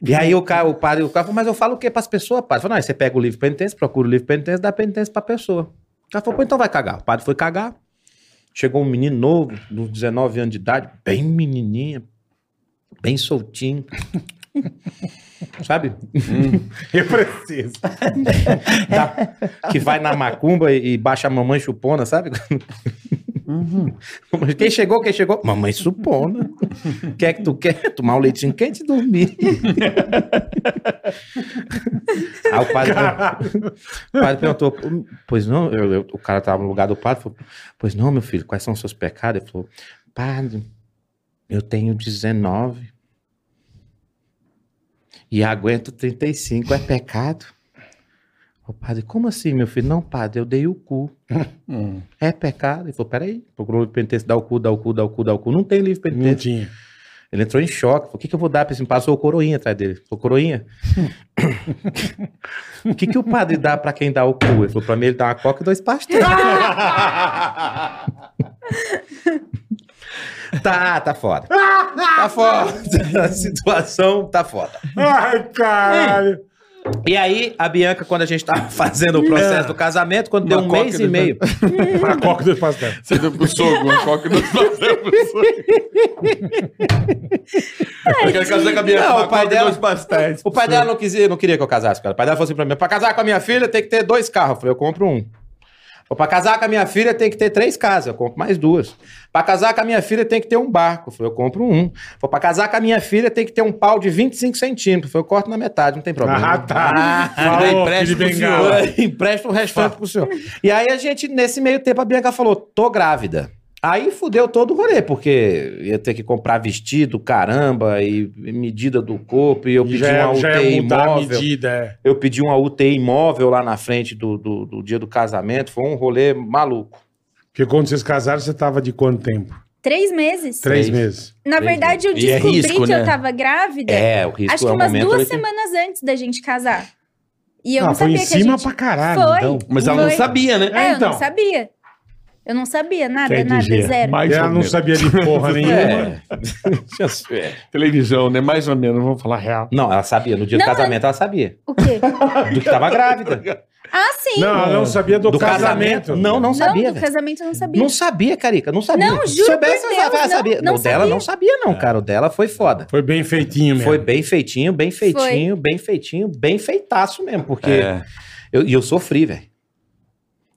D: E aí o, cara, o padre, o cara falou, mas eu falo o quê pras pessoas, padre? Falou, não, aí você pega o livro de penitência, procura o livro de penitência, dá penitência pra pessoa. O cara falou, pô, então vai cagar. O padre foi cagar. Chegou um menino novo, dos 19 anos de idade, bem menininha, bem soltinho. Sabe?
B: Eu preciso.
D: Da- que vai na macumba e, e baixa a mamãe chupona, sabe? Quem chegou, quem chegou? Mamãe supona. quer que tu quer? Tomar um leitinho quente e dormir. Aí o padre, o padre perguntou, pois não, eu- eu- o cara estava no lugar do padre, falou, pois não, meu filho, quais são os seus pecados? Ele falou, padre, eu tenho 19 e aguento 35, é pecado? O padre, como assim, meu filho? Não, padre, eu dei o cu. É pecado? Ele falou, peraí, procurou o livro de penitência, dá o cu, dá o cu, dá o cu, dá o cu. Não tem livro de
B: Não
D: penitência.
B: tinha.
D: Ele entrou em choque. Falou, o que, que eu vou dar pra esse... Passou o coroinha atrás dele. Falou, coroinha, o que, que o padre dá pra quem dá o cu? Ele falou, pra mim ele dá uma coca e dois pastéis. tá, tá foda.
F: Ah,
D: Tá
F: é
D: foda. A situação tá foda.
B: Ai, caralho.
D: E aí, a Bianca, quando a gente tava fazendo o processo do casamento, quando deu
G: É. Uma
D: um
G: coca
D: mês
G: e
D: e
G: dois
D: meio...
B: Uma coca do pastel.
G: Você deu pro sogro, um coque do
C: Eu quero casar com a minha
D: Não,
C: com a
D: o pai
C: cobra e
D: dela-
C: dois pastéis.
D: é O pai dela não, quisia, não queria que eu casasse com ela. O pai dela falou assim pra mim: pra casar com a minha filha tem que ter dois carros. Eu falei: eu compro um. Ou Pra casar com a minha filha tem que ter três casas. Eu compro mais duas. Pra casar com a minha filha tem que ter um barco. Eu falei: eu compro um. Ou Pra casar com a minha filha tem que ter um pau de 25 centímetros. Eu falei: eu corto na metade, não tem problema.
B: Ah, tá.
D: Eu
B: Falou, filho de
D: empresto, pro
B: bengala.
D: senhor, empresto o restante pro senhor. E aí a gente, nesse meio tempo, a Bianca falou: tô grávida. Aí fudeu todo o rolê, porque ia ter que comprar vestido, caramba, e e medida do corpo, e eu
B: E
D: pedi
B: já,
D: uma
B: é- já
D: UTI
B: é mudar a
D: imóvel.
B: medida. É.
D: Eu pedi uma UTI imóvel lá na frente do, do, do dia do casamento. Foi um rolê maluco.
B: Porque quando vocês casaram, você tava de quanto tempo?
F: Três meses.
B: Três, meses.
F: Na verdade, eu
C: E é
F: descobri
C: risco,
F: que
C: né?
F: eu tava grávida.
D: É, o risco
F: acho que
D: é um
F: umas
D: momento.
F: duas
D: ali que-
F: semanas antes da gente casar. E eu
B: ah,
F: não
B: foi
F: sabia
B: em
F: que a
B: cima
F: gente...
B: pra caralho,
F: Foi.
B: então.
C: Mas ela não
F: Foi.
C: sabia, né?
F: É,
B: É,
F: eu
B: então.
F: não sabia. Eu não sabia nada,
B: Entendi.
F: nada, zero.
G: É, Mais
B: Ela
G: ou
B: não
G: menos.
B: sabia de
D: É.
B: porra nenhuma.
G: Televisão, né? Mais ou menos, vamos falar real.
D: Não, ela sabia. No dia do
F: Não,
D: casamento, ela sabia.
F: O quê?
D: Do que tava grávida.
F: Ah, sim.
B: Não, ela não sabia do, casamento.
D: Não, não sabia.
F: do
D: velho.
F: casamento eu não sabia.
D: Não sabia, Carica. Não sabia.
F: Não,
D: Se
F: juro
D: soubesse,
F: por
D: ela
F: Deus, não,
D: sabia.
F: não
D: o dela
F: sabia.
D: não sabia, não, cara. O dela foi foda.
B: Foi bem feitinho mesmo.
D: Foi bem feitinho, bem feitinho, bem feitinho, bem feitaço mesmo, porque
C: É.
D: eu, e eu sofri, velho.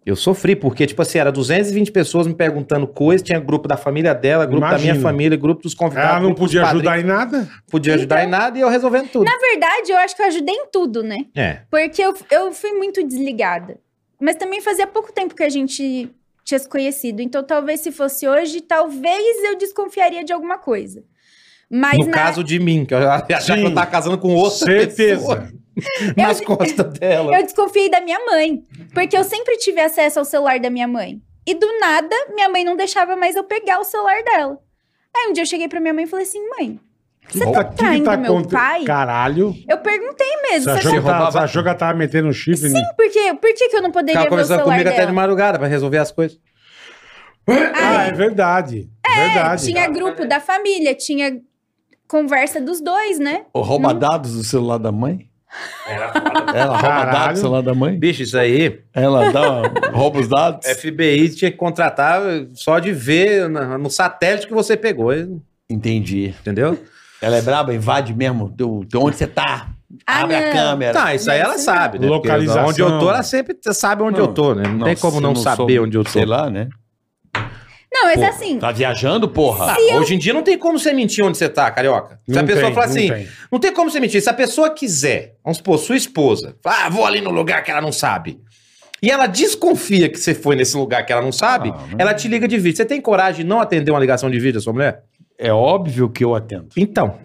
D: Eu sofri, porque, tipo assim, era 220 pessoas me perguntando coisas, tinha grupo da família dela, grupo da minha
B: Imagino.
D: família, grupo dos convidados.
B: Ela não
D: grupo dos
B: podia
D: padrinhos,
B: ajudar em nada.
D: Ah, Podia então ajudar em nada e eu resolvendo tudo.
F: Na verdade, eu acho que eu ajudei em tudo, né?
D: É.
F: Porque eu, eu fui muito desligada. Mas também fazia pouco tempo que a gente tinha se conhecido. Então, talvez se fosse hoje, talvez eu desconfiaria de alguma coisa. Mas
D: no
F: na...
D: caso de mim, que eu já achava que eu
B: Sim.
D: tava casando com outra
B: Certeza.
D: pessoa. Nas costas dela.
F: Eu desconfiei da minha mãe, porque eu sempre tive acesso ao celular da minha mãe. E do nada, minha mãe não deixava mais eu pegar o celular dela. Aí um dia eu cheguei pra minha mãe e falei assim: mãe, você
B: Puta,
F: tá traindo meu pai?
B: Caralho.
F: Eu perguntei
B: Você
F: mesmo. Você
B: achou,
F: não...
B: que tava, você achou que ela tava metendo um chifre? né?
F: Sim, por quê? Por que, que eu não poderia
D: Ficava
F: ver o
D: conversando
F: celular
D: comigo até de
F: dela?
D: madrugada pra resolver as coisas.
B: Ah, é verdade. É, verdade.
F: Tinha grupo da família, tinha conversa dos dois, né?
G: Rouba dados do celular da mãe?
A: Era foda.
G: Ela rouba
B: Caralho.
G: dados lá da mãe?
D: Bicho, isso aí,
G: Ela dá, rouba os
C: É
G: dados?
D: FBI tinha que contratar só de ver na- no satélite que você pegou,
C: Entendi.
D: entendeu?
C: Ela é braba, invade mesmo. Teu, teu- onde você tá?
F: Ah,
C: Abre a
F: não.
C: câmera.
D: Tá, isso aí ela
F: Isso
D: sabe, né? Porque
B: Localização.
D: Onde eu tô, assim, ela sempre sabe onde
G: Não.
D: eu tô, né? Não, tem como
G: se
D: não, saber
G: sou-
D: onde eu tô.
G: Sei lá, né?
F: Não, mas
G: Pô,
F: assim,
C: Tá viajando, porra?
D: Hoje em dia não tem como você mentir onde você tá, carioca. Se a
B: Não
D: pessoa
B: tem,
D: falar
B: não
D: assim,
B: tem.
D: Não tem como você mentir. Se a pessoa quiser, vamos supor, sua esposa, fala, ah, vou ali no lugar que ela não sabe. E ela desconfia que você foi nesse lugar que ela não sabe,
G: Ah, né?
D: ela te liga de vídeo. Você tem coragem de não atender uma ligação de vídeo da sua mulher?
G: É óbvio que eu atendo.
D: Então.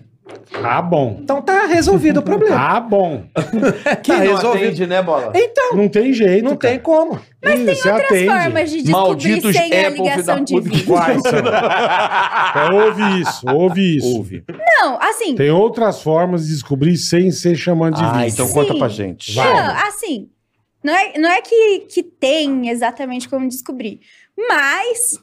B: Ah, bom.
D: Então tá resolvido o problema.
B: Ah, bom.
D: tá resolvido.
C: né, Bola?
D: Então,
B: Não tem jeito.
D: não tem como.
B: Mas tem outras
F: formas de descobrir
C: Malditos
F: sem a
C: Apple, filho da
F: ligação de
C: puta.
F: vídeo.
B: Quais são? É, ouve isso, ouve isso.
G: Ouve.
F: Não, assim,
B: Tem outras formas de descobrir sem ser chamando de
G: Ah,
B: vício.
G: então
F: Sim.
G: conta pra gente.
F: Não, assim, não é, não é que, que tem exatamente como descobrir. Mas,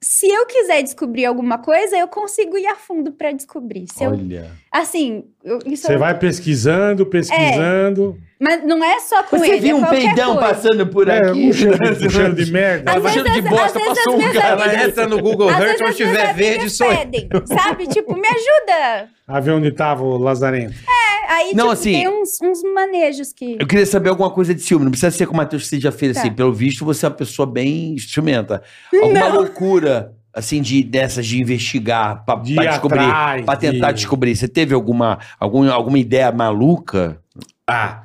F: se eu quiser descobrir alguma coisa, eu consigo ir a fundo pra descobrir. Se eu-
G: Olha.
F: assim, eu- isso
B: Você
F: eu-
B: vai pesquisando, pesquisando.
F: mas não é só com
C: Você
F: ele,
C: viu
F: é
C: um
F: qualquer
C: peidão
F: coisa.
C: passando por
B: É,
C: aqui?
B: um cheiro, um cheiro de merda.
F: Às
C: Tava
F: vezes
C: cheiro de
F: as-
C: bosta,
F: às vezes
C: passou
F: as
C: um
F: minhas
C: cara.
D: Ela entra no Google
F: Às
D: Earth,
F: vezes
D: onde
F: as minhas
D: tiver verde,
F: amigas
D: sou
C: é-
D: eu.
F: pedem, sabe? Tipo, me ajuda.
B: A ver onde tava o Lazarento.
F: É, Aí
C: Não,
F: tipo,
C: assim-
F: tem uns, uns manejos que...
C: Eu queria saber alguma coisa de ciúme. Não precisa ser como o Matheus que você já fez,
F: Tá.
C: assim. Pelo visto, você é uma pessoa bem instrumenta. Alguma loucura, assim, de, dessas de investigar, pra,
B: De
C: pra
B: ir
C: descobrir,
B: atrás,
C: pra tentar
B: de-
C: descobrir. Você teve alguma, algum, alguma ideia maluca?
D: Ah,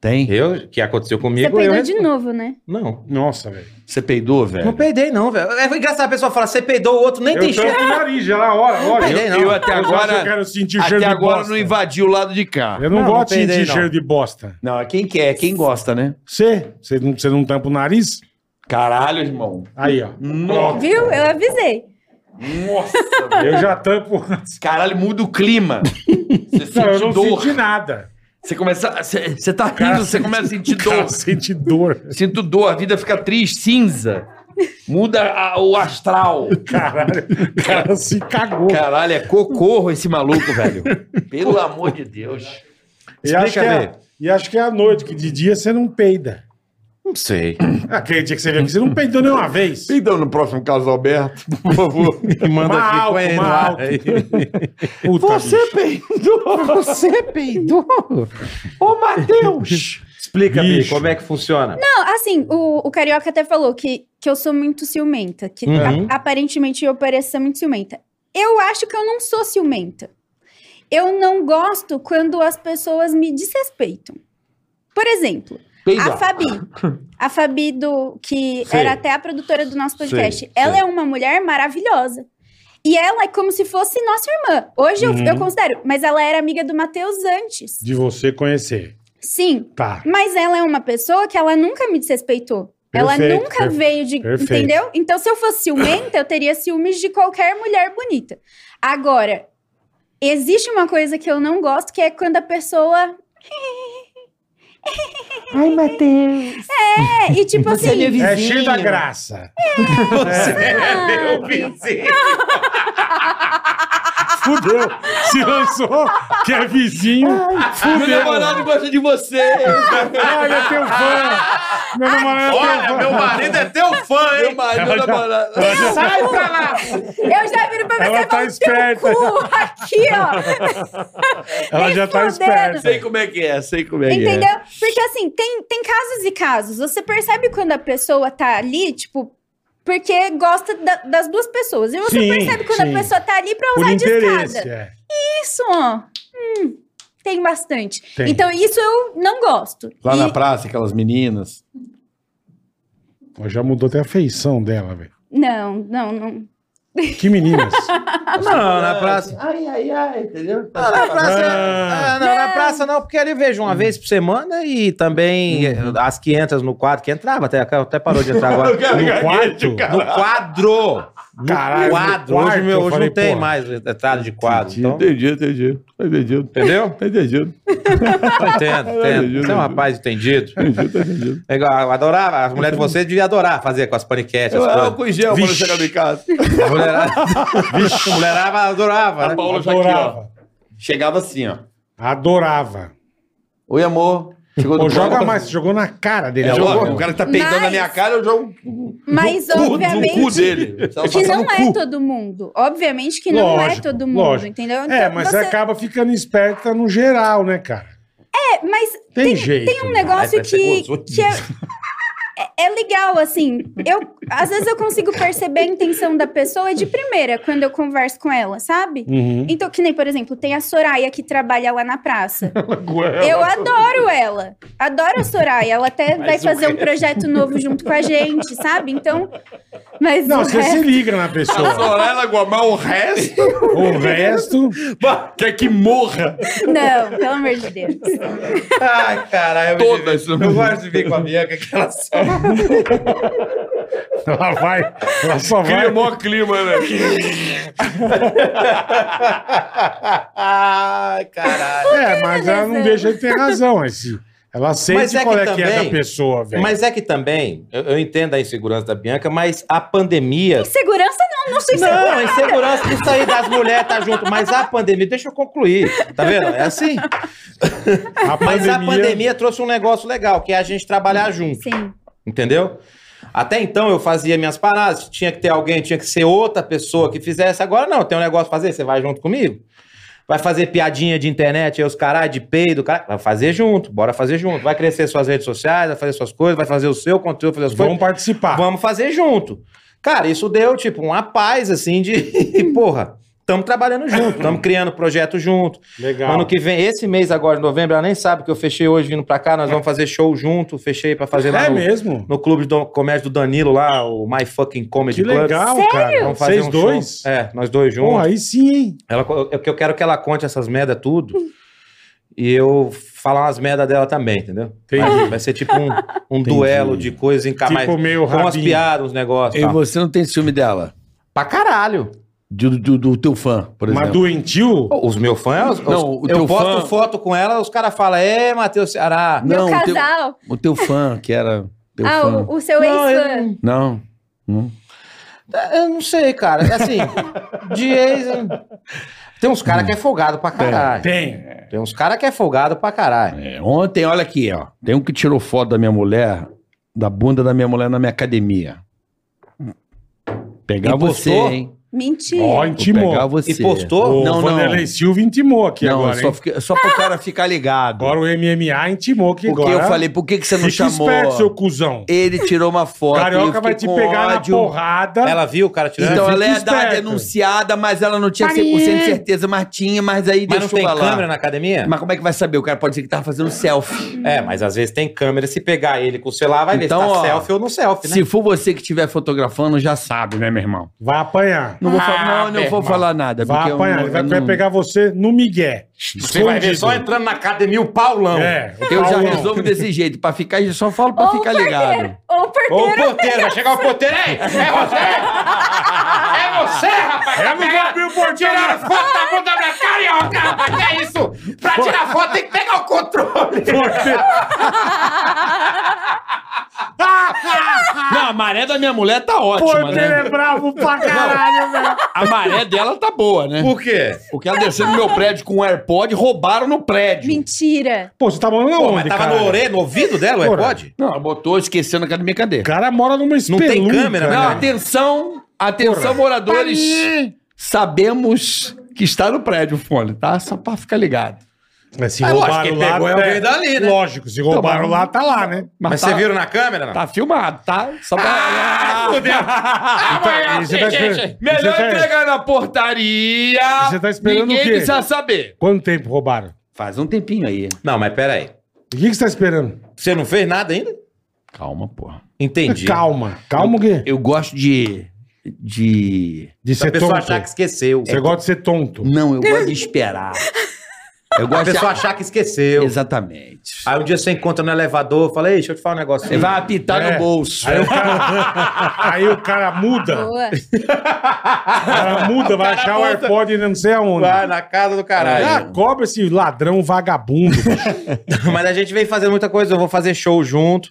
C: Tem?
D: eu, que aconteceu
F: Você
D: comigo,
F: peidou
D: eu...
F: de novo, né?
D: Não.
B: Nossa, velho.
C: Você peidou, velho?
D: Não peidei, não, velho. É engraçado a pessoa falar, você peidou o outro, nem
B: Eu
D: tem
B: tô
D: cheiro.
B: com o nariz, já lá, olha, olha.
D: peidei,
B: Eu,
D: não.
C: Eu até
B: eu agora, eu
C: agora,
B: quero sentir o cheiro
C: até
B: de
C: agora
B: bosta.
C: não invadi o lado de cá.
B: Eu não,
D: Não, não
B: gosto de
D: peidei,
B: sentir
D: não.
B: cheiro de bosta.
C: Não, é quem quer, é quem gosta, né?
B: Você? Você não, você não tampa o nariz?
C: Caralho, irmão.
B: Aí, ó.
C: Nossa,
F: Viu? Eu avisei.
B: Eu já tampo.
C: caralho, muda o clima. Você sente
B: Não, eu não
C: dor.
B: senti nada.
C: Você começa. a- Você você tá rindo,
B: Cara,
C: você começa a sentir
B: Cara,
C: dor.
B: sente dor.
C: Sinto dor, a vida fica triste, cinza. Muda a- o astral.
B: Caralho. O cara se cagou.
C: Caralho, é cocorro esse maluco, velho. Pelo amor de Deus.
B: e, acho que
D: explica,
B: é, e acho que é à noite, que de dia você não peida.
D: Não sei.
B: Aquele dia que você veio aqui, você não peidou nenhuma vez.
G: Então, no próximo caso, Alberto, por favor.
D: E manda
B: Uma
D: aqui,
B: álcool,
D: põe aí no
B: uma
D: ar.
B: álcool. Puta, bicho.
G: peidou! Você peidou!
C: Ô, Matheus!
D: Explica, Bi,
B: Bicho.
D: como é que funciona.
F: Não, assim, o, o Carioca até falou que, que eu sou muito ciumenta. Que
D: Uhum.
F: a- aparentemente eu pareço ser muito ciumenta. Eu acho que eu não sou ciumenta. Eu não gosto quando as pessoas me desrespeitam. Por exemplo, a Fabi. A Fabi, do, que
B: Então. Sei.
F: era até a produtora do nosso podcast. ela é uma mulher maravilhosa. E ela é como se fosse nossa irmã. Hoje eu,
B: Uhum.
F: eu considero. Mas ela era amiga do Matheus antes.
B: De você conhecer.
F: Sim.
B: Tá.
F: Mas ela é uma pessoa que ela nunca me desrespeitou. ela
B: Perfeito,
F: nunca
B: perfe-
F: veio de.
B: perfeito.
F: Entendeu? Então, se eu fosse ciumenta, eu teria ciúmes de qualquer mulher bonita. Agora, existe uma coisa que eu não gosto, que é quando a pessoa.
J: Ai, Matheus.
F: É, e tipo
C: Você é minha
F: assim.
C: vizinha.
B: É cheio da graça.
F: ah,
B: Fudeu. Se lançou, que é vizinho.
C: Meu namorado gosta de você!
B: Olha, é teu fã. Meu namorado é teu fã.
D: marido é teu fã,
C: Meu marido, meu namorado.
B: Sai pra
F: eu já viro pra
B: Ela
F: você e
B: tá
F: falo,
B: esperta.
F: teu cu aqui, ó.
B: Ela
F: Nem
B: já tá
F: fudendo.
B: esperta.
C: Sei como é que é, sei como é que é.
F: Entendeu? Porque assim, tem, tem casos e casos. Você percebe quando a pessoa tá ali, tipo, porque gosta da- das duas pessoas. E você
B: Sim,
F: percebe quando
B: sim.
F: a pessoa tá ali pra
B: Por
F: usar de
B: interesse,
F: escada.
B: é.
F: Isso, ó. Hum, tem bastante.
B: Tem.
F: Então, isso eu não gosto.
G: Lá
F: E-
G: na praça, aquelas meninas.
B: Pô, Já mudou até a feição dela, velho.
F: Não, não, não.
B: Que meninas.
D: Não, na praça.
A: Ai, ai, ai, entendeu?
D: Ah, na praça,
B: Ah.
D: ah, não, na praça não, porque ali eu vejo uma vez por semana e também eh, as que entram no quadro, que entrava, até, até parou de entrar agora.
B: No quarto?
D: No quadro! No
B: Caralho,
D: quadro.
B: no quarto,
D: hoje meu,
B: Ah, eu
D: hoje
B: falei,
D: não tem
B: porra.
D: mais entrada de quadro. Então,
G: Entendi, entendi. Entendi.
D: entendeu?
G: Entendido.
D: Eu entendo, entendo. Você é um rapaz entendido. É igual, Eu adorava, as mulheres de vocês deviam adorar fazer com as paniquetes, as
G: Eu era
D: coisas.
G: álcool em gel quando eu
B: Vixe.
G: chegava em casa.
D: A mulherada, a mulherada
C: Tá
D: adorava, né?
C: Paula já aqui, ó.
B: Adorava.
C: Chegava assim, ó.
B: Adorava.
E: Oi, amor. Chegou
B: Pô,
E: do
B: joga
E: banco?
B: mais, jogou na cara dele.
E: É,
B: agora.
E: ó, o cara que tá peidando
F: Mas-
E: na minha cara, eu jogo no
F: Mas,
E: cu,
F: obviamente,
E: no cu dele. Só
F: que
E: passar
F: não
E: no
F: é
E: cu.
F: todo mundo. Obviamente que não é
B: Lógico,
F: todo mundo,
B: lógico.
F: entendeu? Então,
B: É, mas
F: você-
B: você acaba ficando esperta no geral, né, cara?
F: é, mas
B: Tem, jeito.
F: tem um negócio
E: Caralho, parece que
F: que,
E: gozou.
F: que é, é- é legal, assim. Eu, às vezes eu consigo perceber a intenção da pessoa de primeira, quando eu converso com ela, sabe?
B: Uhum.
F: Então, que nem, por exemplo, tem a Soraya que trabalha lá na praça. Eu adoro ela. Adoro a Soraya. Ela até vai fazer um projeto novo junto com a gente, sabe? Então. Mas
B: Não,
F: o
B: você
F: resto-
B: se liga na
E: A
B: pessoa.
E: Soraya Gomar, o resto.
B: o resto.
G: Bah, Quer que morra?
F: Não, pelo amor de Deus.
E: Ai, caralho.
G: Todas.
E: Eu gosto de ver com a Bianca que ela só
B: Ela vai. Ela só vai.
G: Cria mó clima, né?
E: Ai, caralho.
B: É, mas ela não
F: Beleza.
B: deixa de ter razão. Esse, ela sente
D: Mas é que
B: qual é que é
D: também-
B: da pessoa, velho.
D: Mas é que também, eu, eu entendo a insegurança da Bianca, mas a pandemia.
F: Segurança não, não sou
D: Não,
F: insegura.
D: a insegurança de sair das mulheres tá junto, mas a pandemia, deixa eu concluir, tá vendo? É assim.
B: A
D: Mas a pandemia trouxe um negócio legal, que é a gente trabalhar junto,
F: Sim.
D: entendeu? Até então eu fazia minhas paradas, tinha que ter alguém, tinha que ser outra pessoa que fizesse. Agora não, tem um negócio pra fazer, você vai junto comigo? Vai fazer piadinha de internet, aí os caralho de peido, cara, vai fazer junto, bora fazer junto. Vai crescer suas redes sociais, vai fazer suas coisas, vai fazer o seu conteúdo, fazer as coisas.
B: Vão participar.
D: Vamos fazer junto. Cara, isso deu, tipo, uma paz, assim, de... Porra, estamos trabalhando junto, estamos criando projeto junto.
B: Legal.
D: Ano que vem, esse mês agora, de novembro, ela nem sabe que eu fechei hoje vindo pra cá, nós vamos fazer show junto, fechei pra fazer lá
B: É
D: no,
B: mesmo?
D: no clube do comédia do Danilo lá, o My Fucking Comedy
B: Que
D: Club.
B: legal, cara.
D: Vamos fazer
B: Vocês
D: um
B: dois?
D: show. É, nós dois juntos.
B: Porra, aí sim, hein?
D: Ela, eu, eu quero que ela conte essas merda tudo. E eu falar umas merda dela também, entendeu?
B: Entendi.
D: Vai ser tipo um, um duelo de coisas em cada
B: Tipo meio
D: com umas
B: rabinho.
D: piadas, uns negócios.
C: E
D: tal.
C: você não tem ciúme dela?
D: Pra caralho.
C: Do, do, do teu fã, por
B: Mas
C: exemplo.
B: doentio?
D: Os meus fãs, os-
C: Não, o
D: eu
C: teu
D: posto
C: fã-
D: foto com ela, os caras falam, é, Matheus Ceará.
F: Meu
C: Não, o teu-
F: casal.
C: O teu fã, que era teu
F: Ah,
C: fã.
F: o, o seu
D: Não,
F: ex-fã.
D: eu,
C: Não. Não.
D: É, eu não sei, cara. Assim, de ex... eu- Tem uns caras que é folgado pra caralho.
B: Tem.
D: Tem uns caras que é folgado pra caralho.
C: É, ontem, olha aqui, ó. Tem um que tirou foto da minha mulher, da bunda da minha mulher na minha academia. Pegar
D: E
C: você,
D: postou?
C: hein?
F: Mentira.
B: Ó,
C: Vou pegar
B: intimou.
C: você.
D: E postou?
B: O
C: Não, não.
B: Vanderlei Silva intimou aqui
C: não,
B: agora,
C: só,
B: hein?
C: fiquei- só pro cara ficar ligado.
B: Agora o MMA intimou que
C: porque
B: agora...
C: eu falei, por que, que você não
B: Fica
C: chamou?
B: esperto, seu cuzão.
C: Ele tirou uma foto. e
B: Carioca
C: eu
B: vai te
C: fiquei com
B: pegar
C: ódio.
B: na porrada.
D: Ela viu o cara tirando?
C: Então
B: Fica
C: ela é da
B: esperto.
C: denunciada, mas ela não tinha 100% de certeza, mas tinha, mas aí
D: mas não
C: deixou
D: tem
C: ela lá.
D: câmera né? na academia?
C: Mas como é que vai saber? O cara pode dizer que tava fazendo selfie.
D: É, mas às vezes tem câmera. Se pegar ele com o celular, vai
C: Então,
D: ver se tá
C: ó,
D: selfie ou não selfie, né?
C: Se for você que estiver fotografando, já sabe, né, meu irmão?
B: Vai apanhar.
C: Não vou, fa- não, não
D: meu
C: vou
D: irmão.
C: falar nada.
B: Vai
C: porque eu
B: apanhar.
C: não-
B: Ele vai,
C: eu
B: vai
C: não-
B: pegar você no migué.
D: Você vai ver
B: Escondido.
D: só entrando na academia o Paulão.
B: É, o
C: Eu já
B: Paulão.
C: resolvo desse jeito. Pra ficar, eu só falo pra
F: Ou o
C: ficar
F: porteiro.
C: ligado.
F: Ou o porteiro.
D: Ou o porteiro, vai chegar o porteiro, ei, é você! É você, Tá rapaz!
B: Eu não vou abrir o portão.
D: Tirar foto da bunda da minha carioca, rapaz, que é isso? Pra tirar foto tem que pegar o controle!
G: Não, a maré da minha mulher tá
B: O
G: ótima,
B: porteiro
G: né?
B: é bravo pra caralho, velho.
G: A maré dela tá boa, né?
D: Por quê?
G: Porque ela desceu no meu prédio com um AirPod e roubaram no prédio.
F: Mentira.
B: Pô, você tá morando
D: Pô,
B: aonde,
D: mas tava
B: cara?
D: no orelho, no ouvido dela, o
B: Porra.
D: iPod?
G: Não, ela botou esquecendo na minha
B: O
G: cadeia.
B: cara mora numa
D: Não
B: espelunca.
D: tem câmera,
C: Não,
D: né?
C: atenção, atenção, moradores.
G: Tá
C: Sabemos que está no prédio o fone, tá? Só pra ficar ligado.
B: Mas se
D: Ah, lógico,
B: roubaram
D: quem
B: lá...
D: pegou é
B: tá-
D: alguém dali, né?
B: Lógico, se roubaram
C: mas-
B: lá, tá lá, né?
D: Mas
C: tá,
D: você viram na câmera, não?
C: Tá filmado, tá? Só pra.
G: Ah,
B: Ah! Então, e você tá esperando- e você
G: Melhor
B: tá-
G: entregar na portaria.
B: Você tá esperando
G: Ninguém
B: o quê?
G: precisa saber.
B: Quanto tempo roubaram?
C: Faz um tempinho aí.
D: Não, mas peraí.
B: O que que você tá esperando?
D: Você não fez nada ainda?
C: Calma, porra.
D: Entendi.
B: Calma. Calma o quê?
C: Eu gosto de. De.
B: De
D: Se a
B: ser
D: pessoa
B: tonto.
D: achar que é esqueceu.
B: Você gosta de ser tonto.
C: Não, eu gosto de esperar. Eu
D: A
C: gosto de.
D: pessoa achar que esqueceu.
C: Exatamente.
D: Aí um dia você encontra no elevador, fala, ei, deixa eu te falar um negócio.
C: Você vai apitar
B: É.
C: no bolso.
B: Aí o cara, aí o cara muda.
F: Boa.
B: O cara muda, vai achar o AirPod não sei aonde.
D: Vai na casa do caralho.
B: Ah, cobra esse ladrão vagabundo. É.
D: Mas a gente vem fazendo muita coisa, eu vou fazer show junto.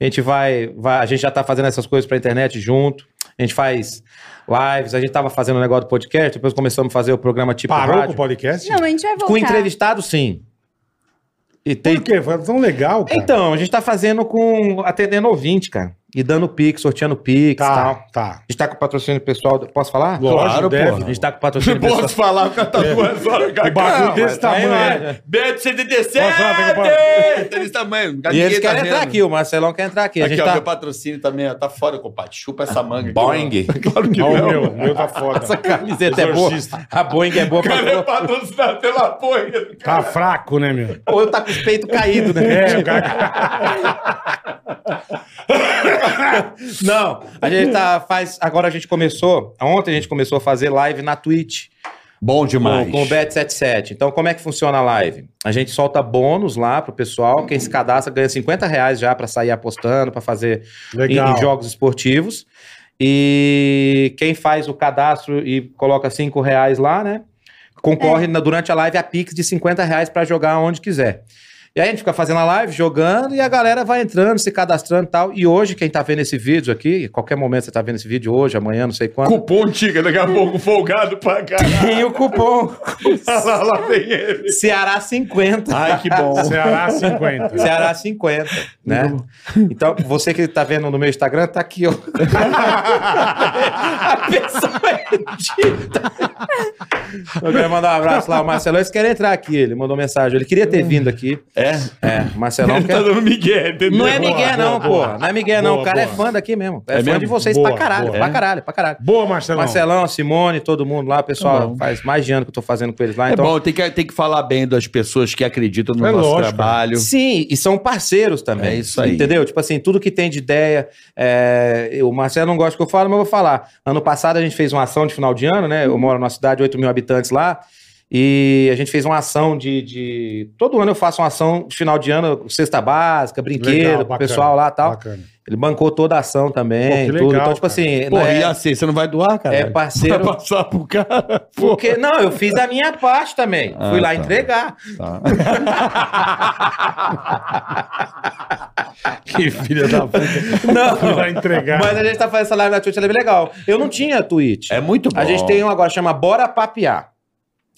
D: A gente vai, vai- a gente já tá fazendo essas coisas pra internet junto. A gente faz lives, a gente tava fazendo o negócio do podcast, depois começamos a fazer o programa tipo
B: Parou com o
D: rádio.
B: podcast?
F: Não, a gente vai voltar.
D: Com entrevistado, sim. E tem
B: Por quê? Foi tão legal, cara.
D: Então, a gente tá fazendo com. atendendo ouvinte, cara. E dando Pix, sorteando Pix e tal.
B: tá, tá.
D: A gente tá com patrocínio pessoal. do- Posso falar?
B: Lógico,
D: A
B: deve.
D: gente tá com patrocínio pessoal.
G: falar, o cara tá
C: É.
G: duas horas,
B: O bagulho desse
D: tá aí
B: tamanho.
D: vai.
B: né?
G: Beto 77!
B: Posso lá, pega pra-
G: Tá Desse tamanho.
D: E
G: ninguém tá
D: eles querem
G: vendo.
D: entrar aqui, o Marcelão quer entrar aqui. A
G: Aqui,
D: gente
G: ó, meu
D: tá.
G: patrocínio também, ó. Tá fora, compadre. Chupa essa manga. aqui,
E: Boing.
G: Claro que
B: Ó, o
G: não.
B: meu, o meu tá foda.
D: Essa camiseta é boa.
B: Exorcista.
D: A Boeing é boa pra
G: Cara, é patrocinado pelo apoio.
B: Tá fraco, né, meu?
D: Ou eu tá com os peitos caídos, né?
B: É, o cara.
D: Não, a gente tá faz. Agora a gente começou. Ontem a gente começou a fazer live na Twitch.
G: Bom
D: Com,
G: demais.
D: com o Bet77. Então, como é que funciona a live? A gente solta bônus lá pro pessoal. Quem se cadastra ganha 50 reais já pra sair apostando, pra fazer em,
B: Legal.
D: em jogos esportivos. E quem faz o cadastro e coloca 5 reais lá, né? Concorre na- durante a live a Pix de 50 reais pra jogar onde quiser. E aí a gente fica fazendo a live, jogando, e a galera vai entrando, se cadastrando e tal. E hoje, quem tá vendo esse vídeo aqui, qualquer momento você tá vendo esse vídeo hoje, amanhã, não sei quando.
G: Cupom Tiga, daqui a pouco, folgado pra caralho.
D: Tem o cupom
G: lá, lá vem ele.
D: Ceará 50.
G: Ai, que bom.
B: Ceará 50.
D: É. Ceará 50, né? Então, você que tá vendo no meu Instagram, tá aqui, ó. A pessoa é edita. Eu quero mandar um abraço lá ao Marcelão. Eles querem entrar aqui, ele mandou mensagem. Ele queria ter vindo aqui.
G: É?
D: É, o Marcelão
G: Ele tá
D: quer...
G: dando migué, entendeu?
D: Não é Miguel, não,
B: boa, boa.
D: pô. Não é Miguel, não. O
B: Boa,
D: cara é
B: boa.
D: fã daqui mesmo. É,
G: É
D: fã
G: mesmo?
D: de vocês
B: Boa,
D: pra caralho,
B: boa.
D: pra caralho, pra caralho.
B: Boa, Marcelão.
D: Marcelão, Simone, todo mundo lá,
C: Tá
D: pessoal.
C: bom.
D: faz mais de ano que eu tô fazendo com eles lá.
C: É
D: então,
C: bom, tem que, tem que falar bem das pessoas que acreditam no
B: É
C: nosso
B: lógico.
C: trabalho.
D: Sim, e são parceiros também.
C: É isso aí.
D: Entendeu? Tipo assim, tudo que tem de ideia. é, O Marcelo não gosta que eu falo, mas eu vou falar. Ano passado a gente fez uma ação de final de ano, né? Eu moro numa cidade, 8 mil habitantes lá. E a gente fez uma ação de. de- Todo ano eu faço uma ação de final de ano, cesta básica, brinquedo,
B: Legal,
D: pro
B: bacana,
D: pessoal lá e tal.
B: Bacana.
D: Ele bancou toda a ação também.
B: Pô, que
D: tudo.
B: legal,
D: Então, tipo
B: cara.
D: assim, não
C: Porra,
D: é,
C: e assim, você não vai doar, cara?
D: é parceiro.
C: Vai passar pro cara. Pô.
D: Porque, não, eu fiz a minha parte também.
C: Ah,
D: Fui lá
C: tá.
D: entregar.
C: que filha da puta.
D: Não.
B: Vai entregar.
D: Mas a gente tá fazendo essa live na Twitch, ela é bem legal. Eu não tinha Twitch.
C: É muito bom.
D: A gente tem um agora, chama Bora Papear.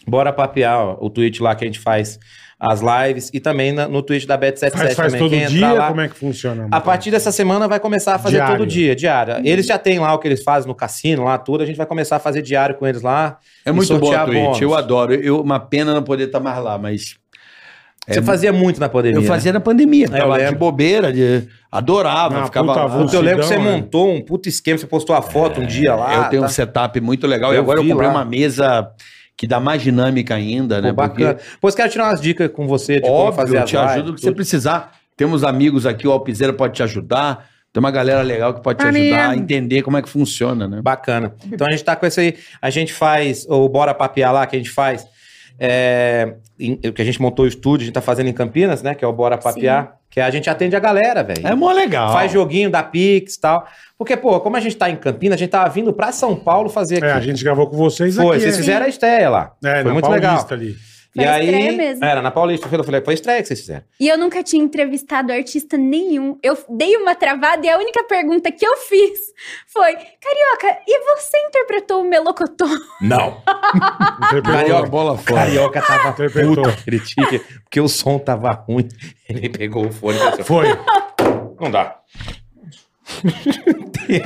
D: Bora Papear, ó, o Twitch lá que a gente faz as lives e também na- no Twitch da Bet77
B: Faz, faz
D: também.
B: todo
D: Quem entrar
B: dia?
D: lá-
B: Como é que funciona?
D: A partir dessa semana vai começar a fazer
B: Diário.
D: todo dia,
C: Uhum.
D: diário. Eles já têm lá o que eles fazem no cassino, lá tudo. A gente vai começar a fazer diário com eles lá.
C: É
D: e
C: muito bom
D: sortear
C: a Twitch,
D: bônus.
C: eu adoro. Eu, uma pena não poder estar mais lá, mas
D: Você fazia muito na pandemia.
C: É eu
D: né?
C: fazia na pandemia.
D: Eu
C: Tava de
D: lembro. Ah,
C: bobeira, de- adorava,
B: Uma
C: ficava
B: puta
C: lá.
B: avulsa.
D: Eu lembro que você
B: Sidão, né?
D: montou um puto esquema, você postou a foto um dia lá.
C: eu tenho um
D: tá?
C: setup muito legal e
D: Eu
C: agora eu
D: vi
C: comprei
D: lá.
C: uma mesa que dá mais dinâmica ainda, né?
D: Pô, bacana. Pois quero tirar umas dicas com você de
C: Porque,
D: como
C: óbvio,
D: fazer
C: eu
D: as
C: te
D: lives,
C: ajudo o que
D: tudo.
C: você precisar. Temos amigos aqui, o Alpizeira pode te ajudar. Tem uma galera legal que pode te ajudar a entender como é que funciona, né?
D: Bacana. Então a gente tá com esse aí. A gente faz, ou bora papear lá, que a gente faz. É, em- que a gente montou o estúdio, a gente tá fazendo em Campinas, né? Que é o Bora Papear. Que a gente atende a galera,
F: É
D: velho.
C: mó legal.
D: Faz joguinho da Pix e tal. Porque, pô, como a gente tá em Campinas, a gente tava vindo pra São Paulo fazer aqui.
B: É, a gente gravou com vocês
D: Foi,
B: aqui.
D: vocês
B: é.
D: fizeram a estreia lá.
B: É,
D: Foi
B: na
D: muito
B: Paulista
D: legal.
B: ali.
F: Foi
D: e
F: a estreia
D: aí.
F: mesmo.
D: Era na Paulista, eu falei, foi a estreia que vocês fizeram.
F: E eu nunca tinha entrevistado artista nenhum. Eu dei uma travada e a única pergunta que eu fiz foi: Carioca, e você interpretou o Melocotô?
D: Não.
B: Interpretou.
D: Carioca,
C: bola fora.
D: Carioca tava
B: Interpretou.
D: puto, ele tinha, porque o som tava ruim. Ele pegou o fone e falou assim,
B: Foi.
D: não dá.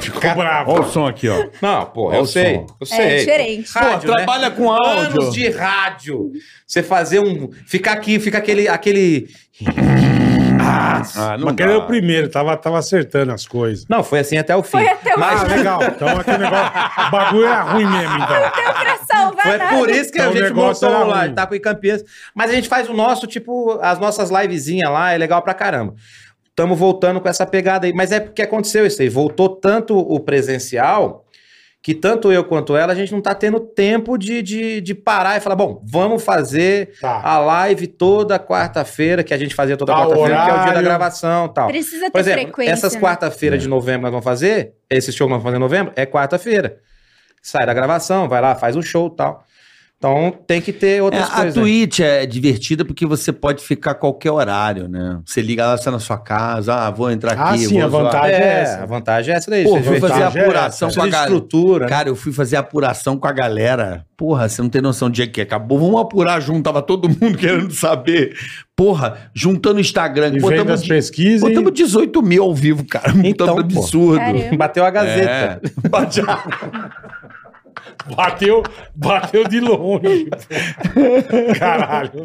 B: Ficou bravo.
G: Olha o som aqui, ó.
D: Não, pô, eu
G: Olha o
D: sei,
G: som.
D: eu sei.
F: É diferente.
D: Pô, rádio, né?
C: trabalha com áudio.
D: Anos de rádio. Você fazer um... Ficar aqui, fica aquele... aquele...
C: Ah, não
B: Mas
C: dá.
B: aquele era o primeiro, tava, tava acertando as coisas.
D: Não, foi assim até o fim.
F: Foi até o
D: Mas é
B: Ah, legal. Então aquele negócio. O bagulho era ruim mesmo, então.
F: Pra salvar
D: Ah, Foi
F: nada.
D: por isso que
B: Então
D: a
B: o
D: gente
B: negócio
D: montou
B: era
D: lá,
B: ruim.
D: tá com Campinas. Mas a gente faz o nosso, tipo, as nossas livezinhas lá, é legal pra caramba. Tamo voltando com essa pegada aí. Mas é porque aconteceu isso aí. Voltou tanto o presencial, que tanto eu quanto ela, a gente não tá tendo tempo de, de, de parar e falar, bom, vamos fazer
B: Tá.
D: a live toda quarta-feira, que a gente fazia toda
B: Tal
D: quarta-feira, que é o dia da
B: horário.
D: gravação e tal.
F: Precisa ter
D: Por exemplo,
F: frequência.
D: essas
F: né?
D: quarta-feiras de novembro que nós vamos fazer, esse show que nós vamos fazer em novembro, é quarta-feira. Sai da gravação, vai lá, faz o show e tal. Então tem que ter
C: É,
D: outras
C: a
D: coisas. né? aí.
C: Twitch é divertida porque você pode ficar a qualquer horário, né? Você liga lá, você tá na sua casa, ah, vou entrar
B: Ah,
C: aqui.
B: sim,
C: vou
B: a
C: zoar.
B: vantagem é
D: É,
B: essa.
D: a vantagem é essa daí.
C: Pô,
D: você
C: fui
D: vê-
C: fazer
B: vantagem é
C: apuração
D: precisa
C: com a
D: de
C: galera.
D: estrutura. né?
C: Cara, eu fui fazer apuração com a galera. Porra, você não tem noção do dia que é, acabou. Vamos apurar junto, tava todo mundo querendo saber. Porra, juntando o Instagram,
B: E vendo
C: botamos,
B: as
C: de-
B: pesquisas. e-
C: botamos 18 mil ao vivo, cara. Então,
D: Então,
C: tá
D: pô.
C: absurdo.
F: Caramba.
D: Bateu a
C: É.
D: gazeta.
B: Bateu, bateu de longe. Caralho.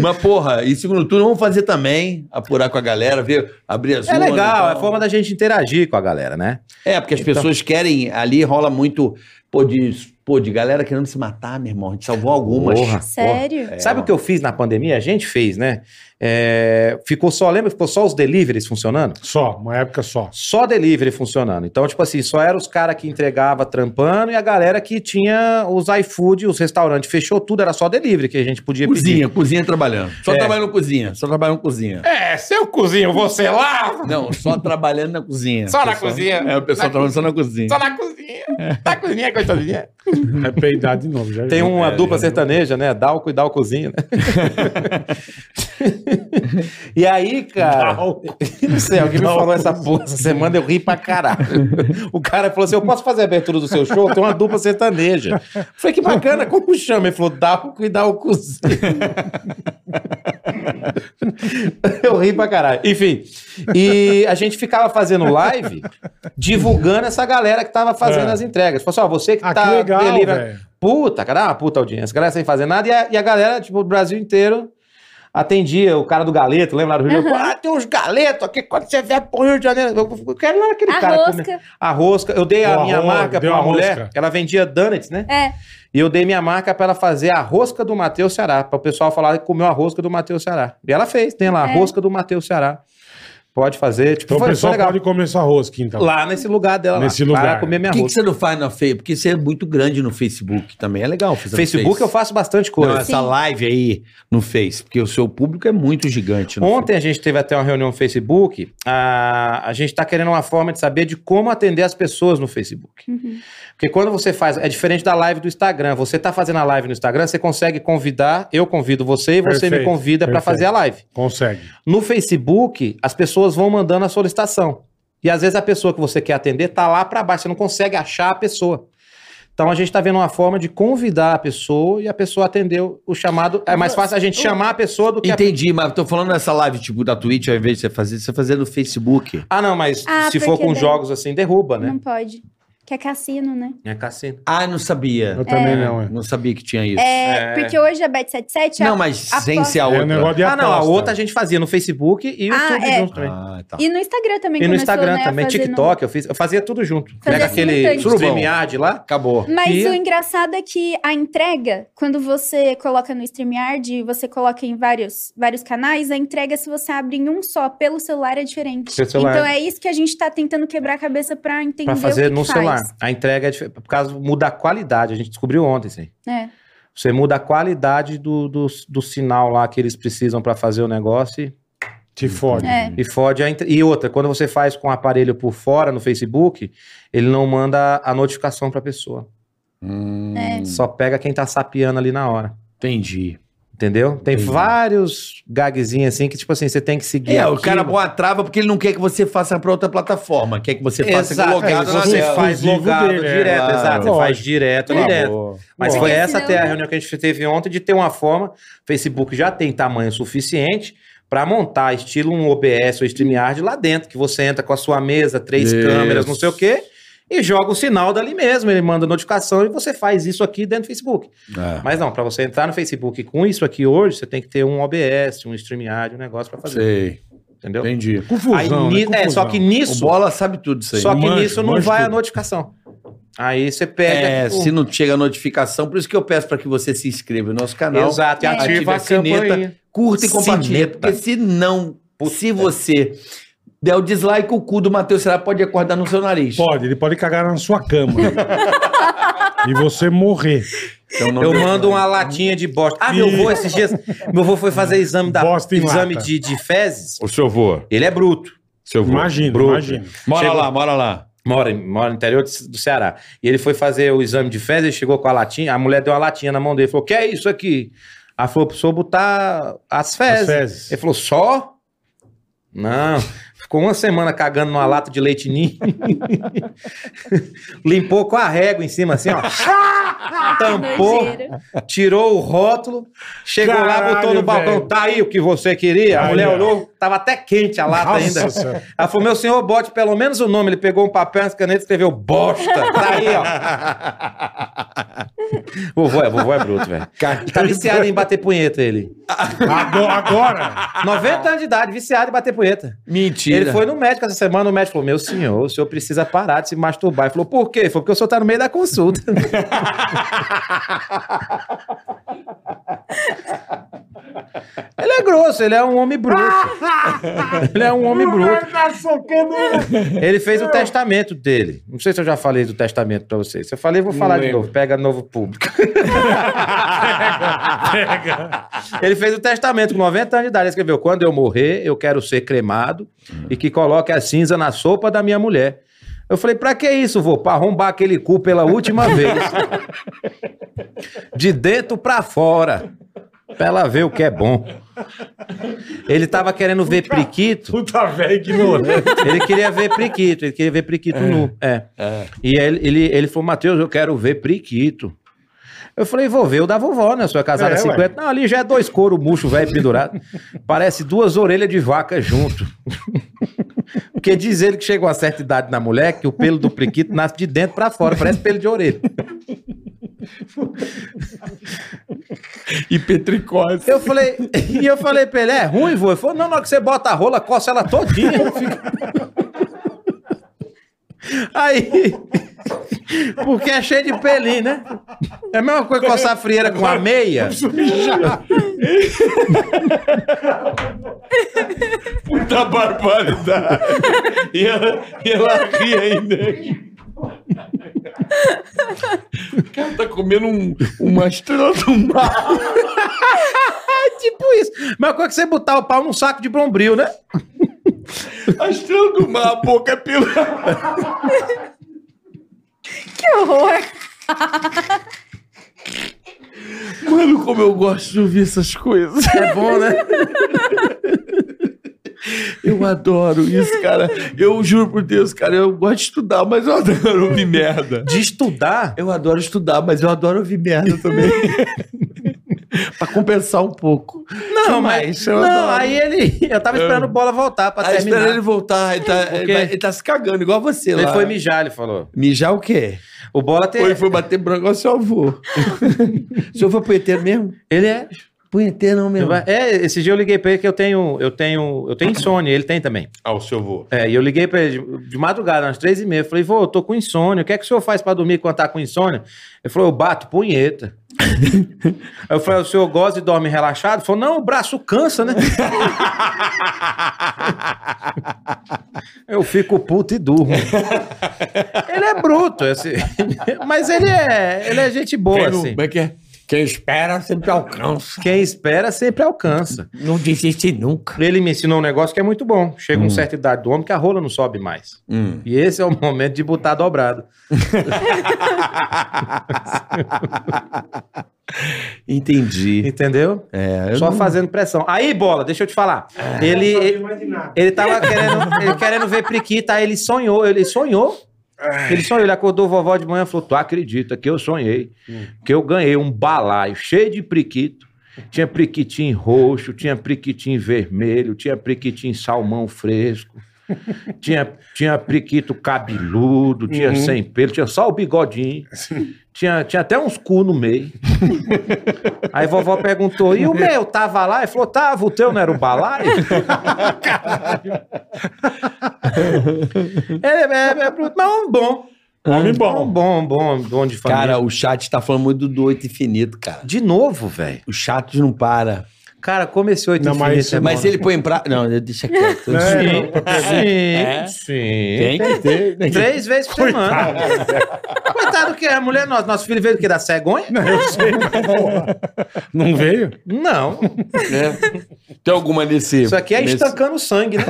C: Mas, porra, e segundo turno, vamos fazer também. Apurar com a galera, ver, abrir as
D: É
C: urnas e
D: legal,
B: então.
C: tal.
D: é a forma da gente interagir com a galera, né?
C: É, porque as
G: Então.
C: pessoas querem, ali rola muito, pô, de, pô, de galera querendo se matar, meu irmão. A gente salvou algumas.
D: Porra.
F: Sério?
D: Sabe o que eu fiz na pandemia? A gente fez, né? É, ficou só, lembra? que Ficou só os deliveries funcionando?
B: Só, uma época só.
D: Só delivery funcionando. Então, tipo assim, só eram os caras que entregava trampando e a galera que tinha os iFood, os restaurantes, fechou tudo, era só delivery que a gente podia pedir.
C: Cozinha, cozinha trabalhando. Só
D: É.
C: trabalhando cozinha, só trabalhando cozinha.
G: É, seu cozinho, você lá,
C: Não, só trabalhando na cozinha.
G: Só na
C: Pessoal-
G: cozinha.
C: É, o pessoal
G: Na
C: trabalhando só na cozinha.
G: só na cozinha. Na cozinha, coitadinha.
B: Vai É peidar de novo. Já É.
D: Tem
B: já.
D: uma dupla sertaneja, né? Dalco e Dalco Cozinha, né? e aí, cara.
B: Não.
D: Não sei, alguém me falou essa porra essa semana, eu ri pra caralho. O cara falou assim: eu posso fazer a abertura do seu show? Tem uma dupla sertaneja. Eu Falei, que bacana, como chama? Ele falou, dá o cuidar o cozinho. Eu ri pra caralho. Enfim, e a gente ficava fazendo live, divulgando essa galera que tava fazendo
B: É.
D: as entregas. Falou assim: ó, você que
B: Ah,
D: tá
B: que legal,
D: deliver-
B: velho.
D: Puta, cara, uma puta audiência. A galera sem fazer nada. E a, e a galera, tipo, o Brasil inteiro atendia o cara do galeto, lembra lá do Rio de Janeiro? Ah, tem uns galetos aqui, quando você vier pro Rio de Janeiro. Eu, eu quero lá aquele
F: A
D: cara. comer.
F: rosca.
D: A rosca. Eu dei a
B: Boa,
D: minha
B: rosca,
D: marca pra
B: deu
D: uma
B: a rosca.
D: mulher, ela vendia donuts, né?
F: É.
D: E eu dei minha marca pra ela fazer a rosca do Matheus Ceará, pra o pessoal falar que comeu a rosca do Matheus Ceará. E ela fez, tem lá, a
F: É.
D: rosca do Matheus Ceará. Pode fazer, tipo,
B: Então o
D: foi, foi
B: pessoal
D: legal.
B: pode comer sua rosca, então.
D: Lá nesse lugar dela
B: Nesse
D: lá. Para
B: lugar.
D: comer minha
C: Por que, que
D: rosca.
C: você não faz na feia? Porque você é muito grande no Facebook também. É legal fazer no
D: Facebook
C: Face.
D: eu faço bastante
C: Não,
D: coisa.
C: essa live aí no Face, porque o seu público é muito gigante. no
D: Ontem a gente teve até uma reunião no Facebook. A, a gente está querendo uma forma de saber de como atender as pessoas no Facebook. Porque quando você faz. É diferente da live do Instagram. Você está fazendo a live no Instagram, você consegue convidar, eu convido você e você me
B: Perfeito,
D: convida para
B: perfeito.
D: fazer a live.
B: Consegue.
D: No Facebook, as pessoas vão mandando a solicitação. E às vezes a pessoa que você quer atender tá lá para baixo, você não consegue achar a pessoa. Então a gente está vendo uma forma de convidar a pessoa e a pessoa atendeu o chamado. É mais fácil a gente chamar a pessoa do que a
C: Entendi, mas tô falando nessa live, tipo, da Twitch, ao invés de você fazer, você fazer no Facebook.
D: Ah, não, mas
F: Ah,
D: se for
F: porque
D: com
F: daí-
D: jogos assim, derruba, né?
F: Não pode. Que é cassino, né?
D: É cassino.
C: Ah, não sabia.
B: Eu também não, é.
C: Não sabia que tinha isso.
F: É, porque hoje a Bet77 é
C: não, mas
F: a
C: sem
F: aposta-
C: ser a
B: É
C: outra.
B: um negócio de
D: Ah,
B: aposta.
D: não, a outra a gente fazia no Facebook e o
F: Ah,
D: YouTube
F: é.
D: junto também.
C: Ah, tá.
F: E no Instagram também
D: e no
F: começou,
D: Instagram
F: né, a
D: também,
F: fazer no-
D: TikTok, eu, fiz, eu fazia tudo junto.
F: Fazer
D: Pega aquele
F: simultâneo.
D: StreamYard lá.
C: Acabou.
F: Mas
D: E-
F: o engraçado é que a entrega, quando você coloca no StreamYard e você coloca em vários, vários canais, a entrega, se você abre em um só, pelo celular, é diferente.
D: Pelo celular.
F: Então é isso que a gente tá tentando quebrar a cabeça pra entender
D: Pra
F: o
D: fazer
F: que
D: no
F: que faz.
D: celular. A entrega é diferente. Por causa muda a qualidade. A gente descobriu ontem, sim.
F: É.
D: Você muda a qualidade do, do, do sinal lá que eles precisam pra fazer o negócio e,
B: Te fode.
F: É.
D: Uhum. e fode a entre- E outra, quando você faz com o aparelho por fora no Facebook, ele não manda a notificação pra pessoa. Hum.
F: É.
D: Só pega quem tá sapeando ali na hora.
C: Entendi.
D: Entendeu? Tem
C: Entendi.
D: vários gagzinhos assim que, tipo assim, você tem que seguir.
C: É, o
D: aquilo.
C: cara põe a trava porque ele não quer que você faça pra outra plataforma. Quer que você faça
D: Exato,
C: logado na
D: você
C: dela.
D: faz
B: Exclusivo
D: logado
B: dele, é,
D: direto,
C: claro.
D: exato. Você
B: Lógico.
D: faz direto,
B: tá
D: direto. Mas
F: Bom.
D: foi
F: Porque
D: essa
F: senão,
D: até a
F: né?
D: reunião que a gente teve ontem de ter uma forma. O Facebook já tem tamanho suficiente para montar estilo um OBS ou StreamYard lá dentro, que você entra com a sua mesa, três
C: Isso.
D: câmeras, não sei o quê, e joga o sinal dali mesmo. Ele manda notificação e você faz isso aqui dentro do Facebook.
C: É.
D: Mas não, para você entrar no Facebook com isso aqui hoje, você tem que ter um OBS, um StreamYard, um negócio para fazer,
C: É, Sei,
D: entendeu?
C: entendi.
B: Confusão,
D: Aí
B: né?
D: ni- É,
B: Confusão.
D: só que
C: O
D: nisso,
C: Bola sabe tudo isso aí.
D: só que
B: Manjo,
D: nisso não
B: manjo
D: vai a
B: tudo.
D: notificação. Aí você perde
C: É,
D: aqui o-
C: se não chega a notificação, por isso que eu peço pra que você se inscreva no nosso canal.
D: Exato, e
F: É.
D: ativa
C: Ative
D: a
C: a sineta.
D: campainha.
C: Curta e compartilha.
D: Sineta.
C: Porque se não, se você der o dislike, o cu do Matheus Será pode acordar no seu nariz.
B: Pode, ele pode cagar na sua cama. e você morrer.
C: Então não
D: Eu
C: deixa.
D: mando uma latinha de bosta. Ah, meu avô esses dias, meu avô foi fazer exame da
B: Bosta em
D: exame
B: lata.
D: de, de fezes.
G: O seu vô,
D: Ele é bruto.
G: seu vô.
B: Imagina,
G: Bruto.
B: imagina.
G: Mora
D: Chegou.
G: lá, mora lá.
D: Mora, em- mora no interior de- do Ceará. E ele foi fazer o exame de fezes, ele chegou com a latinha, a mulher deu uma latinha na mão dele, falou, que é isso aqui? Ela falou, precisou botar as fezes.
B: As fezes.
D: Ele falou, só? Não. Ficou uma semana cagando numa lata de leite ninho. Limpou com a régua em cima, assim, ó.
F: Ah,
D: Tampou,
F: Nojeira.
D: tirou o rótulo, chegou lá, botou
B: Caralho,
D: no balcão.
B: velho.
D: Tá aí o que você queria. A
B: Aí,
D: mulher
B: ó.
D: olhou, tava até quente a lata ainda.
B: senhora.
D: Ela falou, meu senhor, bote pelo menos o nome. Ele pegou um papel, uma caneta e escreveu bosta. Tá aí, ó. vovô é, vovô é bruto, velho. Tá viciado em bater punheta, ele.
B: Agora, agora.
D: 90 anos de idade, viciado em bater punheta.
C: Mentira.
D: Ele foi no médico essa semana, o médico falou, meu senhor, o senhor precisa parar de se masturbar. Ele falou, por quê? Ele falou, porque o senhor tá no meio da consulta. ele é grosso, ele é um homem bruto. ele é um homem bruto.
B: Tá socando.
D: Ele fez o testamento dele. Não sei se eu já falei do testamento pra vocês. Se eu falei, eu vou falar de
G: lembro.
D: novo. Pega novo público. Ele fez o testamento com 90 anos de idade. Ele escreveu: Quando eu morrer, eu quero ser cremado e que coloque a cinza na sopa da minha mulher. Eu falei, pra que isso, vô? Pra arrombar aquele cu pela última vez. De dentro pra fora. Pra ela ver o que é bom. Ele tava querendo ver Priquito.
B: Puta tá velho é. ignorante.
D: Ele queria ver Priquito, ele queria ver Priquito nu. É. E aí ele, ele, ele falou, Matheus, eu quero ver Priquito. Eu falei, vou ver o da vovó, né? Sua casada
B: É,
D: é, 50. Não, ali já é dois couro murcho, velho, pendurado. Parece duas orelhas de vaca junto. Porque diz ele que chegou a certa idade na mulher que o pelo do priquito nasce de dentro pra fora, parece pelo de orelha.
G: E petricose.
D: Eu falei, e eu falei pra ele, é ruim, vô? Ele falou, não, na hora que você bota a rola, coça ela todinha. Fica- Aí, porque é cheio de pelinho, né? É a mesma coisa coçar a frieira com a meia.
C: Tá
G: Puta barbaridade. E ela, e ela ri ainda. O cara tá comendo um, uma estrela do mar.
D: É tipo isso. Mesma coisa que você botar o pau num saco de bombril, né?
G: A estrela do mar, a boca é pela.
F: Que horror.
G: Mano, como eu gosto de ouvir essas coisas.
D: É bom, né?
G: Eu adoro isso, cara. Eu juro por Deus, cara. Eu gosto de estudar, mas eu adoro ouvir merda.
D: De estudar.
G: Eu adoro estudar, mas eu adoro ouvir merda também. pra compensar um pouco.
D: Não, mas.
G: Demais, eu
D: Não,
G: adoro.
D: aí ele. Eu tava esperando o bola voltar pra
G: Aí
D: terminar.
G: espera ele
D: É. Ele,
G: voltar, ele tá,
D: Por
G: ele
D: quê?
G: vai- ele tá se cagando, igual você lá.
D: foi mijar, ele falou.
G: mijar o quê?
D: O bola
G: Ou ele
D: tem.
G: foi bater branco, ó, seu avô. o senhor
C: é
G: foi punheteiro mesmo?
D: Ele é.
G: Punheteiro não mesmo.
D: É, esse dia eu liguei pra ele que eu tenho. Eu tenho. Eu tenho insônia, ele tem também.
G: Ah, o seu avô.
D: É, e eu liguei pra ele de, de madrugada, umas três e meia. Eu falei, vô, eu tô com insônia. O que é que o senhor faz pra dormir quando tá com insônia? Ele falou, eu bato punheta. Aí eu falei, o senhor gosta e dorme relaxado? Ele falou, não, o braço cansa, né? eu fico puto e durmo. ele é bruto, esse- mas ele é, ele é gente boa,
G: não-
D: assim.
G: como é que é?
A: Quem espera sempre alcança.
D: Quem espera sempre alcança.
A: Não desiste nunca.
D: Ele me ensinou um negócio que é muito bom. Chega
C: Hum.
D: uma certa idade do homem que a rola não sobe mais. E esse é o momento de botar dobrado.
C: Entendi.
D: Entendeu?
C: É, eu
D: Só
C: não- É.
D: fazendo pressão. Aí, bola, deixa eu te falar. Ele, ele, ele tava querendo, ele querendo ver Priquita, aí ele sonhou, ele sonhou. Ele sonhou, ele acordou vovó de manhã e falou: Tu acredita que eu sonhei, que eu ganhei um balaio cheio de Priquito. Tinha priquitim roxo, tinha priquitim vermelho, tinha priquitim salmão fresco, tinha, tinha priquito cabeludo, tinha sem pelo, tinha só o bigodinho, tinha, tinha até uns cu no meio. Aí vovó perguntou: e o meu tava lá? Ele falou: tava, o teu não era o balaio? é, é, é, bruto, mas é um bom.
B: Homem
D: É um
B: bom.
D: bom, bom, bom de família.
C: Cara, o chat tá falando muito do oito infinito, cara.
D: de novo, velho.
C: O chat não para.
D: Cara, como esse oito
B: Não, mas
D: infinito é
C: Mas
D: bom,
C: ele põe em pra... Não, deixa quieto.
B: Não,
D: né?
B: não, tá pra perguntar.
D: Sim, sim.
C: Tem que ter. né?
D: Três vezes por semana. Coitado que é a mulher nossa. Nosso filho veio do que? Da cegonha?
B: Não veio?
D: Não.
G: É. Tem alguma nesse...
D: Isso aqui é
G: nesse-
D: estancando o sangue, né?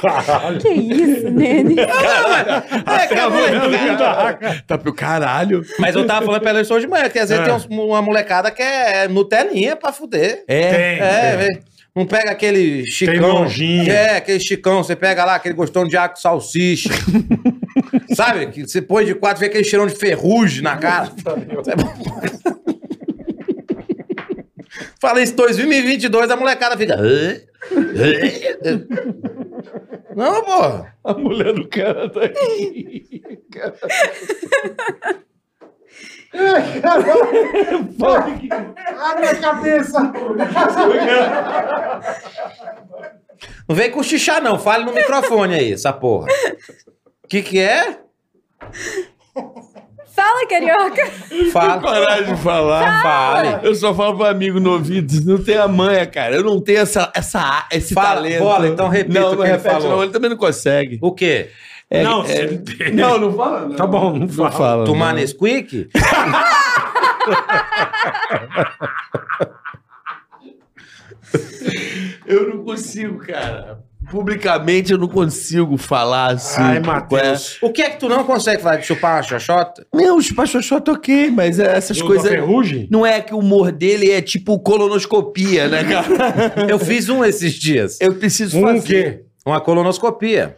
B: Caralho.
F: Que isso, Nene?
D: É, que é
B: né?
D: molecada.
C: Tá pro caralho.
D: Mas eu tava falando pra ela isso hoje de manhã, que às vezes
B: É.
D: tem uns- uma molecada que é Nutelinha pra fuder.
B: Tem,
D: É,
B: tem.
D: velho. Não pega aquele chicão.
B: longinho.
D: É, aquele chicão. Você pega lá aquele gostão de água com salsicha. Sabe? Que você põe de quatro, vê aquele cheirão de ferrugem na cara. é Fala isso, 2022, a molecada fica. "Hã? Hã?" Não, pô.
C: A mulher do cara tá aqui.
B: Abre a cabeça.
D: Não vem com xixá, não. Fale no microfone aí, essa porra. O que que é?
F: Fala, carioca.
D: Fala.
C: Coragem de falar.
D: Fale.
C: Eu só falo pro amigo no ouvido, não tem a manha, cara. Eu não tenho essa, essa, esse
D: Fala,
C: talento.
D: bola, então repita
C: Não,
D: o
C: não
D: que ele
C: repete,
D: falou.
C: não. Ele também não consegue.
D: O quê?
C: não, não, não fala, não.
B: Tá bom, não
C: É. Não
B: fala.
C: fala.
D: Tomar Nesquik?
C: Eu não consigo, cara. Publicamente eu não consigo falar assim.
B: Ai,
C: qual é?
B: Matheus.
D: O que é que tu não consegue falar de chupar uma xoxota?
C: Não, os pachoxotas ok, mas é, essas
B: Do-
C: coisas.
B: da ferrugem?
C: Não é que o humor dele é tipo colonoscopia, né, cara?
D: Eu fiz um esses dias.
C: Eu preciso
B: Um
C: fazer.
B: quê?
D: Uma colonoscopia.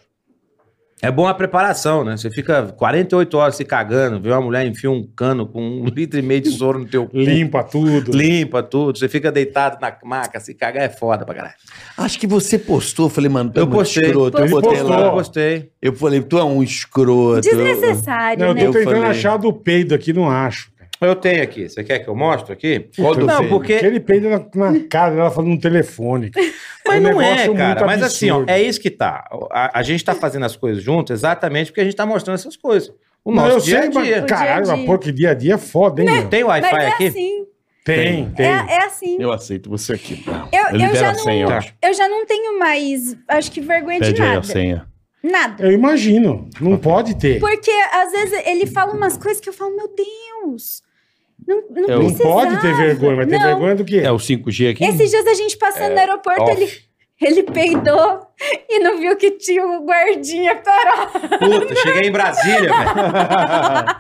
D: É bom a preparação, né? Você fica 48 horas se cagando, vê uma mulher enfia um cano com um litro e meio de soro no teu cu,
B: Limpa tudo.
D: limpa tudo, você fica deitado na maca, se cagar é foda pra caralho.
C: Acho que você postou. Eu falei, mano, tu é
D: Eu
C: muito
D: postei.
C: escroto. Eu
B: Postou.
C: botei
B: Postou.
C: lá.
D: Eu gostei.
C: Eu falei, tu é um escroto.
F: Desnecessário,
B: Não, eu
F: né?
B: tô tentando
C: falei.
B: achar do peido aqui, não acho. cara.
D: Eu tenho aqui, você quer que eu mostre aqui?
C: Qual do
D: não,
C: peido?
D: porque
B: Aquele peido na, na cara, ela falando no telefone.
D: Mas
B: Um
D: não é,
B: negócio
D: cara.
B: muito
D: Mas assim, ó,
B: absurdo.
D: é isso que tá. A, a gente tá fazendo as coisas junto exatamente porque a gente tá mostrando essas coisas. O
B: Não, eu
D: nosso dia
B: sei,
D: Né? a
B: mas
D: dia.
B: caralho,
F: dia a
B: mas
F: dia.
B: pô, que dia a dia é foda, hein? meu?
D: Tem
F: Mas
D: Wi-Fi
F: é
D: aqui?
F: assim.
B: Tem, tem.
F: É, é assim.
C: Eu aceito você aqui.
F: Eu,
C: Ele
F: eu,
C: libera
F: já
C: a senha,
F: não,
C: eu
D: Tá.
C: acho.
F: eu já não tenho mais, acho que, vergonha de
C: Pede aí a
F: nada.
C: senha.
F: Nada.
B: Eu imagino. Não pode ter.
F: Porque, às vezes, ele fala umas coisas que eu falo, meu Deus, não, não
C: Eu-
B: Não
F: precisava.
B: pode ter vergonha. Vai ter
F: Não.
B: vergonha do quê?
C: É o 5G aqui?
F: Esses dias a gente
C: É,
F: passando no aeroporto,
D: off.
F: ele, ele peidou e não viu que tinha o guardinha parado.
D: Puta, cheguei em Brasília, velho.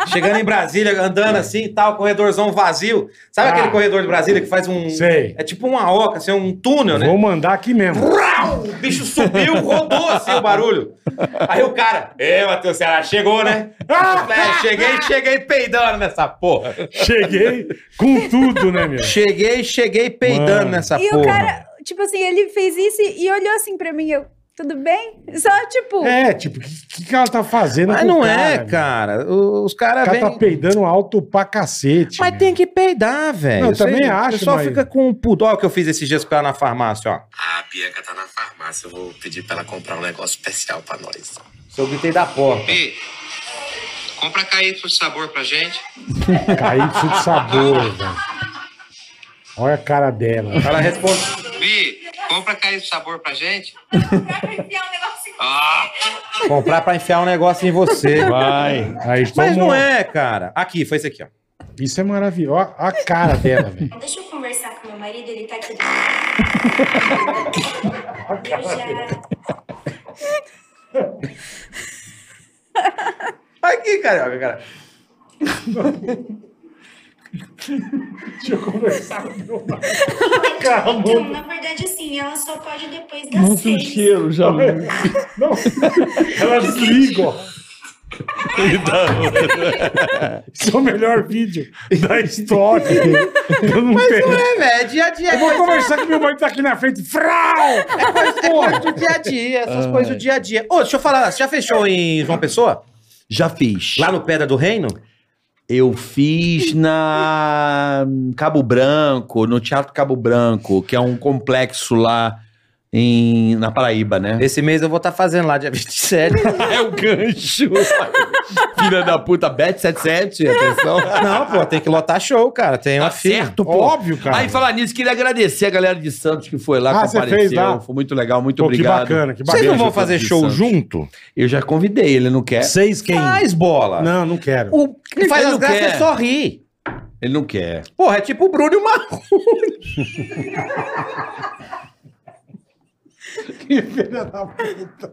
D: Chegando em Brasília, andando assim e tal, corredorzão vazio. Sabe
B: Ah.
D: aquele corredor de Brasília que faz um.
B: Sei.
D: É tipo uma oca, assim, um túnel, né?
B: Vou mandar aqui mesmo.
D: Prau! O bicho subiu, rodou assim o barulho. Aí o cara, ê, Matheus Ceará, chegou, né?
C: Ah,
B: Ah,
D: É, cheguei, cheguei peidando nessa porra.
B: Cheguei com tudo, né, meu?
D: Cheguei, cheguei peidando
B: Mano.
D: nessa
F: E
D: porra.
F: o cara, tipo assim, ele fez isso e, e olhou assim pra mim, eu, tudo bem? Só, tipo,
B: É, tipo, o que, que ela tá fazendo
D: Mas
B: com o
D: não
B: cara,
D: é,
B: meu?
D: cara. O- Os caras
B: O cara
D: vêm.
B: tá peidando alto pra cacete.
D: Mas
B: meu.
D: tem que peidar, velho.
B: Não, eu
D: Isso aí,
B: também
D: O
B: acho,
D: pessoal
B: mas-
D: fica com um pudor Olha o que eu fiz esses dias com ela na farmácia, ó.
K: A Bianca tá na farmácia, eu vou pedir pra ela comprar um negócio especial pra nós.
D: Se eu gritei da porta.
K: Bi, compra KY de sabor pra gente.
B: Caiu de sabor, velho. Olha a cara dela.
D: Ela responde.
K: Bi, compra KY de sabor pra gente.
D: Comprar pra enfiar um negócio em você.
C: Vai.
B: Aí estou
D: Mas não
B: morto.
D: é, cara. Aqui, foi isso aqui, ó.
B: Isso é maravilhoso. Olha a cara dela, velho.
L: Deixa eu conversar com meu marido, ele tá aqui. Eu já.
D: Aqui, carioca, cara.
L: Então, na verdade, assim, ela só pode depois das seis.
C: cheiro já.
B: Não. Ela desliga, ó. Esse é o melhor vídeo da história. Eu não tenho.
D: É, velho, é dia a dia.
B: Eu vou conversar com meu marido que tá aqui na frente. Frau!
D: Porra, do dia a dia, essas coisas do dia a dia. Ô, deixa eu falar, você já fechou em João Pessoa?
C: Já fiz.
D: Lá no Pedra do Reino?
C: Eu fiz na Cabo Branco, no Teatro Cabo Branco, que é um complexo lá em, na Paraíba, né?
D: Esse mês eu vou estar fazendo lá, dia 27.
C: É o gancho. Filha da puta, Bet77, atenção.
D: Não, pô, tem que lotar show, cara. Tem uma
C: Tá
D: fila.
C: certo, pô.
B: Óbvio, cara.
C: Aí, falar nisso, queria agradecer a galera de Santos que foi lá,
B: Ah, você
C: compareceu.
B: fez lá?
C: Foi muito legal, muito
B: Pô, que
C: obrigado.
B: bacana, que
D: Vocês
B: bacana.
D: não vão
C: Beijo,
D: fazer
C: Fabrício
D: show
C: Santos.
D: junto?
C: Eu já convidei, ele não quer.
B: Vocês quem?
D: É. Faz bola.
B: Não, não quero.
D: O que faz
C: Ele
D: as
C: não
D: graças
C: quer.
D: é só rir.
C: Ele não quer.
D: Porra, é tipo o Bruno e o Marrone.
B: Que filha da puta.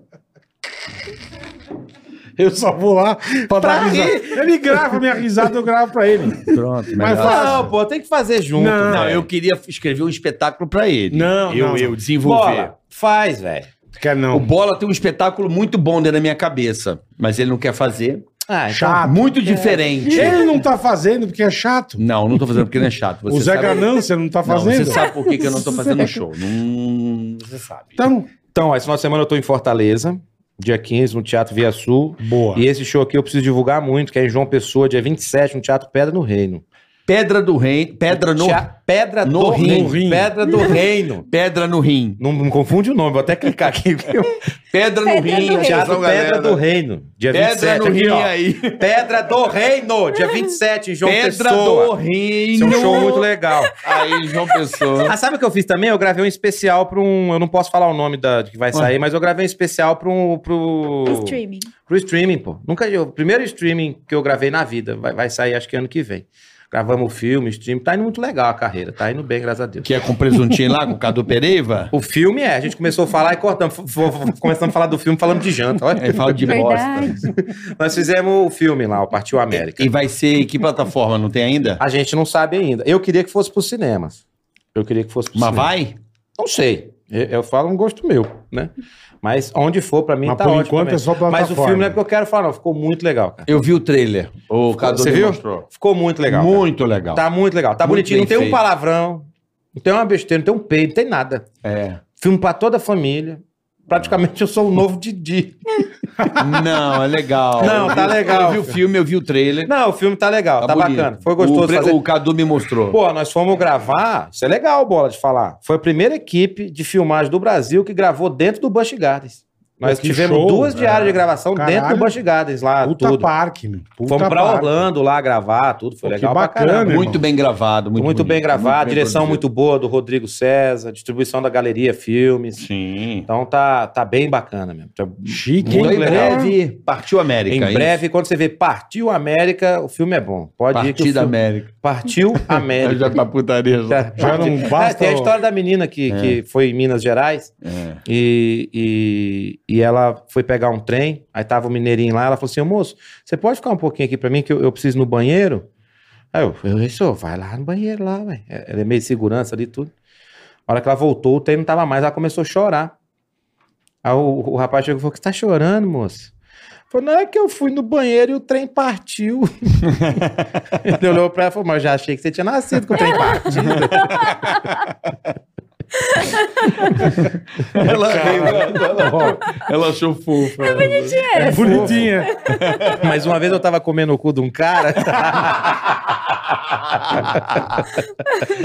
B: Eu só vou lá pra dar risada. Ele grava minha risada, eu gravo pra ele.
C: Pronto, melhor.
B: Mas fala,
D: Não, pô, tem que fazer junto. né?
B: Não.
C: Não,
D: velho.
C: eu queria escrever um espetáculo pra ele.
B: Não,
C: eu,
B: não,
C: eu desenvolver.
D: Bola, faz, velho.
B: quer
C: O
B: não.
C: Bola tem um espetáculo muito bom dentro da minha cabeça, mas ele não quer fazer.
D: Ah, então-
B: Chato.
C: muito diferente.
B: Ele não tá fazendo porque é chato.
C: Não, não tô fazendo porque não é chato.
B: o Zé
C: sabe-
B: Ganância não tá
C: Não,
B: fazendo.
C: você sabe por que, que eu não tô fazendo show. Não, você sabe.
B: Então,
D: Então, esse final de semana eu tô em Fortaleza, dia 15, no Teatro Via Sul.
B: boa.
D: E esse show aqui eu preciso divulgar muito, que é em João Pessoa, dia 27, no Teatro Pedra no Reino.
C: Pedra do reino. Pedra no,
D: Tea- Pedra
C: no
D: do
C: rim.
D: Reino.
B: No rim.
D: Pedra do Reino.
C: pedra no rim.
D: Não, não confunde o nome, vou até clicar aqui. viu?
C: Pedra no
F: Pedra
C: rim.
F: no rim.
D: Teatro né?
C: atenção,
D: Pedra
C: galera.
D: do Reino, dia
C: Pedra
D: 27.
C: no
D: aqui,
C: rim
D: ó.
C: aí.
D: Pedra do Reino, dia 27, em João
C: pedra
D: Pessoa.
C: do
D: Isso é
C: reino.
D: um show muito legal.
C: Aí, João Pessoa.
D: Ah, sabe o que eu fiz também? Eu gravei um especial pra um. Eu não posso falar o nome da, que vai sair, mas eu gravei um especial pra um. Pro,
F: Streaming.
D: pro streaming, pô. Nunca. eu- O primeiro streaming que eu gravei na vida. Vai, vai sair acho que ano que vem. Gravamos o filme, streaming. Tá indo muito legal a carreira. Tá indo bem, graças a Deus.
C: Que é com presuntinho lá, com o Cadu Pereiva.
D: O filme é, a gente começou a falar e cortamos. F- f- Começamos a falar do filme, falamos de janta. Olha.
C: É, fala de bosta.
F: Verdade.
D: Nós fizemos o filme lá, o Partiu América.
C: E vai ser que plataforma? Não tem ainda?
D: A gente não sabe ainda. Eu queria que fosse pros cinemas. Eu queria que fosse pro
C: Mas
D: cinema.
C: vai?
D: Não sei. Eu, eu falo um gosto meu, né? Mas onde for, pra mim,
B: Mas
D: tá
B: por
D: ótimo.
B: enquanto
D: também.
B: é só plataforma.
D: Mas o filme não é porque eu quero falar, não. Ficou muito legal, cara.
C: Eu vi o trailer. O Cadu
D: Você viu?
C: demonstrou.
D: Ficou muito legal. cara.
C: Muito legal.
D: Tá muito legal. Tá
C: Muito
D: bonitinho. Não
C: bem
D: tem um
C: feito.
D: palavrão, não tem uma besteira, não tem um peido, não tem nada.
C: É.
D: Filme pra toda a família. Praticamente eu sou o novo Didi.
C: Não, é legal.
D: Não,
C: Eu
D: tá
C: vi-
D: legal,
C: Eu vi o filme, eu vi o trailer.
D: Não, o filme tá legal, tá,
C: bonito.
D: bacana. Foi gostoso
C: o, pre-
D: fazer.
C: O Cadu me mostrou.
D: Pô, nós fomos gravar. Isso é legal, bola de falar. Foi a primeira equipe de filmagem do Brasil que gravou dentro do Busch Gardens. Nós
B: Pô, que
D: tivemos
B: show,
D: duas
B: cara.
D: diárias de gravação dentro
B: Caralho.
D: do Busch Gardens lá,
B: Puta
D: tudo.
B: parque, meu. Puta
D: Fomos pra
B: parque.
D: Orlando lá gravar, tudo. Foi
B: Pô, que
D: legal pra
B: bacana,
D: caramba.
B: meu
C: muito
B: irmão.
C: bem gravado, muito,
D: Muito, bem
C: bonito,
D: gravado,
C: bem
D: direção
C: produzido.
D: muito boa do Rodrigo César, distribuição da Galeria Filmes.
C: Sim.
D: Então tá, tá bem bacana mesmo. Tá
B: Chique,
C: Então,
B: É,
D: Muito é
C: em
D: legal.
C: breve, partiu América.
D: em
C: hein?
D: breve, quando você vê Partiu América, o filme é bom. Pode ir que o
C: Partida
D: filme...
C: América.
D: Partiu América.
C: Já pra putaria. já.
B: Já não basta. É.
D: É, tem a história da menina que, que foi em Minas Gerais
C: É.
D: e, e, e ela foi pegar um trem, aí tava o mineirinho lá, ela falou assim, "Ô, moço, você pode ficar um pouquinho aqui pra mim que eu, eu preciso ir no banheiro? Aí eu, eu isso, vai lá no banheiro lá, ué. É- Ela é meio segurança ali e tudo. A hora que ela voltou, o trem não tava mais, ela começou a chorar. Aí o, o rapaz chegou e falou, que você tá chorando, moço? Falou, não é que eu fui no banheiro e o trem partiu. Ele olhou pra ela e falou, mas eu já achei que você tinha nascido com o trem partido.
C: Ela, ela, ela achou fofa.
B: É bonitinha.
D: Mas uma vez eu tava comendo o cu de um cara.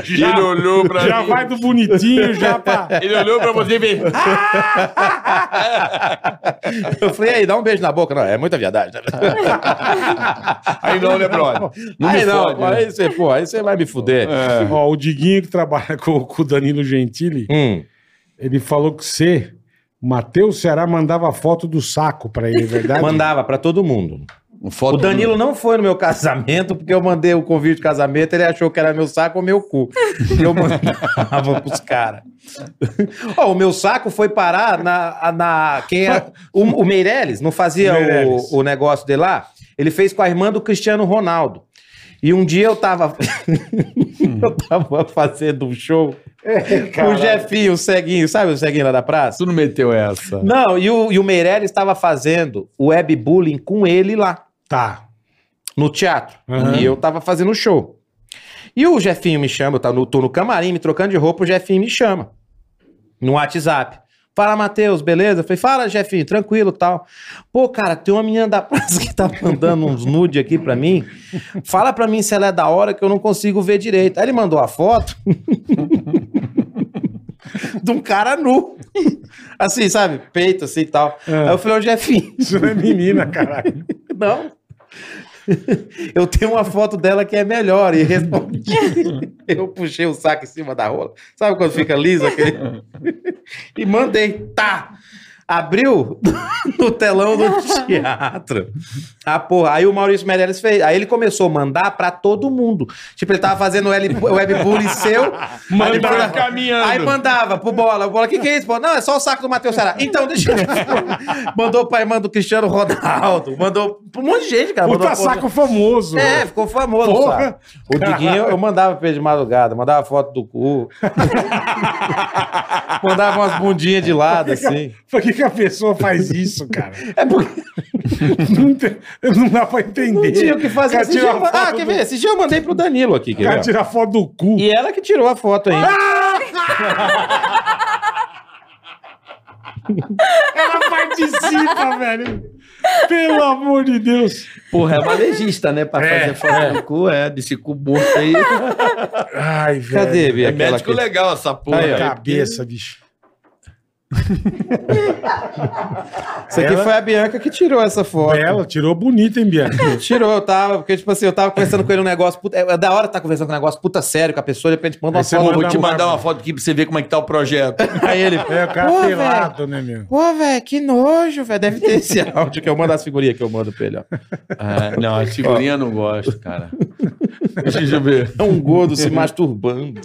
C: Ele olhou pra
B: Já vai do bonitinho,
D: É.
B: já tá. pra...
C: Ele olhou pra você e fez. "Ah!"
D: Eu falei, aí, dá um beijo na boca. Não, é muita viadagem.
C: Aí não, né, brother? Não
D: aí
C: me
D: não,
C: fode, né? É.
D: aí você, pô, aí você vai me fuder.
B: Ó, o Diguinho que trabalha com, com o Danilo Gentili,
D: Hum.
B: ele falou que você, Matheus Ceará, mandava foto do saco pra ele, é verdade?
D: Mandava pra todo mundo.
C: Foto
D: O Danilo não foi no meu casamento, porque eu mandei o convite de casamento, ele achou que era meu saco ou meu cu. Eu mandava pros caras. Ó, o meu saco foi parar na. na quem era, o, o Meirelles, não fazia
B: Meirelles.
D: O, o negócio dele lá? Ele fez com a irmã do Cristiano Ronaldo. E um dia eu tava. eu tava fazendo um show. com o Jefinho, o ceguinho, sabe o ceguinho lá da praça?
C: Tu não meteu essa.
D: Não, e o, e o Meirelles estava fazendo o webbullying com ele lá
B: Tá.
D: no teatro.
B: Aham.
D: E eu tava fazendo show. E o Jefinho me chama, eu tava no, tô no camarim, me trocando de roupa, o Jefinho me chama. No WhatsApp. Fala, Matheus, beleza? Eu falei, fala, Jefinho, tranquilo tal. Pô, cara, tem uma menina da praça que tá mandando uns nude aqui pra mim. Fala pra mim se ela é da hora que eu não consigo ver direito. Aí ele mandou a foto de um cara nu. Assim, sabe? Peito assim e tal. Aí eu falei, ô, Jefinho,
B: Isso não é menina, caralho.
D: não. Eu tenho uma foto dela que é melhor e respondi. Eu puxei o saco em cima da rola. Sabe quando fica liso aquele? E mandei, tá. Abriu no telão do teatro. Ah, porra. Aí o Maurício Meirelles fez. Aí ele começou a mandar pra todo mundo. Tipo, ele tava fazendo web, webbullying seu. aí ele
B: Mandava
D: mandava-
B: caminhando.
D: Aí mandava pro Bola. O Bola, o que, que é isso? Bola? Não, é só o saco do Matheus Ceará. Então, deixa eu... Mandou pra irmã do Cristiano Ronaldo. Mandou pra um monte de gente, cara. Mandou
B: Puta
D: pra-
B: saco famoso.
D: É, ficou famoso,
B: Porra.
D: sabe? O Diguinho, eu mandava pra ele de madrugada. Mandava foto do cu. mandava umas bundinhas de lado, assim.
B: Então, Por que, que a pessoa faz isso, cara?
D: É porque
B: não, tem- não dá pra
D: não
B: entender.
D: tinha o que fazer.
B: Cara,
D: Esse dia
B: tira
D: eu-
B: a foto
D: Ah, quer
B: do-
D: ver? Esse dia eu mandei pro Danilo aqui,
B: O cara um- Ah!
D: quer ver?
B: tira foto do cu.
D: E ela que tirou a foto aí.
B: Ela participa, velho. Pelo amor de Deus.
C: Porra, é varejista, né? Pra fazer
B: É,
C: foto do cu, é, desse cu morto aí.
B: Ai, velho.
D: Cadê, Bia?
C: É
D: aquela
C: médico
D: que-
C: legal essa porra.
D: Aí, ó.
B: Cabeça, bicho.
D: Isso aqui
B: Ela-
D: foi a Bianca que tirou essa foto.
B: Ela tirou bonita, hein, Bianca?
D: Tirou, eu tava, porque, tipo assim, eu tava conversando com ele um negócio. Puta, é da hora tá conversando com um negócio puta sério com a pessoa, de repente manda
B: Aí
D: uma
B: você
D: foto.
B: manda
C: Vou te
B: uma-
C: mandar uma foto aqui pra você ver como é que tá o projeto.
D: Aí ele.
B: É, o cara
D: Pô,
B: pelado, né, meu?
D: Pô, velho, que nojo, velho. Deve ter esse áudio que eu mando as figurinhas que eu mando pra ele, ó.
C: Ah, não, a figurinha eu não gosto, cara. Deixa eu ver.
D: É um gordo se masturbando.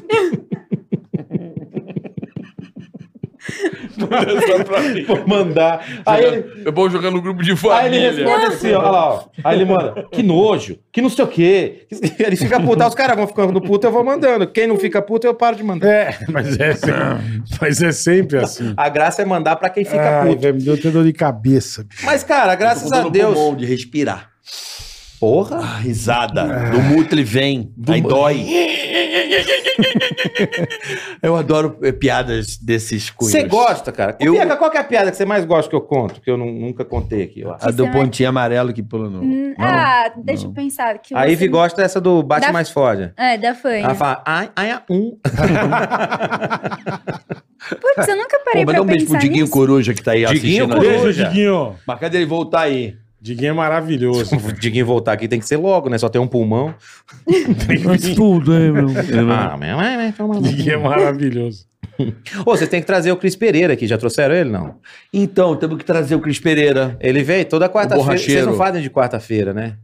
D: Vou mandar. Aí ele,
C: É
G: Eu vou jogar no grupo de
D: aí ele
G: família.
D: responde assim, ó, olha lá, ó. Aí ele manda, que nojo, que não sei o quê. Ele fica puto, aí os caras vão ficando puto, eu vou mandando. Quem não fica puto, eu paro de mandar.
B: É, mas é sempre, mas é sempre assim.
D: A graça é mandar pra quem fica
B: Ai,
D: puto.
B: velho, me deu até dor de cabeça, bicho.
D: Mas, cara,
C: Tô
D: graças
C: com dor
D: a
C: no
D: Deus.
C: pulmão um de respirar.
D: Porra!
C: A risada do Mutli vem, aí dói. eu adoro eh, piadas desses cunhos.
D: Você gosta, cara?
C: Eu-
D: Bianca, qual que é a piada que você mais gosta que eu conto? Que eu nu- nunca contei aqui, eu acho.
C: A do
F: é
C: pontinho amarelo que pula no...
F: ah, deixa eu pensar. Que
D: Aí
F: você-
D: Vi gosta dessa do Bate
F: Dá-
D: Mais Foda.
F: É, da fanha.
D: Ela fala, ai, ai, a- um.
F: Putz, eu nunca parei
C: Pô,
F: pra
C: mandar um beijo pro
F: pensar
C: Diguinho
F: nisso.
C: Coruja que tá aí
D: Diguinho
C: assistindo. a gente.
B: Beijo,
D: Coruja.
B: Diguinho.
C: Mas cadê ele voltar aí?
B: Diguinho é maravilhoso.
D: O Diguinho voltar aqui tem que ser logo, né? Só tem um pulmão.
C: Tudo, hein, meu?
D: Ah, mas- mas- mas- toma lá.
B: Diguinho é maravilhoso.
D: Ô, vocês têm que trazer o Cris Pereira aqui. Já trouxeram ele, não?
C: Então, temos que trazer o Cris Pereira.
D: Ele veio toda quarta-feira.
C: borracheiro.
D: Vocês não fazem de quarta-feira, né?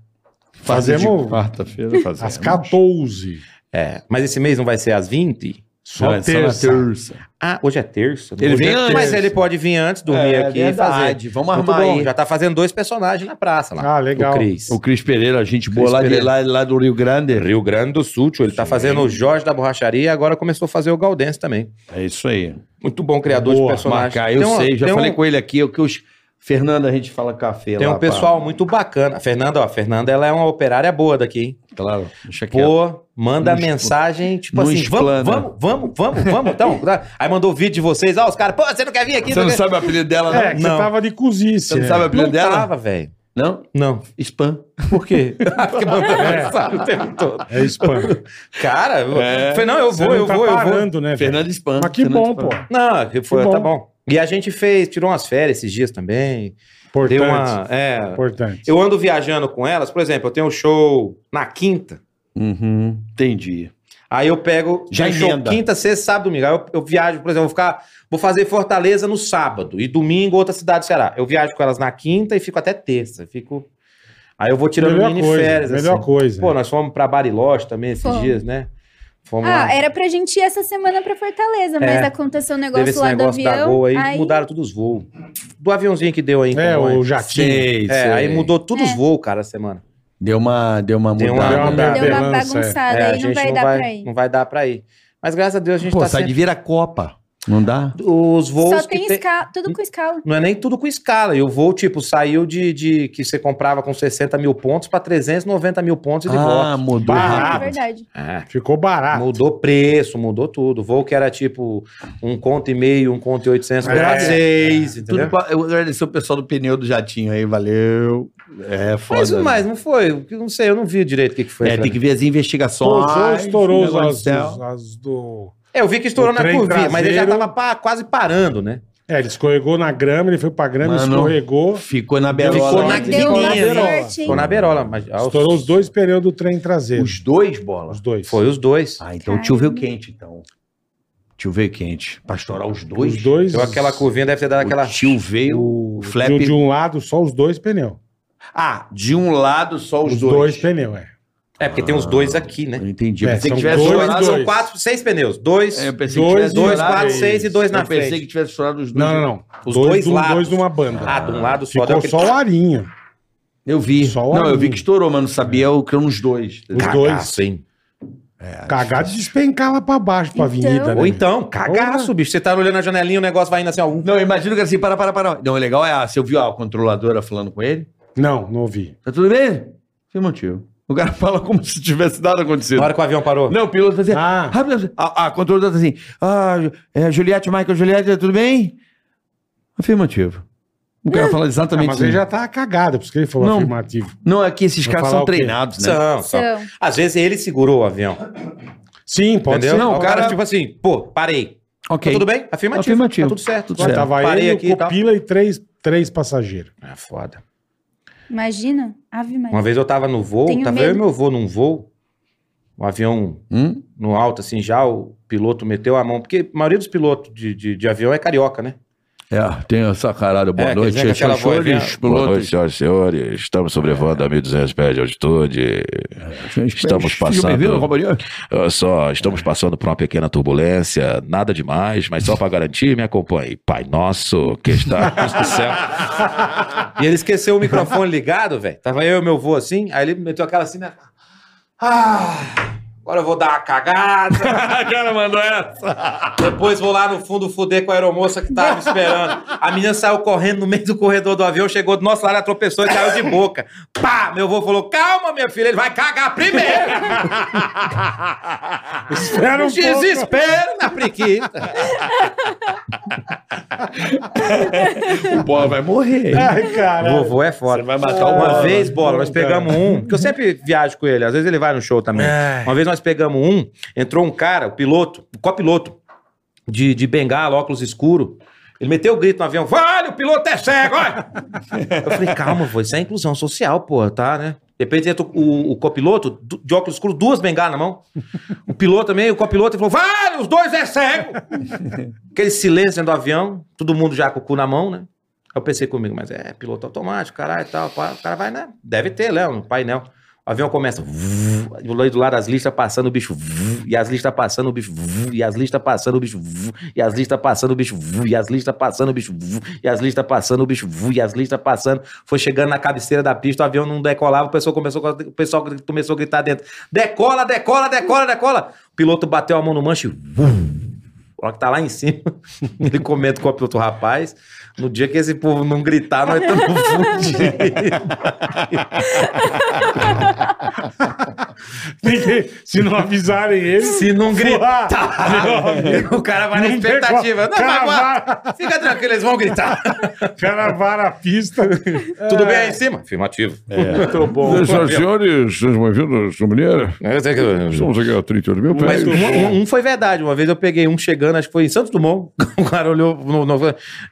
B: Fazemos
C: Fazer de Quarta-feira fazemos.
B: Às 14.
D: É. Mas esse mês não vai ser às 20?
C: Não,
B: Só
C: é só na
B: terça.
C: terça.
D: Ah, hoje é terça.
C: Ele
D: Hoje
C: vem
D: é
C: antes.
D: Mas ele pode vir antes, dormir
C: É,
D: aqui
C: verdade.
D: e fazer.
C: Vamos
D: Muito
C: armar
D: bom.
C: aí.
D: Já tá fazendo dois personagens na praça lá.
B: Ah, legal.
D: O Cris.
C: O Cris Pereira, gente boa lá, de,
D: Pereira.
C: lá, lá do Rio Grande.
D: Rio Grande do Sul, tio. ele tá fazendo o Jorge da Borracharia e agora começou a fazer o Galdense também.
C: É isso aí.
D: Muito bom criador
B: Boa,
D: de personagens.
C: Marcar, eu
D: Tem um-
C: sei, já
D: tem um-
C: falei com ele aqui, é o que os. Fernando, a gente fala café lá.
D: Tem um
C: pá.
D: pessoal muito bacana. A Fernanda, ó, a Fernanda, ela é uma operária boa daqui, hein?
C: Claro, deixa quieto.
D: Pô, manda
C: Não
D: mensagem, tipo
C: não
D: assim, vamos,
C: explana.
D: vamos, vamos, vamos, vamos, então. tá? Aí mandou o vídeo de vocês, ó, os caras, pô, você não quer vir aqui?
C: Você não
D: quer-
C: sabe o apelido dela, não?
B: É, que você
D: Não.
B: tava de cozice.
C: Você
B: né?
C: não sabe o apelido
D: Não tá.
C: dela?
D: tava, velho.
C: Não?
D: Não.
C: Spam.
D: Por quê? Porque mandou
B: É.
D: mensagem o tempo todo.
B: É spam.
D: Cara, eu
C: É.
D: falei, não, eu
B: Você
D: vou, eu
B: não tá
D: vou, eu vou.
B: parando, né, velho?
C: Fernando Spam.
B: Mas que
C: Fernando
B: bom, pô.
C: Spam.
D: Não, que foi,
B: Que bom.
D: tá bom. E a gente fez, tirou umas férias esses dias também.
B: Importante.
D: Deu uma. É.
B: Importante.
D: Eu ando viajando com elas, por exemplo, eu tenho um show na quinta.
C: Uhum, entendi.
D: Aí eu pego.
C: Já
D: tem show
C: emenda.
D: Quinta, sexta, sábado, domingo. Aí eu, eu viajo, por exemplo, vou ficar. Vou fazer Fortaleza no sábado e domingo outra cidade do Ceará. Eu viajo com elas na quinta e fico até terça. Fico. Aí eu vou tirando
B: melhor
D: mini
B: coisa,
D: férias.
B: melhor
D: assim.
B: coisa.
D: Pô, nós fomos pra Bariloche também esses
F: Fomos.
D: dias, né? Fomos
F: Ah,
D: lá.
F: era pra gente ir essa semana pra Fortaleza, mas
D: É.
F: aconteceu um
D: Teve
F: negócio
D: esse
F: lá do
D: negócio da
F: avião.
D: Gol aí, mudaram todos os voos. Do aviãozinho que deu aí. em
B: é,
D: Congonhas.
B: o Jaquinho.
C: Sei,
D: É,
C: sei.
D: aí mudou todos os voos, cara, essa semana.
C: Deu uma, deu uma
D: Deu uma-
C: mudada.
B: Deu uma
D: Deu
F: Deu uma
B: bagunça, é.
F: bagunçada
D: É, a
F: aí, não
D: gente
F: vai dar pra ir.
D: Não vai dar pra ir. Mas graças a Deus a gente
C: Pô,
D: tá
C: sai de
D: sempre...
C: vira Copa. Não dá?
D: Os voos
F: Só tem
D: que tem...
F: escala, tudo com escala.
D: Não é nem tudo com escala. E o voo, tipo, saiu de, de que você comprava com 60 mil pontos pra 390 mil pontos e de volta.
C: Ah, mudou.
B: Bah.
F: É
B: Ah,
F: verdade.
D: É.
B: Ficou barato.
D: Mudou preço, mudou tudo. O voo que era tipo um conto e meio, um conto e 800,
B: É.
D: é. seis, entendeu?
C: Tudo pra- Eu agradecer o pessoal do pneu do Jatinho aí, valeu. É foda.
D: Mas, mas não foi, eu não sei, eu não vi direito o que, que foi.
C: É, tem que ver as
B: Estourou,
C: investigações.
B: estourou
C: negócio do
B: as,
C: céu.
B: as, as do.
D: É, eu vi que estourou
B: O
D: na
B: trem
D: curvinha, mas ele já
B: traseiro-
D: tava pa- quase parando, né?
B: É, ele escorregou na grama, ele foi pra grama,
C: Mano.
B: escorregou.
C: Ficou na
D: Ficou
C: berola. lá.
D: na
F: Deu uma
B: né?
D: pequenininha,
F: sorte, hein?
D: Ficou na berola. Mas,
B: Estourou os dois pneus do trem traseiro.
C: Os dois bola?
B: Os dois.
G: Ah,
D: Foi os dois.
C: Ah, então o tio veio quente, então. Tio veio quente. Pastoral os dois?
B: Os dois.
D: Então aquela curvinha deve ter dado
C: O
D: aquela.
C: tio veio,
B: o-
C: o flap...
B: de, de um lado, só os dois pneus.
C: Ah, de um lado só os,
B: Os dois,
C: dois.
B: pneus, é.
D: É, porque tem os dois aqui, né?
C: Eu entendi. Eu
B: É,
C: pensei que
B: são
C: tivesse
B: dois,
C: chorado.
B: dois. É,
D: São quatro, seis pneus. Dois.
C: Eu pensei que
B: Dois,
C: tivesse
D: dois,
C: chorado.
D: quatro, seis e dois na
C: Eu pensei
D: frente.
C: que tivesse chorado os dois.
B: Não, não, não.
D: Os dois
B: de um-
D: lados.
B: dois de uma banda.
D: Ah, de um lado só. deu
B: Ficou
D: aquele-
B: só o arinho.
C: Eu vi.
B: Só um. É.
C: não, eu vi
B: ali.
C: que estourou, mas não sabia o que eram os dois.
B: Os dois.
D: Cagaço, hein?
B: Cagar de despencar lá pra baixo, pra
F: Então-
B: avenida.
D: Ou
B: né?
D: então, cagaço, bicho. Você tá olhando a janelinha, o negócio vai indo assim, ó. um-
C: Não, imagina que assim, para, para, para. Não, o legal é, ah, você viu a controladora falando com ele?
B: Não, não ouvi.
C: Tá tudo bem? Sem motivo. O cara fala como se tivesse nada acontecido.
D: Na hora que o avião parou.
C: Não, o piloto tá assim,
B: Ah.
C: rápido. A, a controladora tá assim, ah, Ju- é, Juliette, Michael, Juliette, tudo bem? Afirmativo. O cara fala
B: Ah,
C: exatamente
B: mas
C: assim.
B: ele já tá cagado, por isso que ele falou
C: Não.
B: afirmativo.
C: Não, é que esses
B: Vai
C: caras
B: falar
C: são
B: o quê?
C: treinados, né?
D: São, são.
F: São.
D: Às vezes ele segurou o avião.
B: Sim, pode
D: entendeu?
B: ser.
C: Não,
D: Aí
C: o cara-
D: tipo assim, pô, parei.
C: Ok.
D: Tá tudo bem? Afirmativo.
C: Afirmativo.
D: Tá tudo certo.
C: Tudo
D: Ó,
B: Mas
C: certo.
B: tava
D: Parei
B: ele,
D: aqui e
B: o
D: tal.
B: copila e três, três passageiros.
D: É foda.
F: Imagina. Ave Maria.
D: Uma vez eu tava no voo,
F: Tenho
D: tava
F: medo.
D: eu e meu voo num voo, um avião
C: Hum?
D: no alto, assim, já o piloto meteu a mão, porque a maioria dos pilotos de, de, de avião é carioca, né?
C: É, tem essa caralho. Boa
D: É, que
C: noite,
D: vem com aquela
C: senhores,
D: voz, né?
C: pilotos.
M: Boa noite, senhoras e senhores. Estamos sobrevoando a 1.200 pés de altitude. Estamos passando-
C: Bem-vindo, companheiro.
M: Olha só, estamos passando por uma pequena turbulência. Nada demais, mas só para garantir, me acompanhe. Pai nosso, que está no céu.
D: E ele esqueceu o microfone ligado, velho. Tava eu e meu voo assim, aí ele meteu aquela assim, né? Ah, agora eu vou dar uma cagada. cara mandou essa. Depois vou lá no fundo fuder com a aeromoça que tava me esperando. A menina saiu correndo no meio do corredor do avião, chegou do nosso lado, tropeçou e caiu de boca. Pá! Meu voo falou: calma, minha filha, ele vai cagar primeiro.
B: Espera um pouco.
D: Desespero na priquita.
C: O Bola vai morrer.
B: Ai, caralho.
D: Vovô é foda.
C: vai matar o
D: Uma
C: Bola. né?
D: vez, bola, nós pegamos um. Porque eu sempre viajo com ele, às vezes ele vai no show também. Uma vez nós pegamos um, entrou um cara, o piloto, o copiloto, de, de bengala, óculos escuro. Ele meteu o grito no avião, vale, o piloto é cego, olha! eu falei, calma, vô, isso é inclusão social, pô, tá, né? De repente entra o, o copiloto, du- de óculos escuros, duas bengalas na mão. O piloto também, o copiloto, ele falou, vale, os dois é cego! Aquele silêncio dentro do avião, todo mundo já com o cu na mão, né? Eu pensei comigo, mas é piloto automático, caralho e tal. pá, O cara vai, né? Deve ter, Léo, no painel. O avião começa. vuv, Do lado do lado as listas passando, o bicho. vuv, E as listas passando, o bicho. vuv, E as listas passando, o bicho. vuv, E as listas passando, o bicho. vuv, E as listas passando, o bicho. vuv, E as listas passando, o bicho. vuv, E as listas passando. Foi chegando na cabeceira da pista, o avião não decolava, o pessoal começou, o pessoal começou a gritar dentro: decola, decola, decola, decola. O piloto bateu a mão no manche. vuv, a hora que tá lá em cima, ele comenta com o outro rapaz. No dia que esse povo não gritar, nós estamos fudidos.
B: Tem que- se não avisarem ele.
D: Se não gritar,
B: Meu amigo,
D: o cara vai na
B: Não
D: expectativa.
B: tem
D: Não,
B: como.
D: vai,
B: Cara,
D: vai. Fica tranquilo, eles vão gritar.
B: O cara vara a pista.
D: Tudo bem aí em cima? Afirmativo.
B: Muito bom.
M: Senhoras e senhores, sejam bem-vindos, companheiro. Estamos aqui a 38 mil
D: Mas um, um- um foi verdade. Uma vez eu peguei um chegando, acho que foi em Santos Dumont. O cara olhou. No, no-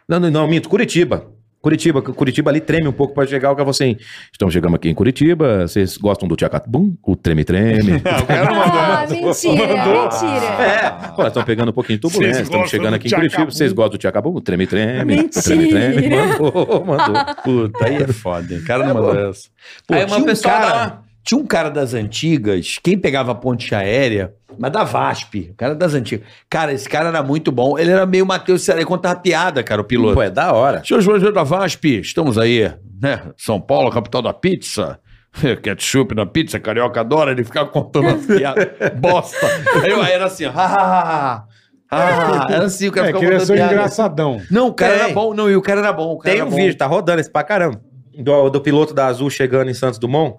D: não, não, não, minto, Curitiba. Curitiba, que Curitiba ali treme um pouco pra chegar. O cara falou assim: estamos chegando aqui em Curitiba, vocês gostam do Tchacatbum? O treme-treme.
F: Ah, mentira, mentira.
D: É, pô, estão pegando um pouquinho de turbulência,
B: Vocês
D: estamos
B: gostam
D: chegando
B: do
D: aqui em Curitiba,
B: Tchacabum?
D: vocês gostam do Tchacabum? Treme, treme,
F: Mentira.
D: treme, treme, mandou, mandou.
C: Puta, aí é foda, hein? O cara não mandou essa. Pô,
D: Aí uma
C: tinha, um
D: pessoa dá
C: cara,
D: uma-
C: tinha um cara das antigas, quem pegava a ponte aérea, mas da VASP, o cara das antigas. Cara, esse cara era muito bom. Ele era meio Matheus Ceará, ele contava piada, cara, o piloto.
D: Pô, é da hora.
C: Senhores, bom da VASP, estamos aí, né? São Paulo, capital da pizza. Ketchup na pizza, carioca adora, ele ficava contando as piadas. Bosta. Aí eu aí era assim, ó, "Ha, ha, ha, ha." Ah, era assim, o cara
B: É,
C: ficava
B: queria
C: contando
B: ser um
C: piada.
B: engraçadão.
C: Não, o cara
D: Tem.
C: era bom, não, e o cara era bom. o cara
D: Tem
C: era
D: um
C: bom.
D: vídeo, tá rodando esse pra caramba, do, do piloto da Azul chegando em Santos Dumont.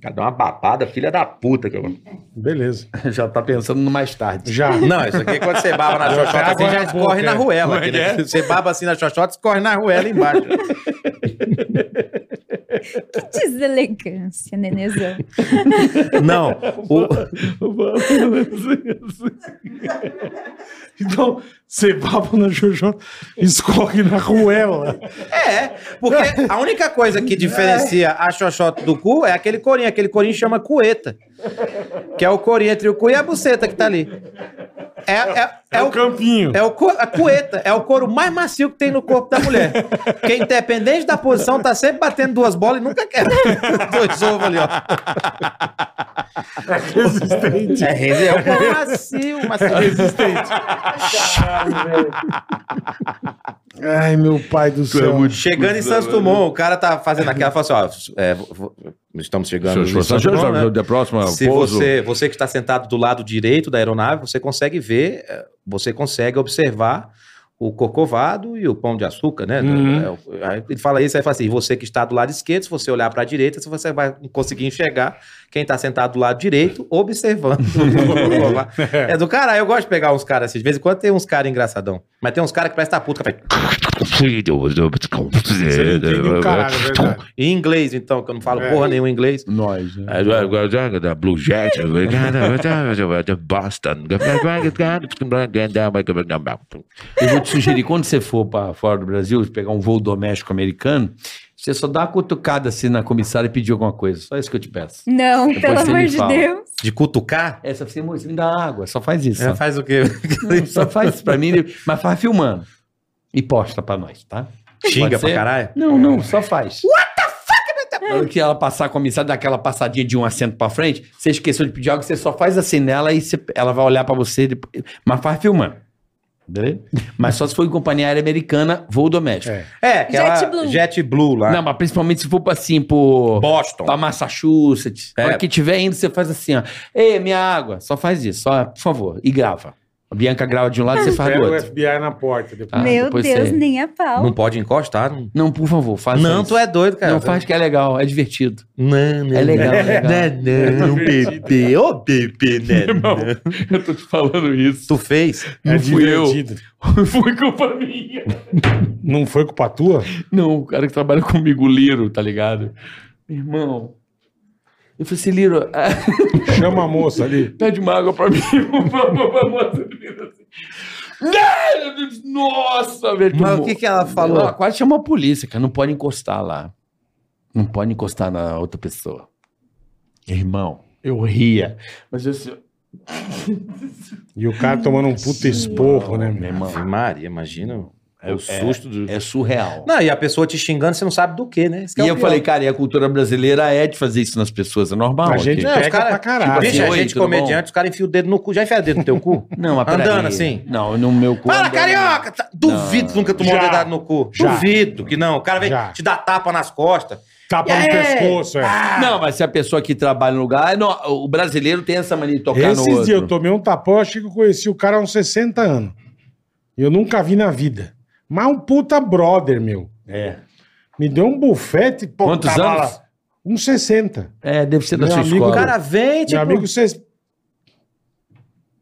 D: Cara, dá uma babada, filha da puta. Que eu...
B: Beleza.
C: Já tá pensando no mais tarde.
B: Já.
D: Não, isso aqui é quando você baba na xoxota, assim,
B: água
D: já
B: na boca,
D: escorre na
B: é.
D: ruela. aqui, né? Você baba assim na xoxota, escorre na ruela embaixo.
B: É.
F: Que deselegância, nenezão.
D: Não, o-
C: assim,
B: Então, você baba na Jojo, escorre na ruela.
D: É, porque a única coisa que diferencia a xoxota do cu é aquele corinho. Aquele corinho chama cueta. Que é o corinho entre o cu e a buceta que tá ali. É, é,
B: É, o campinho.
D: É o co- a cueta, é o couro mais macio que tem no corpo da mulher. Porque independente da posição, tá sempre batendo duas bolas e nunca quebra. Dois ovos ali, ó.
B: resistente.
D: É, resi- é o couro macio, macio.
B: resistente. Ai, meu pai do
C: é
M: É
B: céu.
D: Chegando em Santos Dumont, o cara tá fazendo aquela, fala assim, ó, é, vo- vo- estamos chegando em Santos Dumont, né?
N: Da
M: Ah,
N: próxima,
D: Se você, você que está sentado do lado direito da aeronave, você consegue ver, eh, você consegue observar o corcovado e o pão de açúcar, né?
B: Uhum.
D: É, o- aí Ele fala isso, aí fala assim: você que está do lado esquerdo, se você olhar para a direita, você vai conseguir enxergar quem está sentado do lado direito, observando. o corcovado. é do cara, eu gosto de pegar uns caras assim, de vez em quando tem uns caras engraçadão, mas tem uns caras que parece estar puto, que faz-
B: Você não entende
C: né?
B: um
M: Né?
B: caralho, é verdade.
D: em inglês, então, que eu não falo
B: É.
D: porra nenhuma em inglês.
N: Nós, né?
M: Da Blue Jet. Boston.
C: Eu vou te sugerir, quando você for para fora do Brasil, pegar um voo doméstico americano, você só dá uma cutucada assim na comissária e pedir alguma coisa. Só isso que eu te peço.
F: Não,
C: Depois
F: pelo
C: você
F: amor
C: me
F: de
C: fala.
F: Deus.
D: De cutucar?
C: É, só você, "Moço, me dá água, só faz isso.
D: É,
C: só.
D: faz o quê?
C: Só faz isso pra mim, mas faz filmando. E posta pra nós, tá?
D: Xinga
C: Pode
D: pra
C: ser?
D: caralho?
C: Não, não, só faz. What the fuck? Na hora que ela passar a comissária, dá aquela passadinha de um assento pra frente, você esqueceu de pedir algo, você só faz assim nela e você- ela vai olhar pra você, depois- mas faz filmando. Beleza? Mas só se for em companhia aérea americana, voo doméstico.
B: É.
D: É, aquela JetBlue
F: JetBlue.
D: lá.
C: Não, mas principalmente se for pra assim, por.
D: Boston.
C: Pra Massachusetts.
D: É.
C: Na hora que tiver indo, você faz assim, ó. Ei, minha água. Só faz isso, só, por favor. E grava. A Bianca grava de um lado, você faz do
N: É,
B: Espera o
C: outro.
B: FBI na porta depois.
C: Ah,
F: Meu
C: depois
F: Deus,
C: você-
F: nem a pau.
D: Não pode encostar. Não,
C: Não, por favor, faz
D: não
C: isso.
D: tu é doido, cara.
C: Não faz que é legal, é divertido.
D: Não, não.
C: É
D: Né,
C: legal, é legal.
D: Não, não, bebê. Ô, bebê, né?
N: Eu tô te falando isso.
D: Tu fez?
B: É
N: Não fui eu.
B: divertido.
N: Foi culpa minha.
B: Não foi culpa tua?
N: Não, o cara que trabalha comigo, o Liro, tá ligado?
C: Meu irmão. Eu falei assim, Liro, ah,
B: Chama a moça ali.
N: Pede uma água pra mim.
C: assim. Né?
N: Nossa, velho.
D: Mas o que, que ela
C: ela
D: falou?
C: quase chamou a polícia, cara. Não pode encostar lá. Não pode encostar na outra pessoa. Irmão, eu ria. Mas eu assim,
B: E o cara tomando um puta esporro, né, meu?
C: irmão,
D: Maria, imagina o
C: É-
D: susto do...
C: é surreal.
D: Não, e a pessoa te xingando, você não sabe do que, né? Esse que
C: E
D: é o
C: eu
D: pior.
C: falei, cara, e a cultura brasileira é de fazer isso nas pessoas, é normal.
B: A
C: aqui.
B: gente
D: Não, os
B: pega
D: cara-
B: pra caralho.
D: Bicho, a
C: Oi,
D: gente
C: tudo
D: comediante, os caras enfiam o dedo no cu. Já enfiaram o dedo no teu cu?
C: Não, mas
D: Andando
C: peraí.
D: assim?
C: Não, no meu cu.
D: Fala,
C: andando-
D: carioca! Tá- Duvido que nunca tomou
B: Já.
D: uma dedada no cu.
B: Já.
D: Duvido que não. O cara vem
B: Já.
D: te dar tapa nas costas.
B: Tapa
D: É.
B: no pescoço, é.
C: Não, mas se a pessoa que trabalha no lugar. não, o brasileiro tem essa mania de tocar no
B: Esses
C: outro.
B: dias eu tomei um tapão, achei que eu conheci o cara há uns 60 anos. E Eu nunca vi na vida. Mas um puta brother, meu.
C: É.
B: Me deu um bufete. Pô,
C: Quantos
B: tava
C: anos?
B: lá. Uns 60.
C: É, deve ser da
B: Meu
C: sua
B: amigo,
C: escola.
D: O cara vem, tipo...
B: Meu amigo, vocês...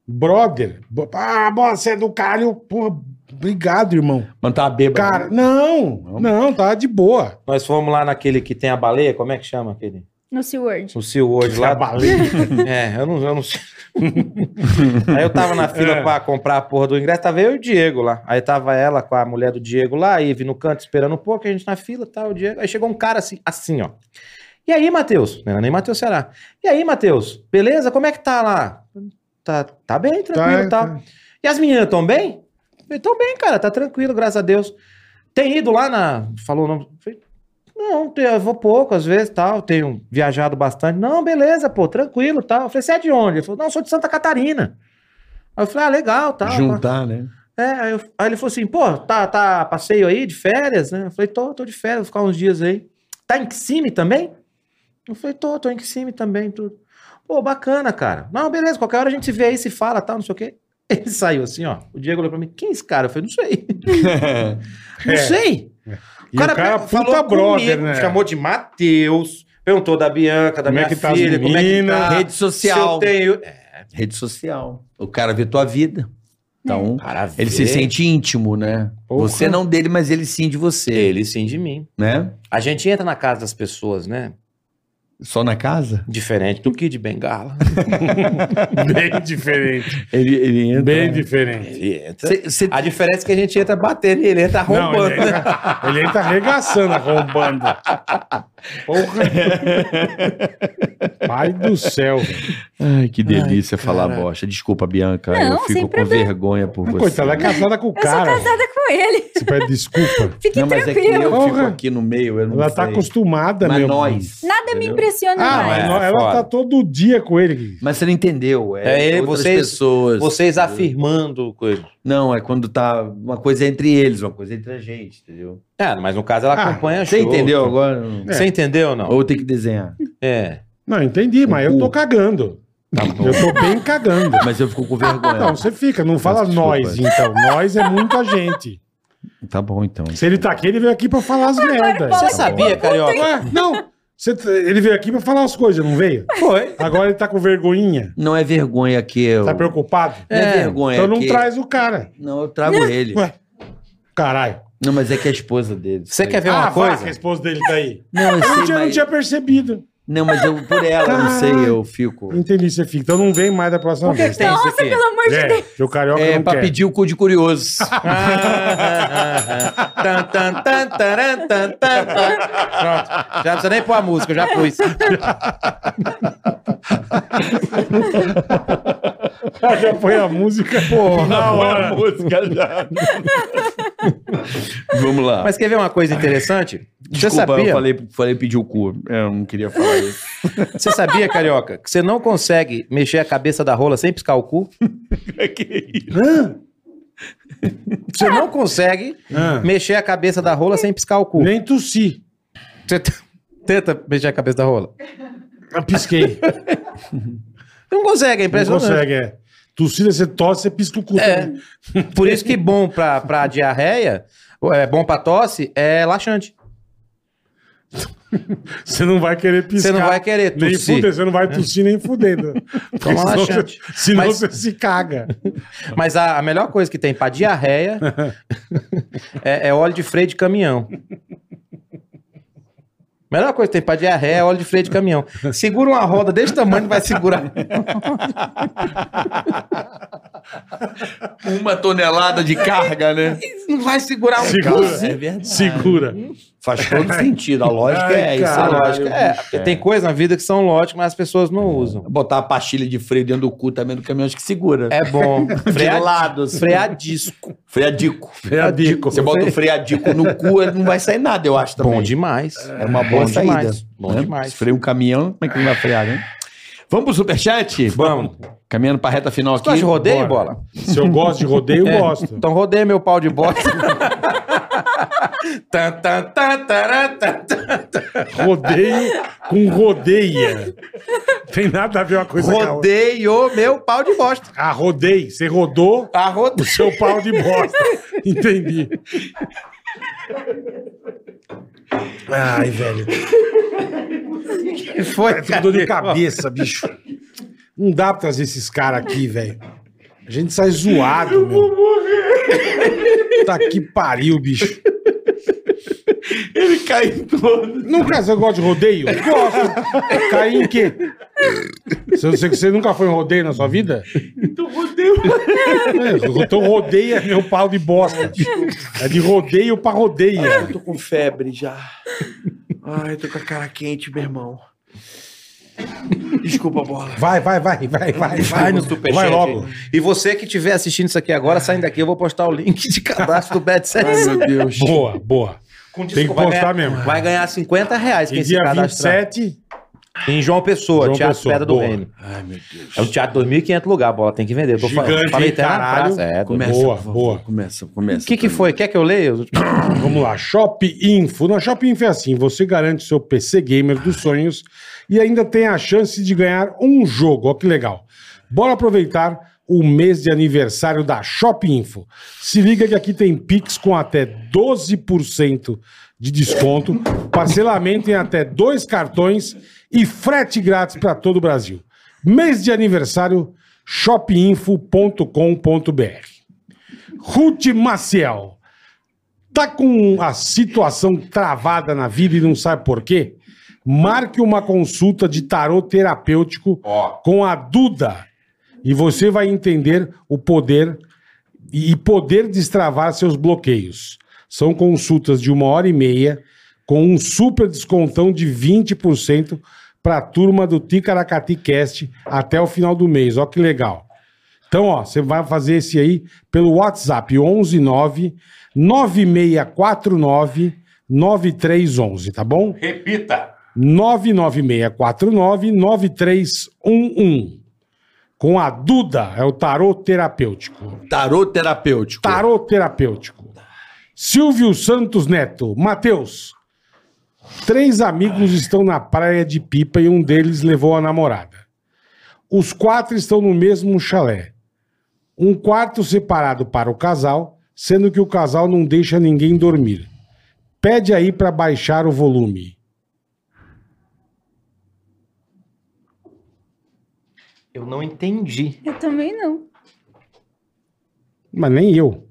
B: Brother. Bo- Ah, bola, você é do caralho. Porra, obrigado, irmão.
C: Mas tava bêbado.
B: Cara, não. Não, tá de boa.
D: Nós fomos lá naquele que tem a baleia, como é que chama aquele?
F: No SeaWorld.
D: O SeaWorld lá.
B: Tá baleia.
D: É, eu não, eu não sei. Aí eu tava na fila pra comprar a porra do ingresso, tava eu e o Diego lá. Aí tava ela com a mulher do Diego lá, a Ive no canto esperando um pouco, a gente na fila, tá, o Diego. Aí chegou um cara assim, assim, ó. E aí, Matheus? Não era nem Matheus Ceará. E aí, Matheus? Beleza? Como é que tá lá? Tá, tá bem, tranquilo
B: Tá,
D: e tal.
B: tá.
D: E as meninas estão bem? Estão bem, cara, tá tranquilo, graças a Deus. Tem ido lá na. Falou o nome. Falei, Não, te- eu vou pouco, às vezes tal. Tenho viajado bastante. Não, beleza, pô, tranquilo tal. Eu falei, você é de onde? Ele falou, não, eu sou de Santa Catarina. Aí eu falei, ah, legal, tal.
C: Juntar, né?
D: É, aí, eu- aí ele falou assim, pô, tá, tá passeio aí de férias, né? Eu falei, tô, tô de férias, vou ficar uns dias aí. Tá em Kissimmee também? Eu falei, tô, tô em Kissimmee também, tudo. Pô, bacana, cara. Não, beleza, qualquer hora a gente se vê aí, se fala, tal, não sei o quê. Ele saiu assim, ó. O Diego olhou pra mim, quem é esse cara? Eu falei, não sei. não
B: É.
D: sei.
B: E o cara, é
D: pe-
B: puta brother, né?
D: chamou de Matheus, perguntou da Bianca, da
B: Como é
D: minha
B: que tá as
D: filha, como é que
B: meninas?
D: tá.
C: Rede social.
D: Se eu tenho...
C: Rede social. O cara vê tua vida. Então,
D: Maravilha.
C: ele se sente íntimo, né?
B: Porra.
C: Você não dele, mas ele sim de você,
D: Ele sim de mim.
C: né?
D: A gente entra na casa das pessoas, né?
C: Só na casa?
D: Diferente do Kid Bengala.
B: Bem diferente.
C: Ele, ele entra.
B: Bem diferente.
D: Ele entra.
C: Cê- cê-
D: A diferença é que a gente entra batendo e ele entra
B: Não,
D: arrombando.
B: ele, entra, ele entra arregaçando, arrombando. Porra. Pai do céu. velho.
C: Ai, que delícia falar bosta. Desculpa, Bianca. eu
F: Não,
C: fico
F: sem
C: com
F: problema.
C: vergonha por você.
B: Coitada, ela é casada com o
F: Eu sou
B: cara.
F: casada com ele.
B: Você pede desculpa.
F: Fique
C: não, mas é que
F: tranquilo.
C: eu
B: Porra.
C: fico aqui no meio, eu não
B: Ela
C: sei.
B: tá acostumada,
C: Mas
B: meu.
C: nós.
F: Nada me
C: entendeu?
F: impressiona
B: Ah,
F: mais.
B: mas
D: é
B: nó- ela
D: foda.
B: tá todo dia com ele.
C: Mas você não entendeu. É,
D: É,
C: outras
D: vocês-
C: pessoas.
D: Vocês afirmando coisa.
C: Não, é quando tá uma coisa entre eles, uma coisa entre a gente, entendeu?
D: É, mas no caso ela
B: Ah, É.
D: acompanha a
C: Você
D: show.
C: entendeu agora?
D: Você entendeu ou não?
C: Ou tem que desenhar?
D: É.
B: Não, entendi, mas eu tô cagando. Eu tô bem cagando.
C: Tá Mas eu fico com vergonha.
B: Não, você fica, não fala
C: Desculpa.
B: nós, então. Nós é muita gente.
C: Tá bom, então.
B: Se ele tá aqui, ele veio aqui pra falar as merdas.
F: Paulo,
D: Você sabia, Carioca?
B: Ué, não, Você t- ele veio aqui pra falar as coisas, não veio?
D: Foi.
B: Agora ele tá com vergonhinha.
C: Não é vergonha que eu...
B: Tá preocupado?
C: Não é, vergonha
B: Então não
C: que...
B: traz o cara.
C: Não, eu trago ele.
B: Ué, caralho.
C: Não, mas é que é a esposa dele.
D: Você quer ver
B: Ah,
D: uma
B: vá,
D: coisa?
B: que a esposa dele tá aí.
C: Não, eu
B: Eu não
C: sei,
B: tinha, não
C: mas...
B: tinha percebido.
C: Não, mas eu por ela, eu não sei, eu fico...
B: Entendi, você fica. Então não vem mais da próxima
D: Por que
B: vez.
D: que tá- tem isso
F: Nossa,
D: aqui?
F: pelo amor de Deus.
B: É, que o carioca
C: É,
B: não
C: pra
B: quer.
C: pedir o cu de curioso.
D: Ah, ah, ah. Tan, tan, tan, taran, tan, tan, tan. Pronto. Já não precisa nem pôr a música, eu já pus.
B: Já foi a música. Porra, na hora.
C: Vamos lá.
D: Mas quer ver uma coisa interessante? Você
C: Desculpa, eu
D: sabia,
C: falei, falei pedir o cu. É, Eu não queria falar isso.
D: você sabia, Carioca, que você não consegue mexer a cabeça da rola sem piscar o cu? Você não consegue
B: Ah,
D: mexer a cabeça da rola sem piscar o cu.
B: nem tossi.
D: Você t- tenta mexer a cabeça da rola.
B: Eu pisquei.
D: Não consegue, é
B: Não
D: impressionante.
B: consegue, é. Tossida, você tosse, você pisca o cu.
D: É.
B: também.
D: Por isso que bom pra, pra diarreia, é bom pra tosse, é laxante.
B: Você não vai querer piscar.
D: Você não vai querer
B: Nem
D: tossir.
B: fuder, você não vai tossir nem né? fudendo. Porque
D: Toma
B: senão
D: laxante.
B: você- senão
D: Então, Mas-
B: você se caga.
D: Mas a, a melhor coisa que tem pra diarreia é, é óleo de freio de caminhão. Melhor coisa que tem pra diarreia é óleo de freio de caminhão. Segura uma roda desse tamanho que vai segurar.
C: Uma tonelada de carga, né?
D: Não vai segurar um
B: Segura.
D: carro.
C: É verdade.
B: Segura.
C: Faz todo sentido. A lógica
B: Ai,
C: é isso.
D: A
B: caralho,
D: lógica é, porque tem coisa na vida que são lógicas, mas as pessoas não usam.
C: Botar a pastilha de freio dentro do cu também do caminhão, acho que segura.
D: É bom.
C: freio
D: Frear,
C: assim.
D: freadisco.
C: Freadico.
B: Freadico.
C: Você bota o freadico no cu, não vai sair nada, eu acho também.
D: Bom demais.
C: É uma boa
D: Bom
C: saída.
D: demais. Bom
C: né?
D: demais.
C: Se freia um caminhão, como é que não vai frear, né? Vamos pro superchat?
D: Vamos.
C: Caminhando pra reta final
D: Tu
C: aqui.
D: acha de rodeio,
B: Bora.
D: bola?
B: Se eu gosto de rodeio, eu
D: É.
B: gosto.
D: Então rodeia meu pau de bosta. Tan, tan, tan, taran, tan, tan.
B: Rodeio com rodeia. Tem nada a ver uma coisa com a outra.
D: Rodeio meu pau de bosta.
B: Ah, rodei. Você rodou
D: A
B: o
D: rodeio.
B: seu pau de bosta. Entendi. Ai, velho.
D: Foi,
B: Fico com dor de cabeça, bicho. Não dá pra trazer esses caras aqui, velho. A gente sai zoado, eu meu. Vou morrer. Tá que pariu, bicho.
C: Ele caiu todo.
B: Nunca você gosta de rodeio? Gosto. Cair em quê? Você, você, você nunca foi em rodeio na sua vida? Então rodeio. então rodeia meu pau de bosta. É de rodeio pra rodeia.
C: Tô com febre já. Ai, tô com a cara quente, meu irmão. Desculpa, bola.
B: Vai, vai, vai, vai, vai.
D: Vai no superchat.
B: Vai logo.
D: aí. E você que estiver assistindo isso aqui agora, saindo daqui, eu vou postar o link de cadastro do Bet 7.
C: Meu Deus.
B: Boa, boa. Tem que
D: vai
B: postar
D: ganhar,
B: mesmo.
D: Vai ganhar 50 reais
B: E
D: quem se
B: dia
D: cadastrar.
B: 27...
D: Em João Pessoa,
B: João
D: Teatro
B: Pessoa,
D: Pedra do
B: boa.
D: Reino. Ai, meu Deus. É um teatro 2.500 lugar, bola, tem que vender. Eu tô falando-
B: Gigante,
D: falei até na
B: caralho.
D: praça, É,
C: Começa,
B: Boa,
C: por favor,
B: boa.
C: Começa, começa.
D: O que, que foi? Quer que eu leia?
B: Vamos lá, Shop Info. Na Shop Info é assim: você garante seu PC gamer dos sonhos e ainda tem a chance de ganhar um jogo. Olha que legal. Bora aproveitar o mês de aniversário da Shop Info. Se liga que aqui tem Pix com até 12% de desconto, parcelamento em até dois cartões e frete grátis para todo o Brasil. Mês de aniversário, shopinfo.com.br. Ruth Maciel. Tá com a situação travada na vida e não sabe por quê? Marque uma consulta de tarô terapêutico com a Duda e você vai entender o poder e poder destravar seus bloqueios. São consultas de uma hora e meia com um super descontão de 20% para a turma do Ticaracati Cast até o final do mês. Ó que legal. Então, ó, você vai fazer esse aí pelo WhatsApp 119 9649 9311, tá bom?
M: Repita.
B: 99649 9311. Com a Duda, é o tarô terapêutico.
C: Tarô terapêutico.
B: Tarô terapêutico. Silvio Santos Neto. Matheus, três amigos estão na praia de Pipa e um deles levou a namorada. Os quatro estão no mesmo chalé. Um quarto separado para o casal, sendo que o casal não deixa ninguém dormir. Pede aí para baixar o volume.
D: Eu não entendi.
F: Eu também não.
B: Mas nem eu.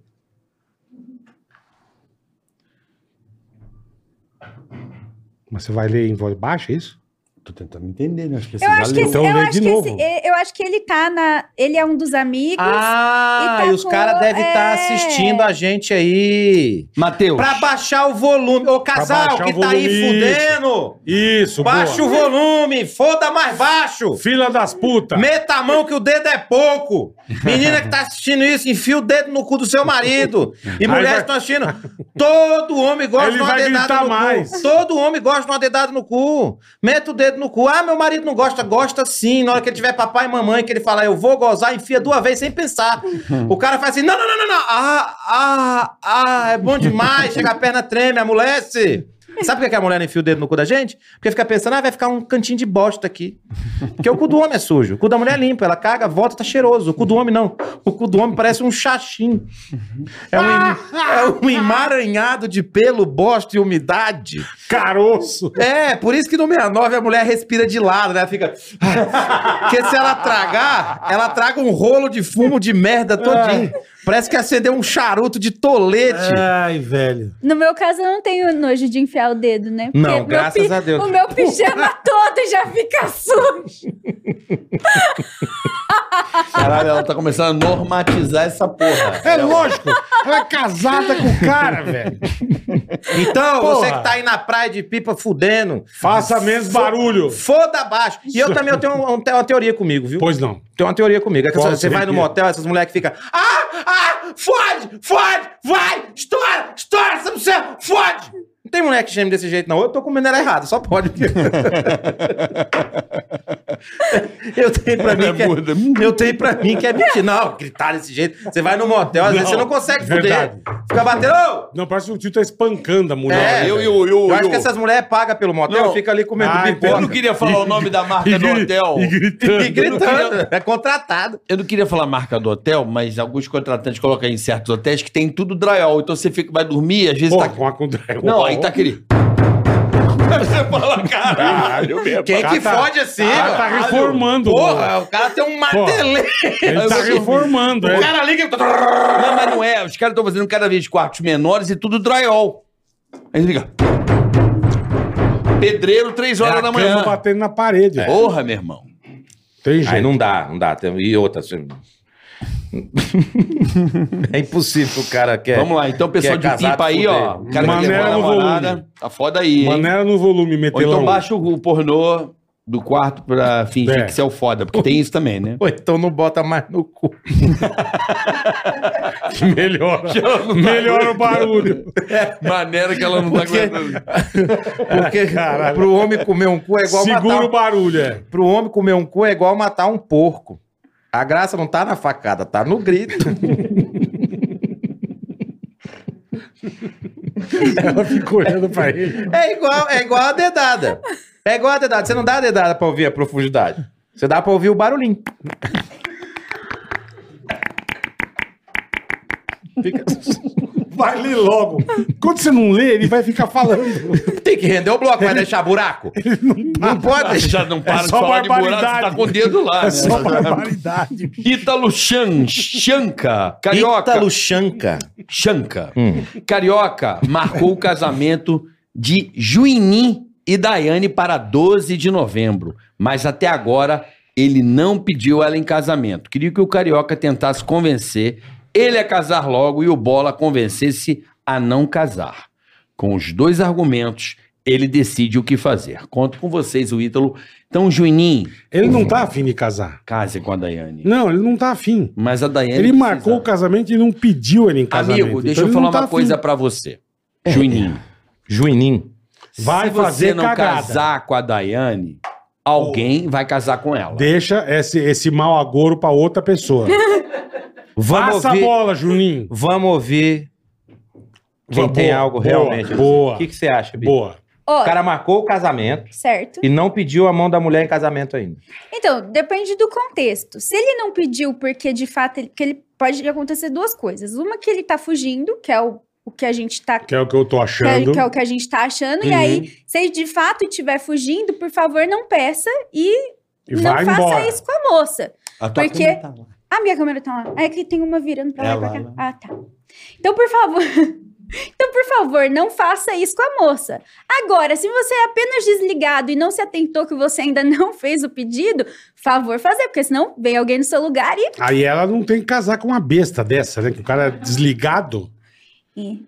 B: Mas você vai ler em voz baixa, é isso?
A: Tô tentando entender, né? Acho que esse
F: Eu acho
A: valeu.
F: que, esse-
B: então
F: eu,
B: lê
F: acho
B: de
F: que esse-
B: novo.
F: e- eu acho que ele tá na. Ele é um dos amigos.
D: Ah,
F: E tá
D: e os
F: com-
D: caras devem estar
F: é.
D: assistindo a gente aí.
C: Matheus.
D: Pra baixar o volume. Ô, casal
B: baixar
D: que
B: o
D: tá aí
B: volume, isso.
D: fudendo,
B: Isso,
D: baixa o volume, foda mais baixo.
B: Fila das putas.
D: Meta a mão que o dedo é pouco. Menina que tá assistindo isso, enfia o dedo no cu do seu marido. E mulheres que estão assistindo. Todo homem gosta
B: Ele
D: de uma
B: vai
D: dedada
B: gritar
D: no
B: mais.
D: cu. Todo homem gosta de uma dedada no cu. Meta o dedo no cu. Ah, meu marido não gosta. Gosta sim. Na hora que ele tiver papai e mamãe, que ele fala, eu vou gozar, enfia duas vezes sem pensar. O cara faz assim, não, não, não, não, não. Ah, ah, ah, é bom demais. Chega a perna treme, amolece. Sabe por que que a mulher não enfia o dedo no cu da gente? Porque fica pensando, ah, vai ficar um cantinho de bosta aqui. Porque o cu do homem é sujo. O cu da mulher é limpo. Ela caga, volta, tá cheiroso. O cu do homem não. O cu do homem parece um xaxim. É um, em- é um emaranhado de pelo, bosta e umidade.
B: Caroço.
D: É, por isso que no 69 a mulher respira de lado, né? Ela fica. Porque se ela tragar, ela traga um rolo de fumo de merda todinho.
B: É.
D: Parece que acendeu um charuto de tolete.
B: Ai, velho.
F: No meu caso, eu não tenho nojo de enfiar o dedo, né? Porque
D: Não,
F: meu
D: graças a Deus.
F: O meu pijama todo já fica sujo.
C: Caralho, ela tá começando a normatizar essa porra.
B: É lógico. Ela é casada com o cara, velho.
D: Então,
B: É. Porra.
D: você que tá aí na praia de pipa fudendo,
B: Faça menos barulho.
D: foda abaixo. E eu também eu tenho um- um- uma teoria comigo, viu?
B: Pois não.
D: Tem uma teoria comigo. É que
B: Qual
D: você
B: seria?
D: vai no motel, essas mulheres que ficam. Ah! Ah! Fode! Fode! Vai! Estoura! Estoura! Essa mulher! Fode! Não tem mulher que geme desse jeito, não. Eu tô comendo ela errada, só pode. eu tenho pra mim que é, Eu tenho pra mim que é mentira. Não, gritar desse jeito. Você vai no motel, às vezes você não consegue
B: verdade.
D: foder. Fica batendo. "Ô!"
B: Não, parece que o tio tá espancando a mulher. né,
D: É,
C: Eu e
B: velho.
C: o. Eu,
D: Eu acho
C: eu-
D: que essas mulheres pagam pelo motel,
C: Não.
D: fica ali comendo
B: Ah,
C: eu
D: pipoca.
C: não queria falar o nome da marca
B: E
C: do
B: gri-
C: hotel.
B: E gritando.
D: E gritando. É contratado.
C: Eu não queria falar a marca do hotel, mas alguns contratantes colocam em certos hotéis que tem tudo drywall. Então você fica, vai dormir, às vezes
B: Porra,
C: tá.
B: com a contra...
C: Não, aí tá aquele. Aí você fala, caralho.
D: Quem
B: Cara
D: que
B: tá-
D: fode assim,
B: Ela tá
D: mano?
B: reformando. mano.
D: Porra, o cara tem um marteleiro.
B: Ele tá reformando,
D: O
B: é.
D: cara liga.
C: Não, mas não é. Os caras estão fazendo cada vez quartos menores e tudo drywall. Aí você fica. Pedreiro, três horas
B: Era
C: da
B: a
C: manhã. É.
B: cama batendo na parede. velho.
C: Porra, meu irmão.
B: Tem
D: Aí
B: jeito.
D: não dá, não dá. Tem- E outra. assim, é impossível o cara quer.
C: Vamos lá, então, pessoal
D: É. quer
C: de
D: casar,
C: pipa aí,
D: fuder.
C: ó. O cara que
B: Maneira
C: levou a
B: no
C: namorada.
B: volume.
C: Tá foda aí, hein?
B: Maneira no volume, um
C: Ou
B: metelão.
C: então baixa o pornô do quarto pra fingir
B: É.
C: que você é o foda, porque tem isso também, né?
D: Ou então não bota mais no cu.
B: Melhora. Melhora o barulho.
C: Maneira que ela não tá aguentando.
D: Porque pro homem comer um cu é igual
B: Segura
D: matar.
B: o barulho, é.
D: Pro homem comer um cu é igual matar um porco. A graça não tá na facada, tá no grito.
B: Ela fica olhando pra ele.
D: É igual, é igual a dedada. É igual a dedada. Você não dá a dedada pra ouvir a profundidade. Você dá pra ouvir o barulhinho.
B: Vai ler logo. Quando você não lê, ele vai ficar falando.
D: Tem que render o bloco, vai deixar buraco. Não pode deixar.
C: Ah, Já não para
B: É
C: de
B: só
C: falar de buraco, você
B: barbaridade.
C: tá com o dedo lá, né?
B: É só barbaridade.
C: Ítalo Chan, Chanca, carioca.
D: Ítalo Chanca.
C: Chanca. Carioca marcou o casamento de Juini e Daiane para 12 de novembro, mas até agora ele não pediu ela em casamento. Queria que o Carioca tentasse convencer ele a casar logo e o Bola convencesse a não casar. Com os dois argumentos, ele decide o que fazer. Conto com vocês, o Ítalo. Então, Juninho,
B: Ele não tá afim de casar.
C: case com a Daiane.
B: Não, ele não tá afim.
C: Mas a Daiane.
B: Ele
C: precisa-
B: marcou o casamento e não pediu ele em casamento.
C: Amigo, deixa
B: Então
C: eu
B: ele
C: falar
B: não tá
C: uma
B: afim. É,
C: coisa pra você. Juninho.
D: Juininho.
B: Vai
C: se você
B: fazer
C: não
B: cagada.
C: casar com a Daiane, alguém vai casar com ela.
B: Deixa esse, esse mau agouro pra outra pessoa.
D: Vamos
B: Passa a
D: ouvir,
B: bola, Juninho.
D: vamos ouvir quem
B: Boa,
D: tem algo
B: boa,
D: realmente.
B: Boa,
D: O que, que você acha, Bi?
B: boa.
F: Ó,
D: O cara marcou o casamento
F: certo.
D: e não pediu a mão da mulher em casamento ainda.
F: Então, depende do contexto. Se ele não pediu porque, de fato, ele, porque ele pode acontecer duas coisas. Uma que ele tá fugindo, que é o, o que a gente tá
B: Que é o que eu tô
F: que é,
B: achando.
F: que é o que a gente tá achando. E
B: Uhum.
F: aí, se ele de fato estiver fugindo, por favor, não peça e,
B: E
F: não
B: vai
F: faça
B: embora.
F: isso com a moça.
G: A tua
F: Porque-
G: câmera tá lá.
F: Ah, minha câmera tá lá. Ah, É que tem uma virando pra lá
G: É
F: e pra
G: lá,
F: cá.
G: lá.
F: Ah, tá. Então, por favor. Então, por favor, não faça isso com a moça. Agora, se você é apenas desligado e não se atentou que você ainda não fez o pedido, favor fazer, porque senão vem alguém no seu lugar e.
B: Aí ela não tem que casar com uma besta dessa, né? Que o cara é desligado.
F: e-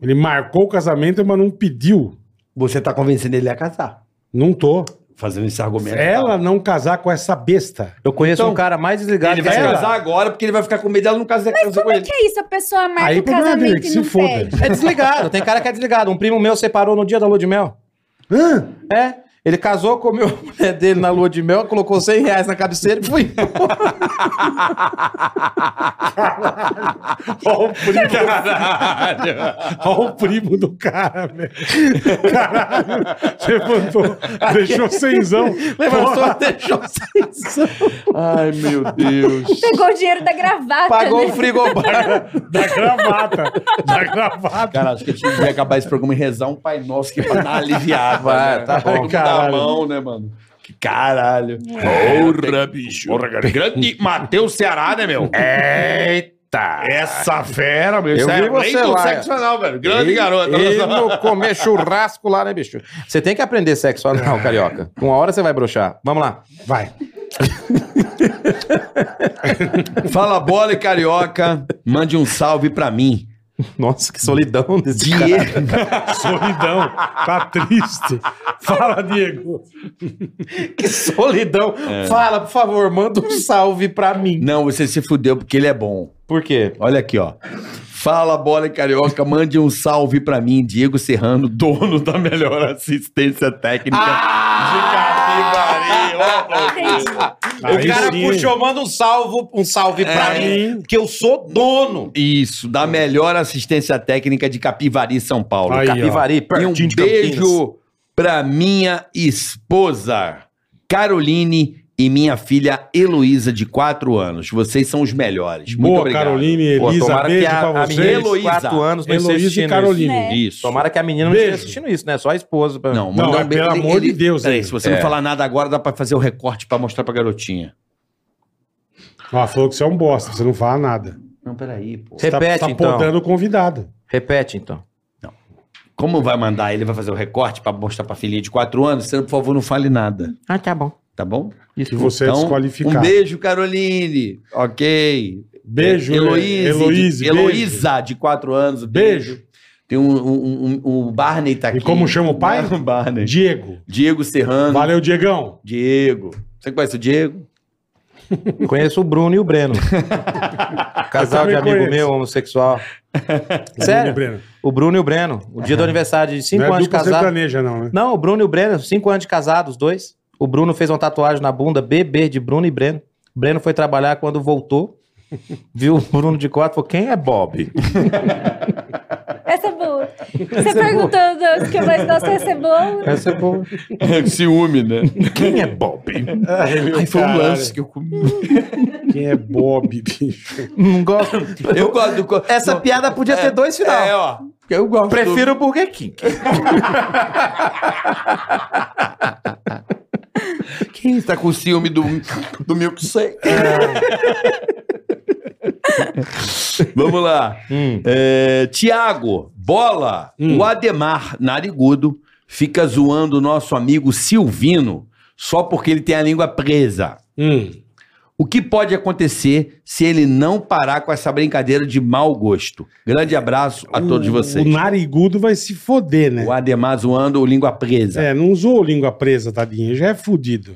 B: Ele marcou o casamento, mas não pediu.
G: Você tá convencendo ele a casar.
B: Não tô.
G: Fazendo esse argumento.
B: Ela não casar com essa besta.
D: Eu conheço
G: Então,
D: um cara mais desligado
G: Ele
D: que
G: vai
D: ela.
G: casar agora porque ele vai ficar com medo dela não casar casar com ele.
F: Que é isso? A pessoa marca
B: Aí
F: o
B: problema é dele,
F: casamento
B: que
F: e
B: se
F: não
B: foda.
F: pede.
D: É desligado. Tem cara que é desligado. Um primo meu separou no dia da lua de mel.
B: Hã?
D: É. Ele casou, comeu a mulher dele na lua de mel, colocou 100 reais na cabeceira e foi.
B: Ó o primo. Caralho. Ó o primo do cara, velho. Caralho. Levantou. Deixou cenzão.
D: Levantou, deixou seis.
G: Ai, meu Deus.
F: Pegou o dinheiro da gravata.
D: Pagou
F: né?
D: o frigobar.
B: Da gravata. Da gravata.
G: Cara, acho que a gente devia acabar esse programa e rezar um Pai Nosso que pra dar aliviado.
D: Vai,
G: né?
D: tá
B: bom.
G: Todo mundo dá a
B: Caralho.
G: mão, né, mano? Que caralho. Porra, bicho. Porra, cara. Grande Matheus Ceará, né, meu?
D: Eita.
G: Essa fera, meu.
D: Eu
G: Isso
D: vi
G: é
D: você
G: leito
D: lá.
G: sexual, velho. Grande garota.
D: E não comer churrasco lá, né, bicho? Você tem que aprender sexo anal, carioca. Uma hora você vai broxar. Vamos lá.
B: Vai.
C: Fala bola e carioca, mande um salve pra mim.
D: Nossa, que solidão desse cara.
C: Diego.
B: Solidão. Tá triste. Fala, Diego.
D: Que solidão.
B: É.
D: Fala, por favor, manda um salve pra mim.
C: Não, você se fudeu porque ele é bom.
D: Por quê?
C: Olha aqui, ó. Fala bola e carioca, mande um salve pra mim, Diego Serrano, dono da melhor assistência técnica
B: Ah!
C: de Capivari. Ó, ó.
F: Entendi.
B: Aí
D: o cara
B: sim. É.
D: puxou, manda um salve, um salve pra mim, que eu sou dono.
C: Isso, da melhor assistência técnica de Capivari, São Paulo.
B: Aí, ó.
C: E um beijo pra minha esposa, Caroline, e minha filha Heloísa, de 4 anos. Vocês são os melhores. Muito
B: Boa,
C: obrigado.
B: Caroline, Elisa, beijo pra
C: menina
B: vocês.
C: Heloísa.
D: anos não esteja
B: Heloísa e
D: assistindo
B: Caroline.
F: Né?
C: é Isso.
D: isso. Tomara que a menina não esteja
B: Beijo.
D: assistindo isso, né? Só a esposa. pra-
C: Não,
B: Não,
C: mandar
B: é
C: um beijo.
B: pelo amor de Deus,
C: Peraí,
B: hein?
C: se você
D: É.
C: não falar nada agora, dá pra fazer o recorte pra mostrar pra garotinha.
B: Ó, falou que você é um bosta, você não fala nada.
C: Não, peraí, pô.
B: Você tá-
D: Repete,
B: tá,
D: então.
B: podando o convidado.
D: Repete, então.
C: Como vai mandar? Ele vai fazer o recorte pra mostrar pra filhinha de 4 anos? Você, por favor, não fale nada,
J: Ah, tá bom.
C: tá bom?
B: Que você é desqualificado.
C: Um beijo, Caroline. Ok.
B: Beijo, é,
C: Heloísa.
B: Heloíse,
C: é, de, Heloísa, de 4 anos.
B: Beijo.
C: Tem um, um, um- um Barney tá
B: E
C: aqui.
B: como chama o pai?
C: Barney.
B: Diego.
C: Diego Serrano.
B: Valeu, Diegão.
C: Diego. Você conhece o Diego?
D: Conheço o Bruno e o Breno. Casal de
B: Eu também
D: amigo
B: conheço.
D: meu, homossexual. Sério?
B: Bruno Breno.
D: O Bruno e o Breno. O dia do aniversário de 5
B: Não é
D: anos de
B: dupla
D: casado.
B: sertaneja, não, né?
D: Não, o Bruno e o Breno, cinco anos de casado, os dois. O Bruno fez uma tatuagem na bunda, bebê de Bruno e Breno. Breno foi trabalhar quando voltou. Viu o Bruno de quatro, falou: quem é Bob?
F: Essa é boa.
G: é
F: Você perguntou do que eu mais gosto de cebola.
D: Essa é boa.
G: Ciúme, né?
D: Quem é Bob?
B: Ai,
G: Foi um lance que eu comi.
B: Quem é Bob, bicho?
D: Não gosto.
C: Eu gosto do.
B: É,
C: co-
D: Essa piada podia ter dois finais.
G: É, ó. Eu gosto.
D: Prefiro o Burger King.
G: Quem tá com ciúme do, do milkshake?
B: É.
C: Vamos
B: Hum.
C: lá. É, Tiago, bola. O Ademar Narigudo fica zoando o nosso amigo Silvino só porque ele tem a língua presa.
B: Hum.
C: O que pode acontecer se ele não parar com essa brincadeira de mau gosto? Grande abraço a todos
B: O-
C: vocês.
B: O narigudo vai se foder, né?
C: O Ademar zoando o língua presa.
B: É, não usou língua presa, tadinho. Já é fudido.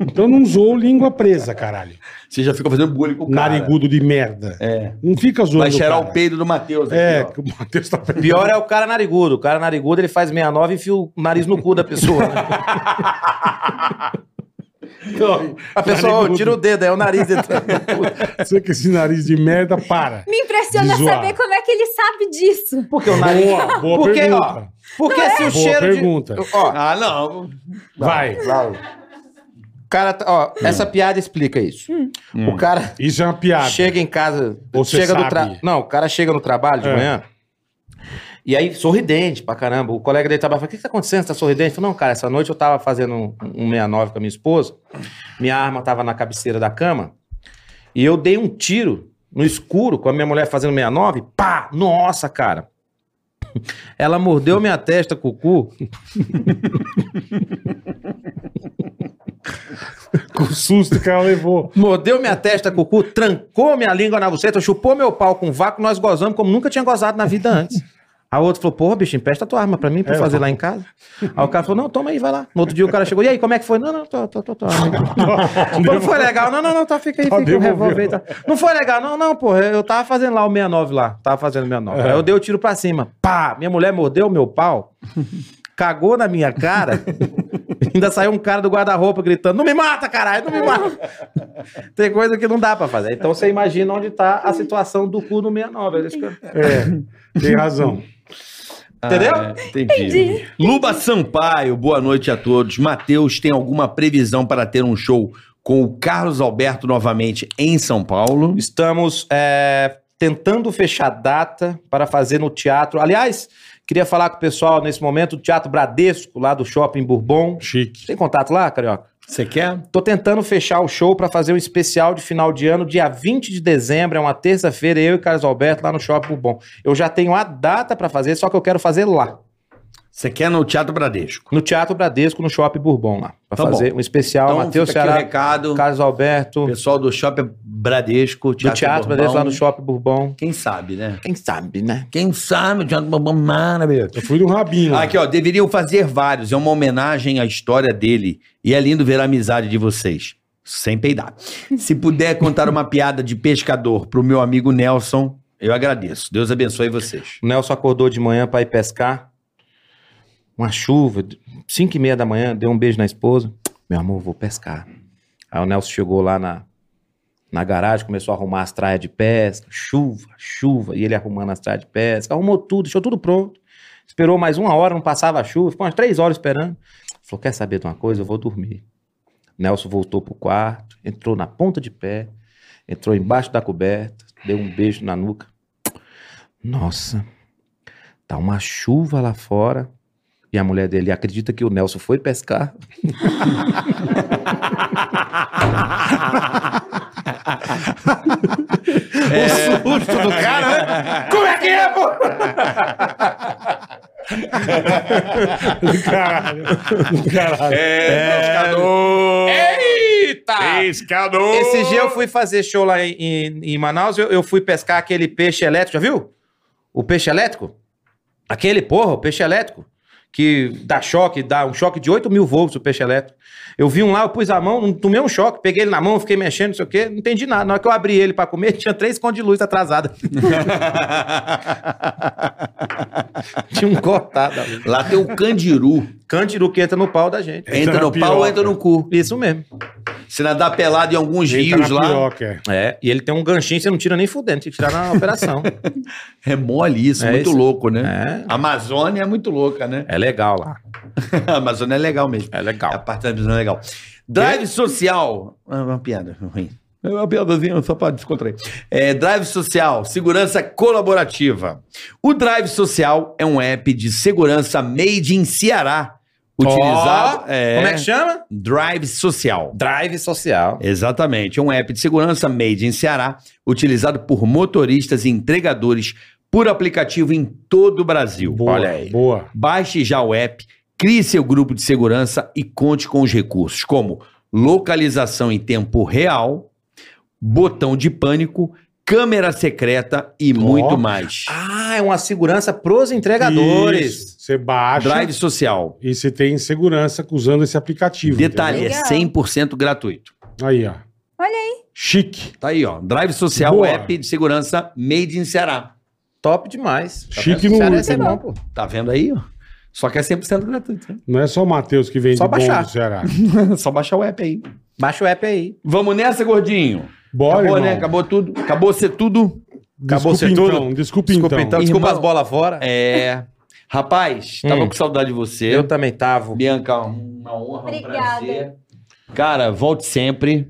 B: então não usou língua presa, caralho.
C: Você já fica fazendo bullying com o cara.
B: Narigudo de merda.
C: É.
B: Não fica zoando.
C: Vai cheirar o
B: cara.
C: peido do Matheus aqui,
B: É,
C: ó.
B: que o Matheus tá pegando.
D: Pior é o cara narigudo. O cara narigudo, ele faz 69 e enfia o nariz no cu da pessoa. né? A pessoa ó, tira o dedo, é o nariz dentro.
B: Você que esse nariz de merda, para.
F: Me impressiona
B: De zoar.
F: saber como é que ele sabe disso.
D: Porque o nariz.
B: Boa, boa
D: porque, ó,
B: pergunta.
D: porque se
B: Boa
D: o cheiro. de-
B: pergunta.
D: ó,
C: Ah, não.
B: Vai.
D: o cara, tá- ó, essa piada explica isso. O cara
B: Isso é uma piada.
D: chega em casa,
B: Ou você
D: chega do
B: sabe.
D: tra... Não, o cara chega no trabalho de
B: É.
D: manhã. E aí, sorridente pra caramba. O colega dele trabalho fala: O que que tá acontecendo? Você tá sorridente? Eu Falei, não, cara, essa noite eu tava fazendo um, um 69 com a minha esposa. Minha arma tava na cabeceira da cama. E eu dei um tiro no escuro com a minha mulher fazendo 69. Pá! Nossa, cara. Ela mordeu minha testa com o cu.
B: Com o susto que ela levou.
D: Mordeu minha testa, cucu, trancou minha língua na buceta, chupou meu pau com vácuo, nós gozamos como nunca tinha gozado na vida antes. A outra falou, porra, bicho, empresta tua arma pra mim, pra eu fazer lá em casa. Aí o cara falou, não, toma aí, vai lá. No outro dia o cara chegou, e aí, como é que foi? Não, não, tô, tô, tô, tô. Não foi legal, não, não, não, tá, fica aí,
B: Tá,
D: fica o
B: devolveu.
D: revólver. aí, Tá. Não foi legal, não, não, porra, eu tava fazendo lá o 69 lá, tava fazendo o 69. Aí eu dei o tiro pra cima, pá, minha mulher mordeu meu pau, cagou na minha cara, ainda saiu um cara do guarda-roupa gritando, não me mata, caralho, não me mata. Tem coisa que não dá pra fazer. Então você imagina onde tá a situação do cu no 69. é isso que eu-
B: É, tem razão.
D: Entendeu?
C: Ah, é, Entendi. Luba Sampaio, boa noite a todos. Matheus, tem alguma previsão para ter um show com o Carlos Alberto novamente em São Paulo?
D: Estamos é, tentando fechar data para fazer no teatro. Aliás, queria falar com o pessoal nesse momento, o Teatro Bradesco, lá do Shopping Bourbon.
B: Chique.
D: Tem contato lá, Carioca?
C: Você quer?
D: Tô tentando fechar o show pra fazer um especial de final de ano, dia 20 de dezembro, é uma terça-feira, eu e Carlos Alberto lá no Shopping Bourbon. Eu já tenho a data pra fazer, só que eu quero fazer lá.
C: Você quer no Teatro Bradesco?
D: No Teatro Bradesco, no Shopping Bourbon lá. Pra
C: Tá bom.
D: fazer um especial, Matheus
C: fica aqui o
D: Ceará,
C: recado.
D: Carlos Alberto,
C: Pessoal do Shopping Bradesco,
D: do Teatro
C: Bourbon.
D: Bradesco lá no Shopping Bourbon.
C: Quem sabe, né?
D: Quem sabe, né?
C: Quem sabe o Teatro Bourbon maravilhoso.
B: Eu fui no rabinho.
C: Ah, Aqui, ó, deveriam fazer vários. É uma homenagem à história dele. E é lindo ver a amizade de vocês. Sem peidar. Se puder contar uma piada de pescador pro meu amigo Nelson, eu agradeço. Deus abençoe vocês.
D: O Nelson acordou de manhã pra ir pescar. Uma chuva, 5 e meia da manhã, deu um beijo na esposa. Meu amor, vou pescar. Aí o Nelson chegou lá na, na garagem, começou a arrumar as traias de pesca. Chuva, chuva. E ele arrumando as traias de pesca. Arrumou tudo, deixou tudo pronto. Esperou mais uma hora, não passava a chuva. Ficou umas três horas esperando. Falou, quer saber de uma coisa? Eu vou dormir. Nelson voltou pro quarto, entrou na ponta de pé, entrou embaixo da coberta, deu um beijo na nuca. Nossa, tá uma chuva lá fora. E a mulher dele acredita que o Nelson foi pescar. O susto do cara, né? Como é que é, pô?
B: Caralho. Caralho.
G: É,
M: É,
D: Eita! Esse dia eu fui fazer show lá em, em- em Manaus, eu, eu fui pescar aquele peixe elétrico, já viu? O peixe elétrico? Aquele, porra, o peixe elétrico. Que dá choque, dá um choque de 8 mil volts o peixe elétrico. Eu vi um lá, eu pus a mão, não tomei um choque, peguei ele na mão, fiquei mexendo, não sei o quê, não entendi nada. Na hora que eu abri ele pra comer, tinha três contos de luz atrasada. tinha um cortado. ali.
C: Lá tem o Candiru.
D: Cândido que entra no pau da gente.
C: Entra,
B: na
C: no pau,
B: piroca.
C: entra no cu.
D: Isso mesmo.
C: Se nadar pelado em alguns
B: Entra
C: rios
B: na
C: lá,
B: piroca, é.
D: É, e ele tem um ganchinho, você não tira nem fudendo, tem que tirar na operação.
C: é mole isso,
D: É
C: muito
D: isso.
C: louco, né?
D: é.
C: A Amazônia é muito louca, né?
D: É legal lá.
C: A Amazônia é legal mesmo.
D: É
C: A
D: legal.
C: parte da Amazônia é legal. Drive social. É uma piada ruim. É uma piadazinha, só para descontrair. É, drive Social, segurança colaborativa. O Drive Social é um app de segurança made in Ceará. Utilizado. é,
D: Como é que chama?
C: Drive Social.
D: Drive social.
C: Exatamente. É um app de segurança made em Ceará, utilizado por motoristas e entregadores por aplicativo em todo o Brasil.
B: Boa,
C: Olha aí.
B: boa.
C: Baixe já o app, Crie seu grupo de segurança e conte com os recursos, como localização em tempo real, botão de pânico, câmera secreta e muito mais.
D: Ah, é uma segurança pros entregadores.
B: Isso, Você baixa
C: Drive social.
B: e você tem segurança usando esse aplicativo.
C: Detalhe, é
F: Legal.
C: 100% gratuito.
B: entendeu? Aí, ó.
F: Olha
B: aí. Chique.
C: Tá aí, ó. Drive social,
B: Boa.
C: app de segurança made in Ceará.
D: Top demais.
B: Chique no
D: Ceará, esse é
B: último.
D: bom, pô.
C: Tá vendo aí, ó? Só que é 100% gratuito. né?
B: Não é só o Matheus que vende
D: Só
B: bom
D: baixar.
B: do Ceará.
C: Só baixar o app aí.
D: Baixa o app aí.
C: Vamos nessa, gordinho?
B: Bora,
C: Acabou,
B: irmão.
C: né? Acabou tudo. Acabou ser tudo.
B: Desculpa
D: Acabou ser tudo?
B: então, Desculpa,
D: Desculpa
B: então.
D: então, desculpa
C: Irmão.
D: as bolas fora.
C: É. Rapaz, tava
D: Hum.
C: com saudade de você.
D: Eu também tava.
C: Bianca, uma honra,
F: Obrigada.
C: um prazer. Cara, volte sempre.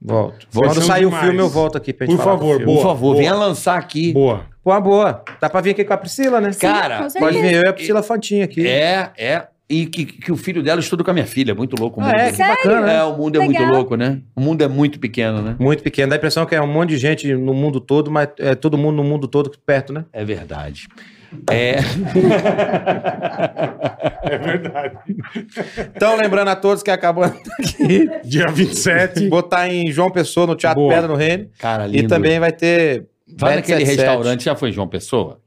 D: Volto.
B: Vocês
D: Quando
B: são
D: sair o
B: demais.
D: filme, eu volto aqui pra gente
B: Por
D: falar do
B: favor,
D: filme.
B: boa.
C: Por favor, venha lançar aqui.
B: Boa.
D: Pô, uma boa. Dá pra vir aqui com a Priscila, né?
F: Sim,
C: Cara,
F: com certeza.
D: Pode vir eu e a Priscila Fantinha aqui.
C: É, é. E que, que o filho dela estuda com a minha filha. Muito louco o
D: Ah,
C: mundo.
D: é, que
F: Sério?
D: bacana. né?
C: É, o mundo é
F: Legal.
C: muito louco, né? O mundo é muito pequeno, né?
D: Muito pequeno. Dá a impressão que é um monte de gente no mundo todo, mas é todo mundo no mundo todo perto, né?
C: É verdade. É.
B: É verdade.
D: Então, lembrando a todos que acabou aqui,
B: Dia 27.
D: botar em João Pessoa, no Teatro
B: Boa.
D: Pedra no Reino.
C: Cara, Tá lindo.
D: E também vai ter.
C: Vai
D: Bet
C: naquele
D: 77.
C: restaurante, já foi em João Pessoa?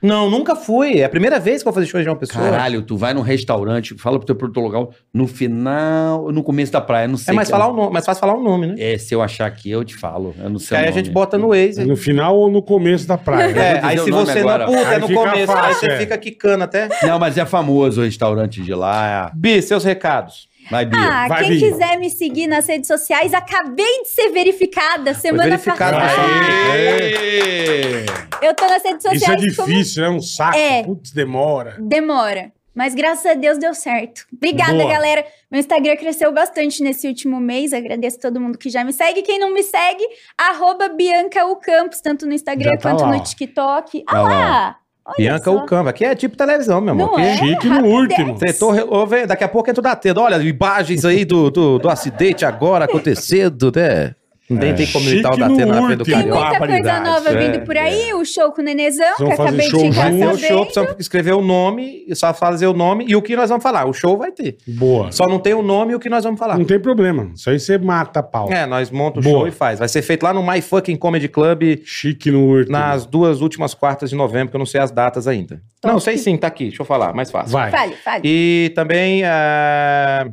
D: Não, nunca fui. É a primeira vez que eu vou fazer show em João Pessoa. É
C: Caralho, tu vai num restaurante, fala pro teu produtor local, no final, no começo da praia, não sei.
D: é mais,
C: que- um
D: falar o nome, mais fácil falar o nome, né?
C: É, se eu achar aqui, eu te falo. Eu não sei
D: aí
C: é o
D: a
C: nome.
D: gente bota no Waze.
B: No final ou no começo da praia? né?
D: É,
C: vou
D: aí
C: dizer
D: se
C: o nome
D: você
C: agora.
D: não puta, é
B: Aí
D: no
B: fica
D: começo. aí
B: fácil,
D: você
B: é.
D: fica quicando até.
C: Não, mas é famoso o restaurante de lá. é
D: Bi, seus recados.
C: Vai, Bia.
F: Ah,
B: Vai,
F: quem
B: Bi.
F: quiser me seguir nas redes sociais, acabei de ser verificada semana
D: verificada.
F: passada.
C: Aê!
F: Eu tô nas redes sociais
B: Isso é
F: como
B: difícil, né? Um saco.
F: É.
B: Putz, demora.
F: demora. Mas graças a Deus deu certo. Obrigada,
B: Boa.
F: galera. Meu Instagram cresceu bastante nesse último mês. Agradeço todo mundo que já me segue. Quem não me segue, arroba Bianca o Campos, tanto no Instagram
B: Já tá
F: quanto
B: lá, ó.
F: no TikTok. Ah
C: Tá lá.
F: lá! Olha
D: Bianca
F: só.
D: Ucamba. Aqui é tipo televisão, meu
F: Não
D: amor. Aqui-
F: é?
B: Chique no último.
D: Tretou, re- ô, vem, daqui a pouco entra o Datena. Olha, imagens aí do, do, do acidente agora acontecendo, né? Nem tem como
B: Chique
D: imitar o
B: no
D: Datena na frente do
B: último.
F: Tem
D: Carioca.
F: muita coisa
C: Barbaridade,
F: nova
C: é,
F: vindo por aí. O show com o Nenezão,
B: Vão
F: que
B: fazer
F: acabei
B: show
F: de indicar
B: junto.
D: Fazer o
F: também.
D: show, precisa escrever o nome, e só fazer o nome e o que nós vamos falar. O show vai ter.
B: Boa.
D: Só não tem o nome e o que nós vamos falar.
B: Não tem problema. Isso aí você mata a pau.
D: É, nós montamos o
B: Então, Boa.
D: show e faz. Vai ser feito lá no My Fucking Comedy Club
B: Chique no último.
D: nas duas últimas quartas de novembro, que eu não sei as datas ainda.
F: Top.
D: Não, sei sim, tá aqui, deixa eu falar, mais fácil.
B: Vai.
F: Fale, fale.
D: E também. ah,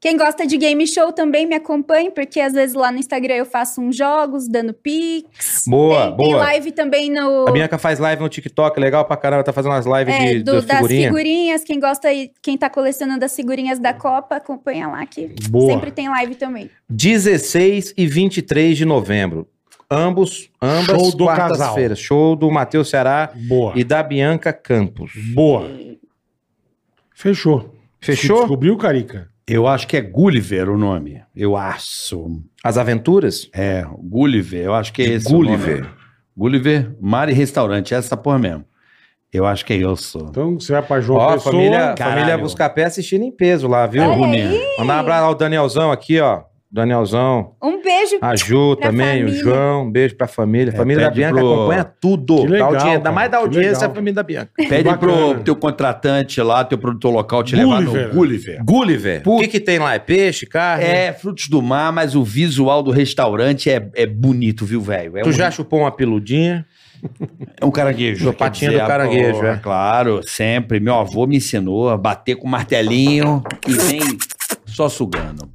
F: Quem gosta de game show também me acompanhe, porque às vezes lá no Instagram eu faço uns jogos, dando pix.
D: Boa,
F: tem, tem
D: boa.
F: live também no.
D: A Bianca faz live no TikTok, legal pra caramba, tá fazendo umas lives
F: é,
D: de,
F: do-
D: das
F: das
D: figurinhas.
F: figurinhas. Quem gosta e quem tá colecionando as figurinhas da Copa, acompanha lá que
B: Boa.
F: sempre tem live também.
D: 16 e 23 de novembro. Ambos, ambas
B: Show do
D: quartas-feiras. Show do Matheus Ceará
B: Boa.
D: e da Bianca Campos.
B: Boa. Fechou.
D: Fechou?
B: Descobriu, Carica?
C: Eu acho que é Gulliver o nome. Eu acho.
D: As aventuras?
C: É, Gulliver. Eu acho que é esse o
O: Gulliver.
C: nome. Gulliver, Mar e Restaurante. É essa porra mesmo. Eu acho que é isso.
B: Então você vai pra João
D: Ó, a
B: Pessoa.
D: família,
C: caralho.
D: família Buscapé assistindo em peso lá, viu?
F: Olha
C: bonito.
F: aí,
D: Mandar um abraço ao Danielzão aqui, ó. Danielzão,
F: um beijo.
D: a Ju
F: Pra
D: também, o
F: família.
D: João, um beijo pra família. A família da
C: pede
D: Bianca
C: pro-
D: acompanha tudo.
B: Que legal,
D: da audiência, ainda
B: cara,
D: mais da
B: que
D: audiência,
B: legal.
D: a família da Bianca.
C: Pede
B: Bacana.
C: pro teu contratante lá, teu produtor local, te levar
B: Gulliver.
C: no Gulliver.
D: Gulliver.
C: Put-
D: O que, que tem lá? É peixe, carne?
C: É, frutos do mar, mas o visual do restaurante é, é bonito, viu, velho? É
D: tu
C: um,
D: já chupou uma peludinha?
C: é um caranguejo.
D: Sua patinha
C: quer
D: do caranguejo,
C: porra,
D: é.
C: Claro, sempre. Meu avô me ensinou a bater com martelinho e vem só sugando.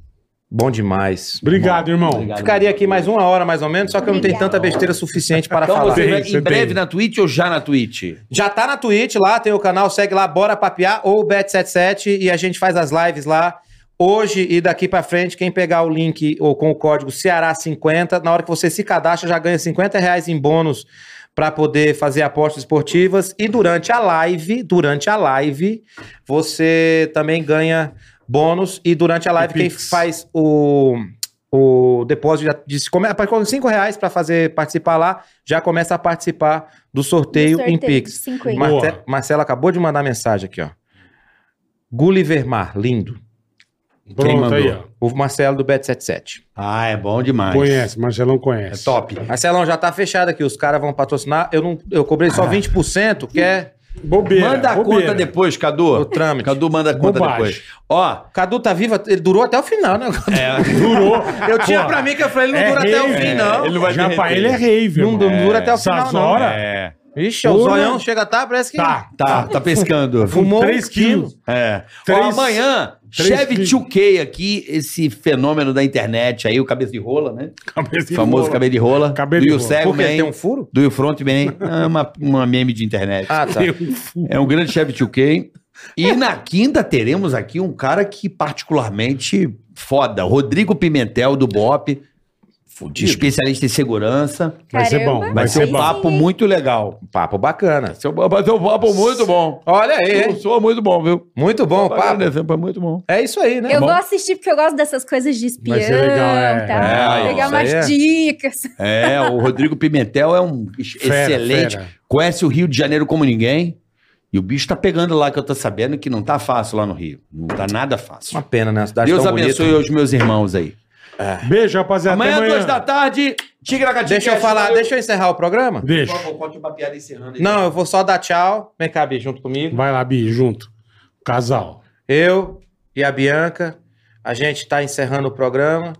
D: Bom demais.
B: Obrigado, irmão.
D: Ficaria aqui mais uma hora, mais ou menos, só que eu não tenho
F: Obrigada.
D: tanta besteira suficiente para
C: Então
D: falar.
C: você
B: Tem,
C: vai
B: você
C: em breve
B: tem.
C: na Twitch ou já na Twitch?
D: Já tá na Twitch lá, tem o canal, segue lá, bora papear ou Bet77 e a gente faz as lives lá. Hoje e daqui pra frente, quem pegar o link ou com o código Ceará50, na hora que você se cadastra, já ganha 50 reais em bônus pra poder fazer apostas esportivas. E durante a live, durante a live, você também ganha bônus. E durante a live,
B: E
D: quem
B: Pix.
D: faz o, o depósito de 5 reais pra fazer participar lá, já começa a participar do sorteio,
F: Do
D: em
F: sorteio,
D: um Pix.
F: 50.
B: Mas-
D: Marte-
B: Boa.
D: Marcelo acabou de mandar mensagem aqui, ó. Gulliver Mar, lindo.
B: Pronto
C: mandou?
B: aí, ó.
D: O Marcelo do Bet77.
C: Ah, é bom demais.
B: Conhece, Marcelão conhece.
C: É top.
D: Marcelão, já tá fechado aqui, os caras vão patrocinar. Eu, não, eu cobrei só 20%, que é
B: Bobeira.
C: manda a
B: bobeira.
C: conta depois, Cadu.
D: O trâmite.
C: Cadu manda a conta
B: Bobagem.
C: depois. Ó,
D: Cadu tá viva, ele durou até o final, né? É,
B: Durou. É
E: Eu tinha pra mim que eu falei, ele não dura até o
B: rave.
E: fim, não.
B: Ele não vai Já pra ele é rave,
D: Não,
B: irmão.
D: não dura até o final,
B: Essas
D: não.
B: horas...
C: é,
D: Ixi, o
B: Dura.
D: zoião chega tá, parece que...
B: Tá,
C: tá, tá pescando.
D: Fumou
B: 3 quilos.
C: É.
B: Três-
C: Ó, amanhã,
B: três
C: Chevy
B: cliques.
C: 2K aqui, esse fenômeno da internet aí, o cabeça de rola, né?
B: Cabeça de
C: famoso
B: bola.
C: cabelo de rola.
B: Cabelo de
C: do You
B: rola.
C: Cego
D: Porque tem
C: Man,
D: um furo?
C: do You Front Man. É uma, uma meme de internet.
D: Ah, tá.
C: É um grande Chevy 2K. E na quinta teremos aqui um cara que particularmente foda, Rodrigo Pimentel do BOP, especialista em segurança.
B: Vai ser bom,
F: Caramba.
C: Vai ser um
F: Sim.
C: papo muito legal.
D: um Papo bacana.
C: Vai ser um papo muito bom.
D: Olha aí, hein?
C: sou muito bom, viu?
D: Muito bom, o papo.
C: É. papo muito bom.
D: É isso aí, né?
F: Eu vou assistir porque eu gosto dessas coisas de espião,
B: Vai ser legal, é.
F: tá?
C: É,
F: Pegar
D: isso aí
F: umas
D: é.
F: dicas.
C: É, o Rodrigo Pimentel é um ex-
B: Fera,
C: excelente.
B: fera.
C: Conhece o Rio de Janeiro como ninguém. E o bicho tá pegando lá, que eu tô sabendo que não tá fácil lá no Rio. Não tá nada fácil.
D: Uma pena, né? A cidade
C: Deus
D: tão bonita.
C: abençoe os meus irmãos aí.
B: Beijo, rapaziada.
C: Amanhã, é
B: até
C: duas da tarde, Tigre na Catinha.
D: Deixa eu falar, deixa eu encerrar o programa?
B: Deixa.
C: Conte uma piada encerrando aí.
D: Não, eu vou só dar tchau. Vem cá, Bi, junto comigo.
B: Vai lá, Bi, junto. Casal.
D: Eu e a Bianca, a gente está encerrando o programa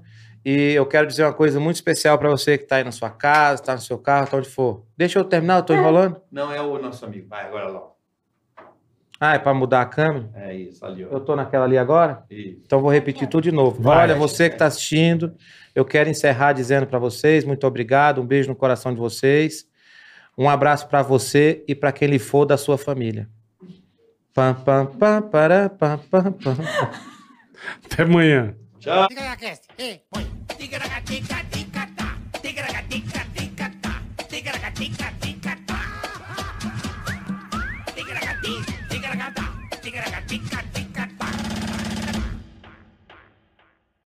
D: e eu quero dizer uma coisa muito especial para você que está aí na sua casa, está no seu carro, tá onde for. Deixa eu terminar, eu tô enrolando.
C: Não, é o nosso amigo. Vai, agora lá.
D: Ah, é para mudar a câmera?
C: É isso, ali, ó.
D: Eu tô naquela ali agora?
C: Isso.
D: Então vou repetir tudo de novo.
B: Vai.
D: Olha, você que está assistindo, eu quero encerrar dizendo para vocês muito obrigado, um beijo no coração de vocês, um abraço para você e para quem lhe for da sua família. Pam, pam, pam, pará, pam, pam, pam.
B: Até amanhã.
P: Tigra na tica, tica, tá. Tigra na tica,